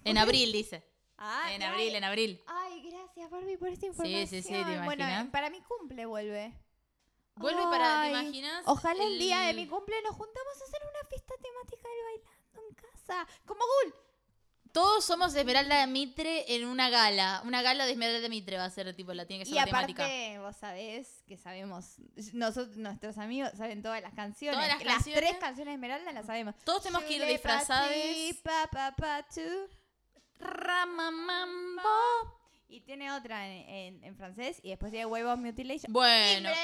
Speaker 1: En abril, dice.
Speaker 2: Ah,
Speaker 1: En
Speaker 2: ay,
Speaker 1: abril, en abril.
Speaker 2: Ay, gracias Barbie por esta
Speaker 1: Sí,
Speaker 2: información.
Speaker 1: sí, sí, ¿te
Speaker 2: Bueno,
Speaker 1: imaginas?
Speaker 2: eh, para mi cumple vuelve.
Speaker 1: Vuelve para, ¿te
Speaker 2: Ay,
Speaker 1: imaginas?
Speaker 2: Ojalá el... día de mi
Speaker 1: cumple.
Speaker 2: cumple nos juntamos a hacer una fiesta temática del bailando en casa. Como Gul.
Speaker 1: Todos somos Esmeralda Mitre en una gala. Una gala de Esmeralda Mitre va a ser, tipo, la tiene que ser
Speaker 2: Y
Speaker 1: la
Speaker 2: aparte,
Speaker 1: temática.
Speaker 2: vos sabés que sabemos, nosotros, nuestros amigos saben todas las canciones.
Speaker 1: Todas las canciones.
Speaker 2: tres canciones de Esmeralda las sabemos.
Speaker 1: Todos tenemos que ir disfrazados.
Speaker 2: Pa, pa, pa, tu.
Speaker 1: Ramamambo.
Speaker 2: Y tiene otra en, en- en francés y después tiene Huevos Mutilation.
Speaker 1: Bueno,
Speaker 2: Timbre.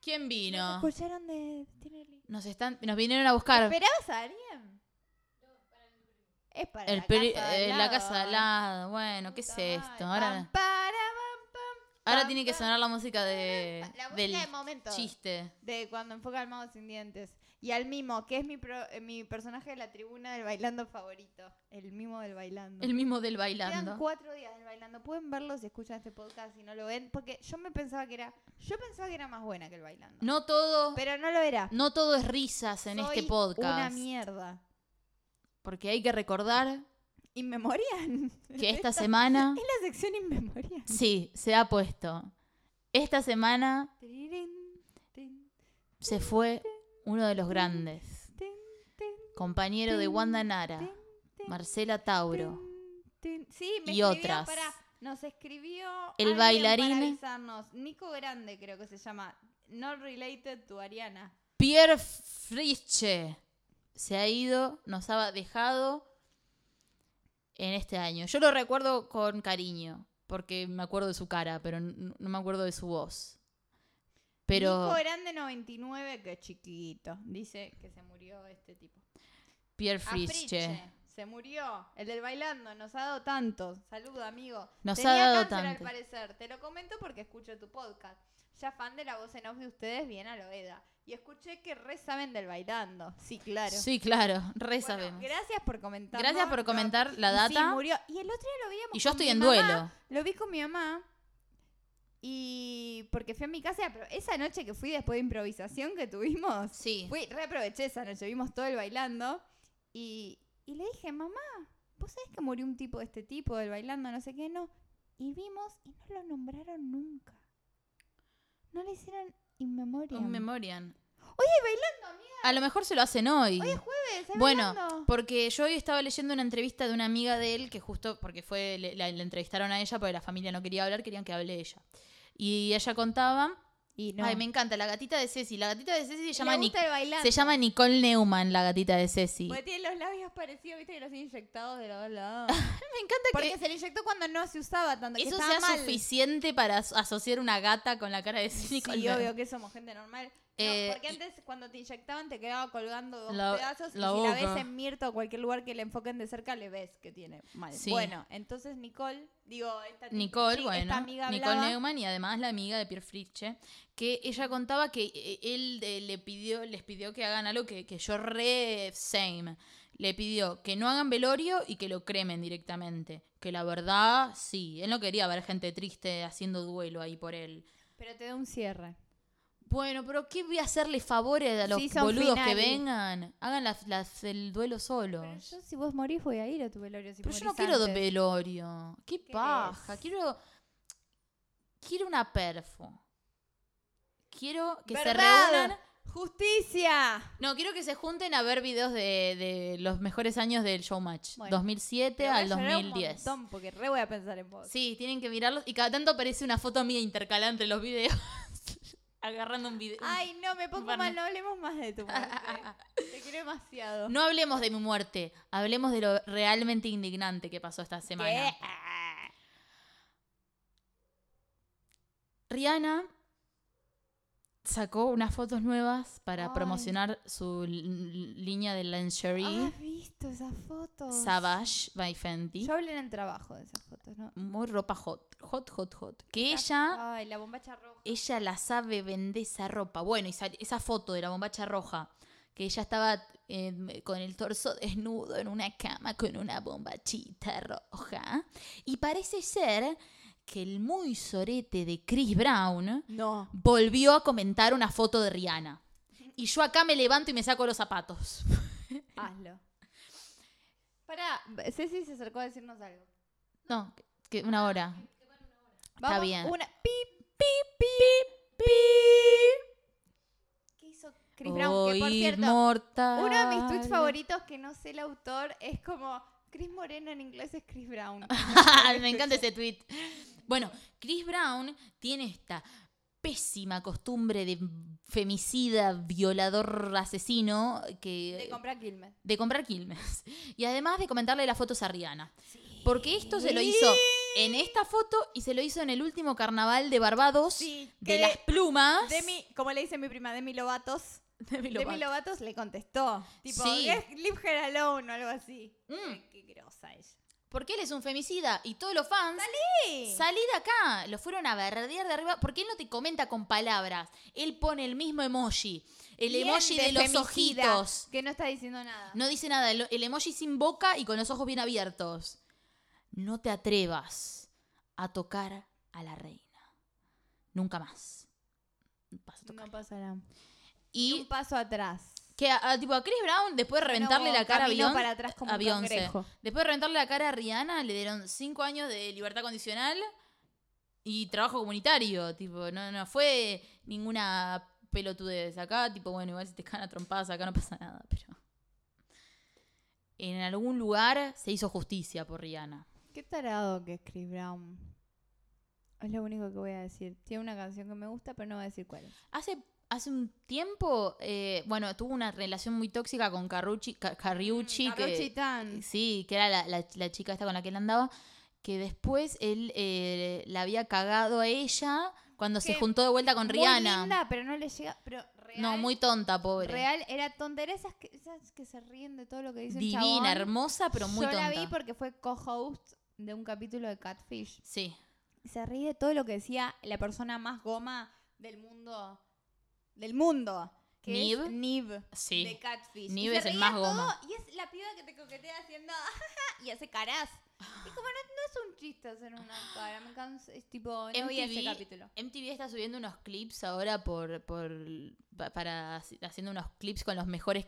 Speaker 1: ¿quién
Speaker 2: ¿Nos
Speaker 1: vino?
Speaker 2: escucharon de Tinelli?
Speaker 1: Nos están, nos vinieron a buscar.
Speaker 2: ¿Esperabas a alguien? Es para
Speaker 1: El
Speaker 2: la,
Speaker 1: peri-
Speaker 2: casa de
Speaker 1: eh,
Speaker 2: al
Speaker 1: la casa de al
Speaker 2: lado.
Speaker 1: lado. Bueno, ¿qué es
Speaker 2: Puta
Speaker 1: esto?
Speaker 2: madre.
Speaker 1: Ahora,
Speaker 2: Pam, para, pam, pam.
Speaker 1: Ahora
Speaker 2: pam,
Speaker 1: tiene que
Speaker 2: pam.
Speaker 1: sonar la música de,
Speaker 2: La música
Speaker 1: eh, del
Speaker 2: de momento.
Speaker 1: chiste.
Speaker 2: De cuando enfoca al mago sin dientes. Y al mimo, que es mi, pro- eh, mi personaje de la tribuna del bailando favorito. El mimo del bailando.
Speaker 1: El mismo del
Speaker 2: Quedan
Speaker 1: bailando.
Speaker 2: cuatro días del bailando. Pueden verlo si escuchan este podcast y no lo ven. Porque yo me pensaba que era. Yo pensaba que era más buena que el bailando.
Speaker 1: No todo,
Speaker 2: Pero no lo era.
Speaker 1: no todo es risas en
Speaker 2: Soy
Speaker 1: este podcast.
Speaker 2: Una mierda.
Speaker 1: Porque hay que recordar
Speaker 2: Inmemorial. [laughs]
Speaker 1: que esta semana,
Speaker 2: Es la sección inmemorial.
Speaker 1: sí, se ha puesto. Esta semana
Speaker 2: Tirirín, tin,
Speaker 1: se fue uno de los grandes,
Speaker 2: tin, tin,
Speaker 1: compañero de Wanda
Speaker 2: tin,
Speaker 1: Nara,
Speaker 2: tin,
Speaker 1: Marcela Tauro.
Speaker 2: tin, tin. Sí, me
Speaker 1: Y
Speaker 2: escribió
Speaker 1: otras.
Speaker 2: para- nos escribió
Speaker 1: El
Speaker 2: alguien
Speaker 1: bailarín.
Speaker 2: para avisarnos. Nico Grande creo que se llama. Not related to Ariana.
Speaker 1: Pierre Friche se ha ido, nos ha dejado en este año. Yo lo recuerdo con cariño, porque me acuerdo de su cara, pero n- no me acuerdo de su voz. Pero
Speaker 2: Nico Grande 99, que chiquito. Dice que se murió este tipo.
Speaker 1: Pierre
Speaker 2: Afriche.
Speaker 1: Friche
Speaker 2: Se murió. El del bailando. Nos ha dado tantos. Saludo, amigo.
Speaker 1: Nos
Speaker 2: Tenía
Speaker 1: ha dado
Speaker 2: cáncer, al
Speaker 1: tanto.
Speaker 2: parecer. Te lo comento porque escucho tu podcast. Ya fan de la voz en off de ustedes, bien a Loeda. Y escuché que re saben del bailando. Sí, claro.
Speaker 1: Sí, claro, re
Speaker 2: Bueno,
Speaker 1: sabemos.
Speaker 2: Gracias por comentar.
Speaker 1: Gracias por comentar la
Speaker 2: Sí,
Speaker 1: data.
Speaker 2: murió. Y el otro día lo veíamos.
Speaker 1: Y yo
Speaker 2: con
Speaker 1: estoy
Speaker 2: mi
Speaker 1: en
Speaker 2: mamá.
Speaker 1: duelo.
Speaker 2: Lo vi con mi mamá. Y porque fui a mi casa, pero esa noche que fui después de improvisación que tuvimos,
Speaker 1: Sí.
Speaker 2: Fui, reaproveché esa noche, vimos todo el bailando y, y le dije, mamá, ¿vos sabés que murió un tipo de este tipo del bailando, no sé qué, no? Y vimos y no lo nombraron nunca. No le hicieron in memoria.
Speaker 1: Un memoriam.
Speaker 2: Oye, bailando, amiga,
Speaker 1: A lo mejor se lo hacen hoy.
Speaker 2: hoy es jueves, ¿eh?
Speaker 1: Bueno,
Speaker 2: Bailando.
Speaker 1: Porque yo hoy estaba leyendo una entrevista de una amiga de él que justo, porque fue, le, la, la entrevistaron a ella porque la familia no quería hablar, querían que hable ella. Y ella contaba,
Speaker 2: Y no.
Speaker 1: ay, me encanta, la gatita de Ceci, la gatita de Ceci se
Speaker 2: Le
Speaker 1: llama, Nic-
Speaker 2: gusta el bailando.
Speaker 1: se llama Nicole Neumann, la gatita de Ceci.
Speaker 2: Porque tiene los labios parecidos, viste, que los inyectados de los lados.
Speaker 1: [laughs] me encanta
Speaker 2: Porque
Speaker 1: que
Speaker 2: se le inyectó cuando no se usaba tanto. que
Speaker 1: eso
Speaker 2: estaba
Speaker 1: sea
Speaker 2: mal.
Speaker 1: suficiente para as- asociar una gata con la cara de Ceci
Speaker 2: Sí,
Speaker 1: Nicole Neumann.
Speaker 2: obvio que somos gente normal. No,
Speaker 1: Eh,
Speaker 2: porque
Speaker 1: y-
Speaker 2: antes cuando te inyectaban te quedaba colgando dos
Speaker 1: La-
Speaker 2: pedazos
Speaker 1: la
Speaker 2: y si la
Speaker 1: boca.
Speaker 2: ves en Mirta o cualquier lugar que le enfoquen de cerca le ves que tiene mal.
Speaker 1: Sí.
Speaker 2: Bueno, entonces Nicole, digo, esta
Speaker 1: Nicole,
Speaker 2: sí,
Speaker 1: bueno,
Speaker 2: esta amiga
Speaker 1: Nicole
Speaker 2: hablaba,
Speaker 1: Neumann y además la amiga de Pierre Fritzsche, que ella contaba que eh, él eh, le pidió, les pidió que hagan algo que, que yo re same. Le pidió que no hagan velorio y que lo cremen directamente. Que la verdad, sí, él no quería ver gente triste haciendo duelo ahí por él.
Speaker 2: pero te da un cierre.
Speaker 1: Bueno, pero ¿qué voy a hacerle favores a los
Speaker 2: Season
Speaker 1: boludos
Speaker 2: finale.
Speaker 1: que vengan? Hagan las- las- el duelo solos.
Speaker 2: Pero yo si vos morís voy a ir a tu velorio si
Speaker 1: Pero yo
Speaker 2: morís
Speaker 1: no quiero
Speaker 2: antes.
Speaker 1: velorio. Qué
Speaker 2: ¿Qué
Speaker 1: paja.
Speaker 2: es?
Speaker 1: Quiero. Quiero una perfo. Quiero que
Speaker 2: ¿Verdad?
Speaker 1: se reúnan.
Speaker 2: Justicia.
Speaker 1: No, quiero que se junten a ver videos de, de los mejores años del Showmatch.
Speaker 2: Bueno.
Speaker 1: 2007
Speaker 2: Pero voy a
Speaker 1: al
Speaker 2: llorar un
Speaker 1: 2010.
Speaker 2: montón, porque re voy a pensar en vos.
Speaker 1: Sí, tienen que mirarlos. Y cada tanto aparece una foto mía intercalada entre los videos. [laughs] agarrando un video.
Speaker 2: Ay, no, me pongo
Speaker 1: Barney.
Speaker 2: mal, no hablemos más de
Speaker 1: [laughs]
Speaker 2: tu muerte. te quiero demasiado.
Speaker 1: No hablemos de mi muerte. Hablemos de lo realmente indignante que pasó esta semana.
Speaker 2: ¿Qué? Ah.
Speaker 1: Rihanna sacó unas fotos nuevas para
Speaker 2: Ay.
Speaker 1: promocionar su l- l- línea de lingerie
Speaker 2: ¿Has visto esas fotos?
Speaker 1: Savage by Fenty.
Speaker 2: Yo hablé en el trabajo de esas fotos, ¿no?
Speaker 1: Muy ropa hot, hot, hot, hot. Que ella,
Speaker 2: Ay, la bombacha roja.
Speaker 1: ella la sabe vender esa ropa. Bueno, y sal- esa foto de la bombacha roja, que ella estaba eh, con el torso desnudo en una cama con una bombachita roja. Y parece ser que el muy sorete de Chris Brown
Speaker 2: No.
Speaker 1: volvió a comentar una foto de Rihanna. Y yo acá me levanto y me saco los zapatos.
Speaker 2: Hazlo. Pará, Ceci se acercó a decirnos algo.
Speaker 1: No, que una hora. Está bien.
Speaker 2: Una. Pip, pip, pip, pip. ¿Qué hizo Chris Brown? Que por
Speaker 1: Hoy
Speaker 2: cierto,
Speaker 1: mortal.
Speaker 2: uno de mis tweets favoritos que no sé el autor es como Chris Moreno en inglés es Chris
Speaker 1: [laughs]
Speaker 2: Brown.
Speaker 1: [laughs] me encanta ese tweet. Bueno, Chris Brown tiene esta pésima costumbre de femicida, violador, asesino que
Speaker 2: De compra Kilmer.
Speaker 1: de comprar Quilmes. Y además de comentarle las fotos a Rihanna. Porque esto se lo hizo en esta foto y se lo hizo en el último carnaval de Barbados
Speaker 2: Sí,
Speaker 1: de
Speaker 2: que
Speaker 1: las plumas. [laughs]
Speaker 2: Demi, como le dice mi prima, Demi Lovatos.
Speaker 1: Demi Lovato.
Speaker 2: Demi Lovatos le contestó. Tipo,
Speaker 1: Sí.
Speaker 2: "Leave- leave her alone o algo así.
Speaker 1: Mm.
Speaker 2: Qué, qué grosa ella.
Speaker 1: Porque él es un femicida y todos los fans. Salí de acá. Lo fueron a verdear de arriba. Porque él no te comenta con palabras. Él pone el mismo emoji. El
Speaker 2: Bien
Speaker 1: emoji de los
Speaker 2: femicida,
Speaker 1: ojitos.
Speaker 2: Que no está diciendo nada.
Speaker 1: No dice nada. El, el emoji sin boca y con los ojos bien abiertos. No te atrevas a tocar a la reina. Nunca más. Vas a tocar.
Speaker 2: No pasará. Y un
Speaker 1: Y
Speaker 2: paso atrás.
Speaker 1: que a, a- tipo a Chris Brown, después de reventarle
Speaker 2: No,
Speaker 1: la cara a
Speaker 2: caminó
Speaker 1: Beyoncé,
Speaker 2: para atrás como
Speaker 1: a
Speaker 2: un
Speaker 1: Beyoncé.
Speaker 2: cangrejo.
Speaker 1: Después de reventarle la cara a Rihanna, le dieron cinco años de libertad condicional y trabajo comunitario. Tipo, no, no fue ninguna pelotudez. Acá, tipo, bueno, igual si te caen a trompadas, acá no pasa nada, pero. En algún lugar se hizo justicia por Rihanna.
Speaker 2: Qué tarado que es Chris Brown. Es lo único que voy a decir. Tiene una canción que me gusta, pero no voy a decir cuál es.
Speaker 1: Hace, hace un tiempo, eh, bueno, tuvo una relación muy tóxica con Carrucci,
Speaker 2: Mm,
Speaker 1: Ca- Carriucci, que-
Speaker 2: Tan.
Speaker 1: eh, Sí, que era la, la- la chica esta con la que él andaba, que después él eh, la había cagado a ella cuando se
Speaker 2: Que
Speaker 1: juntó de vuelta con Rihanna.
Speaker 2: Muy linda, pero no le llega. Pero real,
Speaker 1: no, muy tonta, pobre.
Speaker 2: real. Era tontería esas que, esas que se ríen de todo lo que dice
Speaker 1: Divina,
Speaker 2: el chabón.
Speaker 1: hermosa, pero muy
Speaker 2: Yo
Speaker 1: tonta.
Speaker 2: la vi porque fue co-host de un capítulo de Catfish.
Speaker 1: Sí,
Speaker 2: Se ríe de todo lo que decía la persona más goma del mundo. Del mundo. Que
Speaker 1: Niv.
Speaker 2: es Niv.
Speaker 1: Sí.
Speaker 2: De Catfish.
Speaker 1: Niv
Speaker 2: Y se
Speaker 1: es el
Speaker 2: reía
Speaker 1: más
Speaker 2: todo,
Speaker 1: goma.
Speaker 2: y es la piba que te coquetea haciendo. [laughs] y hace caras. Y como no, no es un chiste hacer una cara. Me canso, es tipo. No vi ese
Speaker 1: MTV
Speaker 2: capítulo.
Speaker 1: MTV está subiendo unos clips ahora por, por pa- para haci- haciendo unos clips con los mejores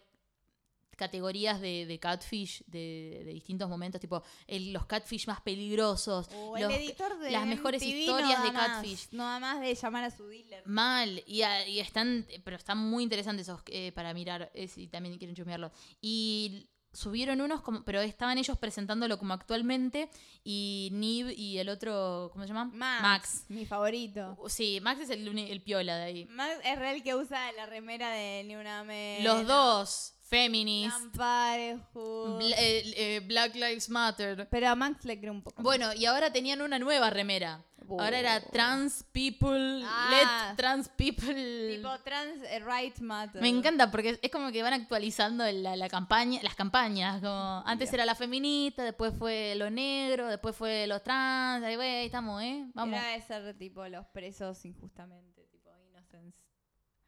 Speaker 1: categorías de, de catfish de, de distintos momentos, tipo el- los catfish más peligrosos,
Speaker 2: O el
Speaker 1: los-
Speaker 2: editor de
Speaker 1: las mejores
Speaker 2: MTV
Speaker 1: historias
Speaker 2: no da
Speaker 1: de
Speaker 2: más,
Speaker 1: Catfish.
Speaker 2: No da más de llamar a su dealer.
Speaker 1: Mal, y, a- y están, pero están muy interesantes esos eh, para mirar, eh, si también quieren chusmearlos. Y subieron unos, como, pero estaban ellos presentándolo como actualmente, y Nib y el otro, ¿cómo se llama?
Speaker 2: Max, Mi favorito.
Speaker 1: Sí, Max es el, uni- el piola de ahí.
Speaker 2: Max es real que usa la remera de Ni Una Menos.
Speaker 1: Los dos, feminist,
Speaker 2: Parejo.
Speaker 1: bla- eh, eh, Black Lives Matter.
Speaker 2: Pero a Max le creo un poco.
Speaker 1: Bueno, y ahora tenían una nueva remera. Ahora era trans people,
Speaker 2: Oh. Ah.
Speaker 1: let trans people.
Speaker 2: Tipo trans eh, right matter.
Speaker 1: Me encanta porque es como que van actualizando la, la campaña, las campañas. Como antes era la feminista, después fue lo negro, después fue los trans. Ahí güey, ahí estamos, ¿eh? Vamos.
Speaker 2: Era de ser tipo los presos injustamente, tipo innocence.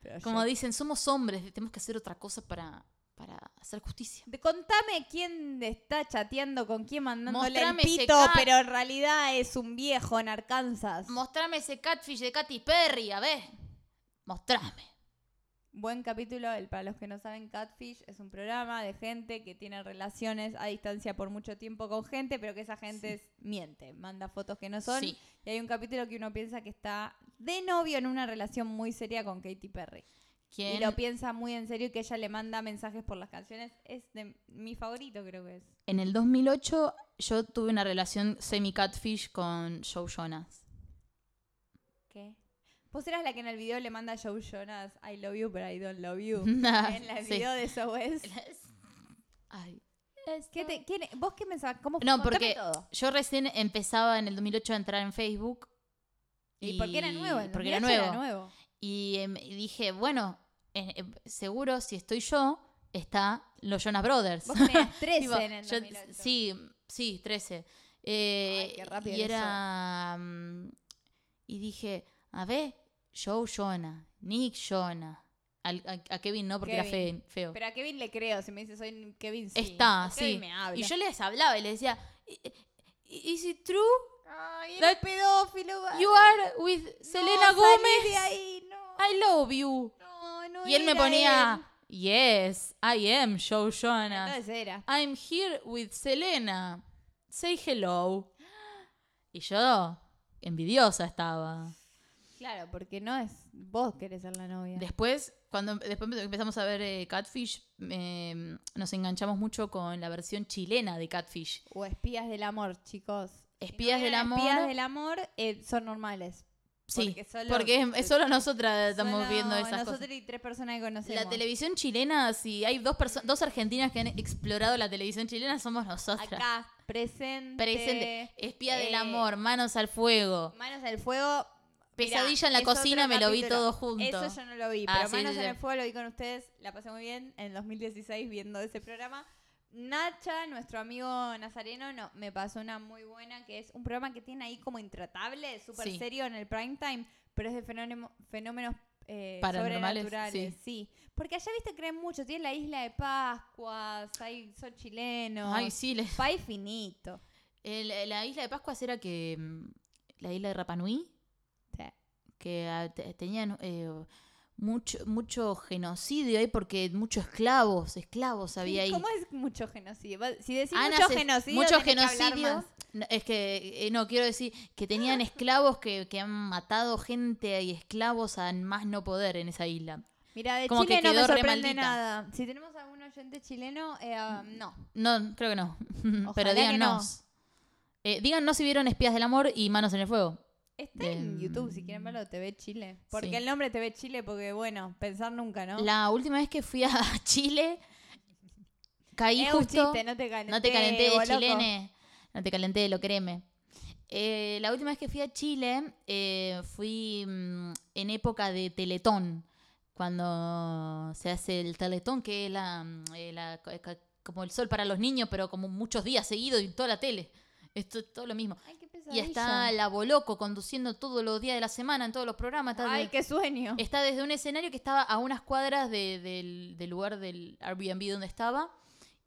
Speaker 2: Project.
Speaker 1: Como dicen, somos hombres, tenemos que hacer otra cosa para, para hacer justicia.
Speaker 2: De- Contame quién está chateando con quién mandándole
Speaker 1: Mostrame
Speaker 2: el
Speaker 1: ese
Speaker 2: pito,
Speaker 1: cat.
Speaker 2: pero en realidad es un viejo en Arkansas.
Speaker 1: Mostrame ese catfish de Katy Perry, a ver. Mostrame.
Speaker 2: Buen capítulo, el- para los que no saben, Catfish es un programa de gente que tiene relaciones a distancia por mucho tiempo con gente, pero que esa gente es- miente, manda fotos que no son.
Speaker 1: Sí.
Speaker 2: Y hay un capítulo que uno piensa que está de novio en una relación muy seria con Katy Perry.
Speaker 1: ¿Quién?
Speaker 2: Y lo piensa muy en serio y que ella le manda mensajes por las canciones. Es de mi favorito, creo que es.
Speaker 1: En el 2008 yo tuve una relación semi-catfish con Joe Jonas.
Speaker 2: ¿Qué? Vos eras la que en el video le manda a Joe Jonas, I love you, but I don't
Speaker 1: [laughs]
Speaker 2: love you. en el
Speaker 1: Ah, Sí.
Speaker 2: video de SOS.
Speaker 1: [laughs] Ay,
Speaker 2: ¿Qué te- quién- ¿Vos qué pensabas? ¿Cómo
Speaker 1: No,
Speaker 2: contame
Speaker 1: porque-
Speaker 2: todo.
Speaker 1: Yo recién empezaba en el 2008 a entrar en Facebook.
Speaker 2: Y, porque era nuevo, el
Speaker 1: Porque era
Speaker 2: 2008
Speaker 1: nuevo. [laughs] Y, em, y dije, bueno, eh, eh, seguro si estoy yo, está los Jonas Brothers.
Speaker 2: Vos tenías
Speaker 1: [laughs]
Speaker 2: 13
Speaker 1: Tipo,
Speaker 2: en el
Speaker 1: yo-
Speaker 2: 2008.
Speaker 1: sí, sí, 13. Eh,
Speaker 2: Ay, qué rápido
Speaker 1: y
Speaker 2: era
Speaker 1: era. mm, Y dije, a ver, Joe Jonas, Nick Jonas. Al- a, a Kevin no, porque era
Speaker 2: Kevin.
Speaker 1: fe- feo.
Speaker 2: Pero a Kevin le creo, si me dice soy Kevin, sí.
Speaker 1: Está,
Speaker 2: Kevin
Speaker 1: sí.
Speaker 2: me habla.
Speaker 1: Y yo les hablaba y les decía, "I- i- ¿Is it true?
Speaker 2: Ay,
Speaker 1: That-
Speaker 2: el pedófilo.
Speaker 1: You are with Selena
Speaker 2: no, Salí de
Speaker 1: Gómez.
Speaker 2: ahí, no.
Speaker 1: I love you.
Speaker 2: no, no
Speaker 1: Y él me
Speaker 2: era
Speaker 1: ponía, Yes, I am Joe
Speaker 2: él.
Speaker 1: Jonas.
Speaker 2: Entonces era.
Speaker 1: I'm here with Selena. Say hello. Y yo envidiosa estaba.
Speaker 2: Claro, porque no es vos querés ser la novia.
Speaker 1: Después, cuando em, después empezamos a ver eh, Catfish, eh, nos enganchamos mucho con la versión chilena de Catfish.
Speaker 2: o espías del amor, chicos. Si no
Speaker 1: Espías
Speaker 2: vieron
Speaker 1: del amor.
Speaker 2: Espías del amor eh, son normales.
Speaker 1: Sí,
Speaker 2: porque
Speaker 1: porque,
Speaker 2: solo-
Speaker 1: es, es solo nosotras estamos
Speaker 2: Solo
Speaker 1: viendo esas
Speaker 2: nosotros
Speaker 1: cosas.
Speaker 2: y tres personas que conocemos.
Speaker 1: La televisión chilena, si hay dos perso- dos argentinas que han explorado la televisión chilena, somos nosotras.
Speaker 2: Acá, presente.
Speaker 1: Presente. Espía del
Speaker 2: eh,
Speaker 1: amor, manos al fuego.
Speaker 2: Manos al fuego.
Speaker 1: Pesadilla
Speaker 2: mirá,
Speaker 1: en la
Speaker 2: es otro
Speaker 1: cocina, me lo vi
Speaker 2: capítulo.
Speaker 1: todo junto.
Speaker 2: Eso yo no lo vi,
Speaker 1: Ah,
Speaker 2: pero
Speaker 1: sí,
Speaker 2: Manos
Speaker 1: sí,
Speaker 2: en
Speaker 1: sí.
Speaker 2: el fuego lo vi con ustedes, la pasé muy bien en 2016 viendo ese programa. Nacha, nuestro amigo Nazareno, no, me pasó una muy buena que es un programa que tiene ahí como intratable, súper
Speaker 1: Sí.
Speaker 2: serio en el prime time, pero es de fenómeno- fenómenos eh,
Speaker 1: Paranormales,
Speaker 2: sobrenaturales. Sí. Porque allá, viste, creen mucho. Tiene la isla de Pascuas, hay, son chilenos.
Speaker 1: Ay, sí, le-
Speaker 2: País finito.
Speaker 1: el- la isla de Pascuas era que. mm, La isla de Rapanui, que ah, te- tenían eh, mucho, mucho genocidio ahí porque muchos esclavos, esclavos había ahí.
Speaker 2: ¿Cómo es mucho genocidio? Va- Si decís
Speaker 1: Han
Speaker 2: mucho
Speaker 1: ases-
Speaker 2: genocidio,
Speaker 1: mucho
Speaker 2: tenés que hablar
Speaker 1: genocidio.
Speaker 2: más.
Speaker 1: No, es que, eh, no, quiero decir que tenían esclavos que, que han matado gente y esclavos a más no poder en esa isla.
Speaker 2: Mira, de
Speaker 1: Como que
Speaker 2: Chile no me
Speaker 1: quedó re
Speaker 2: sorprende
Speaker 1: maldita.
Speaker 2: nada. Si tenemos algún oyente chileno, eh, ah, no.
Speaker 1: No, creo que no. [laughs]
Speaker 2: Ojalá
Speaker 1: Pero
Speaker 2: que
Speaker 1: díganos. Eh, díganos si vieron Espías del Amor y Manos en el Fuego.
Speaker 2: Está en
Speaker 1: Em,
Speaker 2: YouTube, si quieren verlo, TV Chile. Porque
Speaker 1: sí.
Speaker 2: el nombre TV Chile, porque bueno, pensar nunca, ¿no?
Speaker 1: La última vez que fui a [laughs] Chile, caí
Speaker 2: es un
Speaker 1: justo.
Speaker 2: chiste, no te calenté.
Speaker 1: No te calenté,
Speaker 2: boloco.
Speaker 1: chilene. No te calenté, lo créeme. Eh, la última vez que fui a Chile, eh, fui mm, en época de Teletón, cuando se hace el Teletón, que es la, mm, eh, la- ca- ca- como el sol para los niños, pero como muchos días seguidos y en toda la tele. Esto es todo lo mismo.
Speaker 2: Ay, qué
Speaker 1: Y
Speaker 2: pesadilla.
Speaker 1: está la Boloco conduciendo todos los días de la semana en todos los programas. Está,
Speaker 2: Ay,
Speaker 1: de-
Speaker 2: qué sueño.
Speaker 1: [laughs] está desde un escenario que estaba a unas cuadras de- del, del lugar del Airbnb donde estaba.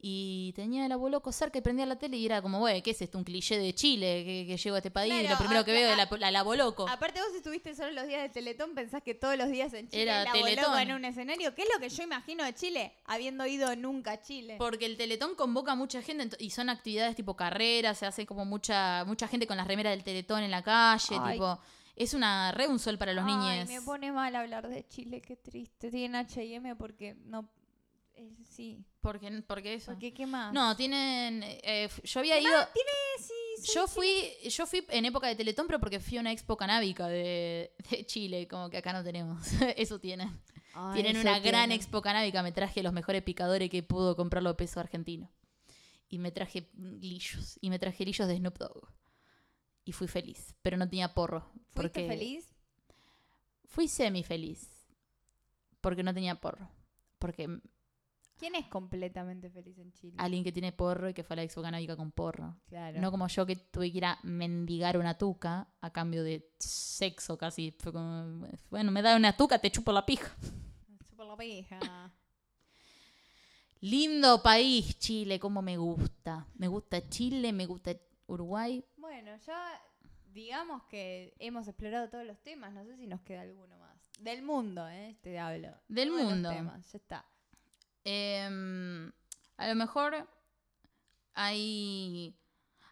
Speaker 1: Y tenía el abuelo cerca y prendía la tele y era como, güey, ¿qué es esto? Un cliché de Chile que, que llego a este país. y
Speaker 2: Claro,
Speaker 1: lo primero
Speaker 2: a-
Speaker 1: que veo es
Speaker 2: a-
Speaker 1: la, la, la Boloco.
Speaker 2: Aparte vos estuviste solo los días de Teletón, pensás que todos los días en Chile
Speaker 1: Era
Speaker 2: la voló
Speaker 1: Teletón.
Speaker 2: en un escenario. ¿Qué es lo que yo imagino de Chile? Habiendo ido nunca a Chile.
Speaker 1: Porque el Teletón convoca a mucha gente ento- y son actividades tipo carreras, se hace como mucha mucha gente con las remeras del Teletón en la calle,
Speaker 2: Ay.
Speaker 1: tipo, es una re un sol para los
Speaker 2: Ay,
Speaker 1: niños.
Speaker 2: me pone mal hablar de Chile, qué triste. Tienen H&M porque no... eh, sí.
Speaker 1: ¿Por qué, por qué eso?
Speaker 2: Porque, ¿qué más?
Speaker 1: No, tienen eh, f- yo había ido
Speaker 2: Eh, sí, sí.
Speaker 1: Yo fui, yo fui en época de Teletón, pero porque fui a una expo canábica de, de Chile, como que acá no tenemos. [laughs] Eso tienen.
Speaker 2: Ay,
Speaker 1: tienen
Speaker 2: Ah, eso
Speaker 1: una gran
Speaker 2: tienen.
Speaker 1: expo canábica. Me traje los mejores picadores que pudo comprar los pesos argentinos. Y me traje lillos. Y me traje lillos de Snoop Dogg. Y fui feliz, pero no tenía porro.
Speaker 2: ¿Fuiste
Speaker 1: porque
Speaker 2: feliz?
Speaker 1: Fui semi feliz. Porque no tenía porro. Porque
Speaker 2: ¿Quién es completamente feliz en Chile?
Speaker 1: alguien que tiene porro y que fue a la expo canábica con porro.
Speaker 2: Claro.
Speaker 1: No como yo que tuve que ir a mendigar una tuca a cambio de sexo casi. Fue como, bueno, me da una tuca, te chupo la pija.
Speaker 2: Super la pija. [laughs]
Speaker 1: Lindo país, Chile, como me gusta. Me gusta Chile, me gusta Uruguay.
Speaker 2: Bueno, ya digamos que hemos explorado todos los temas. No sé si nos queda alguno más. Del mundo, ¿eh? Te hablo.
Speaker 1: Del
Speaker 2: Todos los
Speaker 1: mundo.
Speaker 2: temas, ya está.
Speaker 1: Em, a lo mejor hay...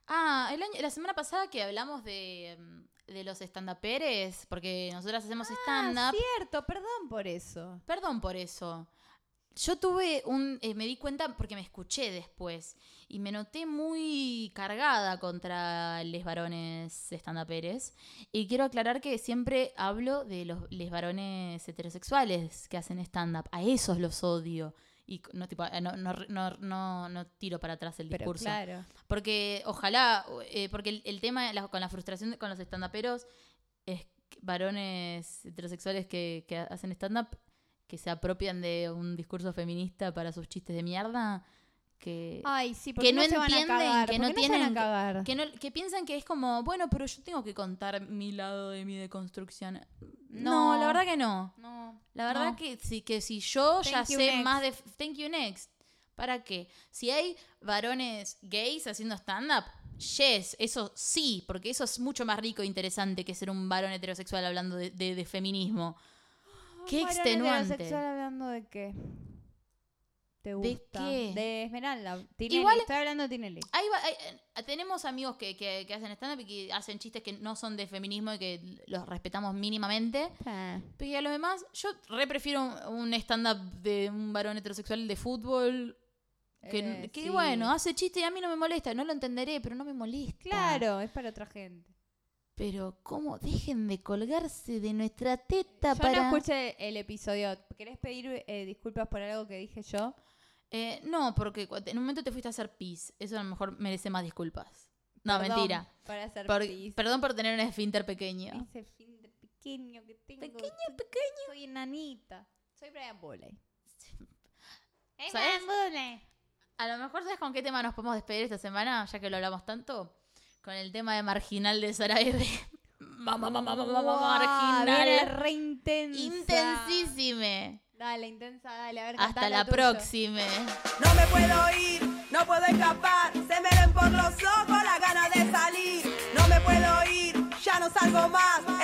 Speaker 1: Ah, el año- la semana pasada que hablamos de, em, de los stand-uperes, porque nosotras hacemos
Speaker 2: Ah,
Speaker 1: stand-up.
Speaker 2: cierto, perdón por eso.
Speaker 1: Perdón por eso. Yo tuve un. eh, me di cuenta porque me escuché después. Y me noté muy cargada contra les varones estandaperes. Y quiero aclarar que siempre hablo de los les varones heterosexuales que hacen stand-up. A esos los odio. Y c- no, tipo, eh, no, no, no, no- no tiro para atrás el
Speaker 2: Pero
Speaker 1: discurso.
Speaker 2: claro.
Speaker 1: Porque ojalá, eh, porque el, el tema la- con la frustración de- con los estandaperos es que varones heterosexuales que, que hacen stand-up, que se apropian de un discurso feminista para sus chistes de mierda, que,
Speaker 2: Ay, sí, porque
Speaker 1: no
Speaker 2: no, se van a
Speaker 1: entienden,
Speaker 2: cagar.
Speaker 1: que
Speaker 2: ¿Por
Speaker 1: no
Speaker 2: qué se van
Speaker 1: tienen-
Speaker 2: a cagar?
Speaker 1: que, no- que piensan que es como, bueno, pero yo tengo que contar mi lado de mi deconstrucción. No,
Speaker 2: No.
Speaker 1: la verdad que no.
Speaker 2: No.
Speaker 1: La verdad
Speaker 2: No.
Speaker 1: que, si, que si yo ya
Speaker 2: Thank you,
Speaker 1: sé
Speaker 2: next.
Speaker 1: más de... Thank you next. ¿Para qué? Si hay varones gays haciendo stand-up, yes, eso sí, porque eso es mucho más rico e interesante que ser un varón heterosexual hablando de, de- de feminismo. Qué
Speaker 2: Ah, Varón
Speaker 1: extenuante.
Speaker 2: heterosexual hablando de qué? ¿Te gusta?
Speaker 1: qué?
Speaker 2: De Esmeralda. Tinelli.
Speaker 1: Igual-
Speaker 2: Estoy hablando de Tinelli.
Speaker 1: Hay va- hay- eh, tenemos amigos que, que- que hacen stand-up y que hacen chistes que no son de feminismo y que los respetamos mínimamente. Pero y a los demás, yo re prefiero un, un stand-up de un varón heterosexual de fútbol Que,
Speaker 2: Eh,
Speaker 1: que
Speaker 2: sí.
Speaker 1: bueno, ah, hace chiste y a mí no me molesta, no lo entenderé, pero no me molesta.
Speaker 2: Claro, es para otra gente.
Speaker 1: Pero cómo dejen de colgarse de nuestra teta
Speaker 2: yo
Speaker 1: para
Speaker 2: no escuché el episodio. ¿Querés pedir eh, disculpas por algo que dije yo?
Speaker 1: Eh, no, porque cu- en un momento te fuiste a hacer pis, eso a lo mejor merece más disculpas. No,
Speaker 2: Perdón
Speaker 1: mentira.
Speaker 2: Para hacer
Speaker 1: Por-
Speaker 2: pis.
Speaker 1: perdón por tener un esfínter pequeño.
Speaker 2: Ese fin de pequeño que tengo.
Speaker 1: Pequeño,
Speaker 2: Soy- Soy enanita. Soy Brian Bulley. Soy
Speaker 1: ¿Sabes?
Speaker 2: Brian Bulley.
Speaker 1: A lo mejor sabes con qué tema nos podemos despedir esta semana, ya que lo hablamos tanto. Con el tema de marginal de
Speaker 2: [laughs]
Speaker 1: Saraibe. Mamá, mamá, mamá, mamá,
Speaker 2: Guau, viene
Speaker 1: marginal.
Speaker 2: re intensa.
Speaker 1: Intensísime.
Speaker 2: Dale, intensa, dale. A ver,
Speaker 1: Hasta
Speaker 2: cantá
Speaker 1: la
Speaker 2: tuya.
Speaker 1: próxima.
Speaker 3: No me puedo ir, no puedo escapar. Se me ven por los ojos la gana de salir. No me puedo ir, ya no salgo más.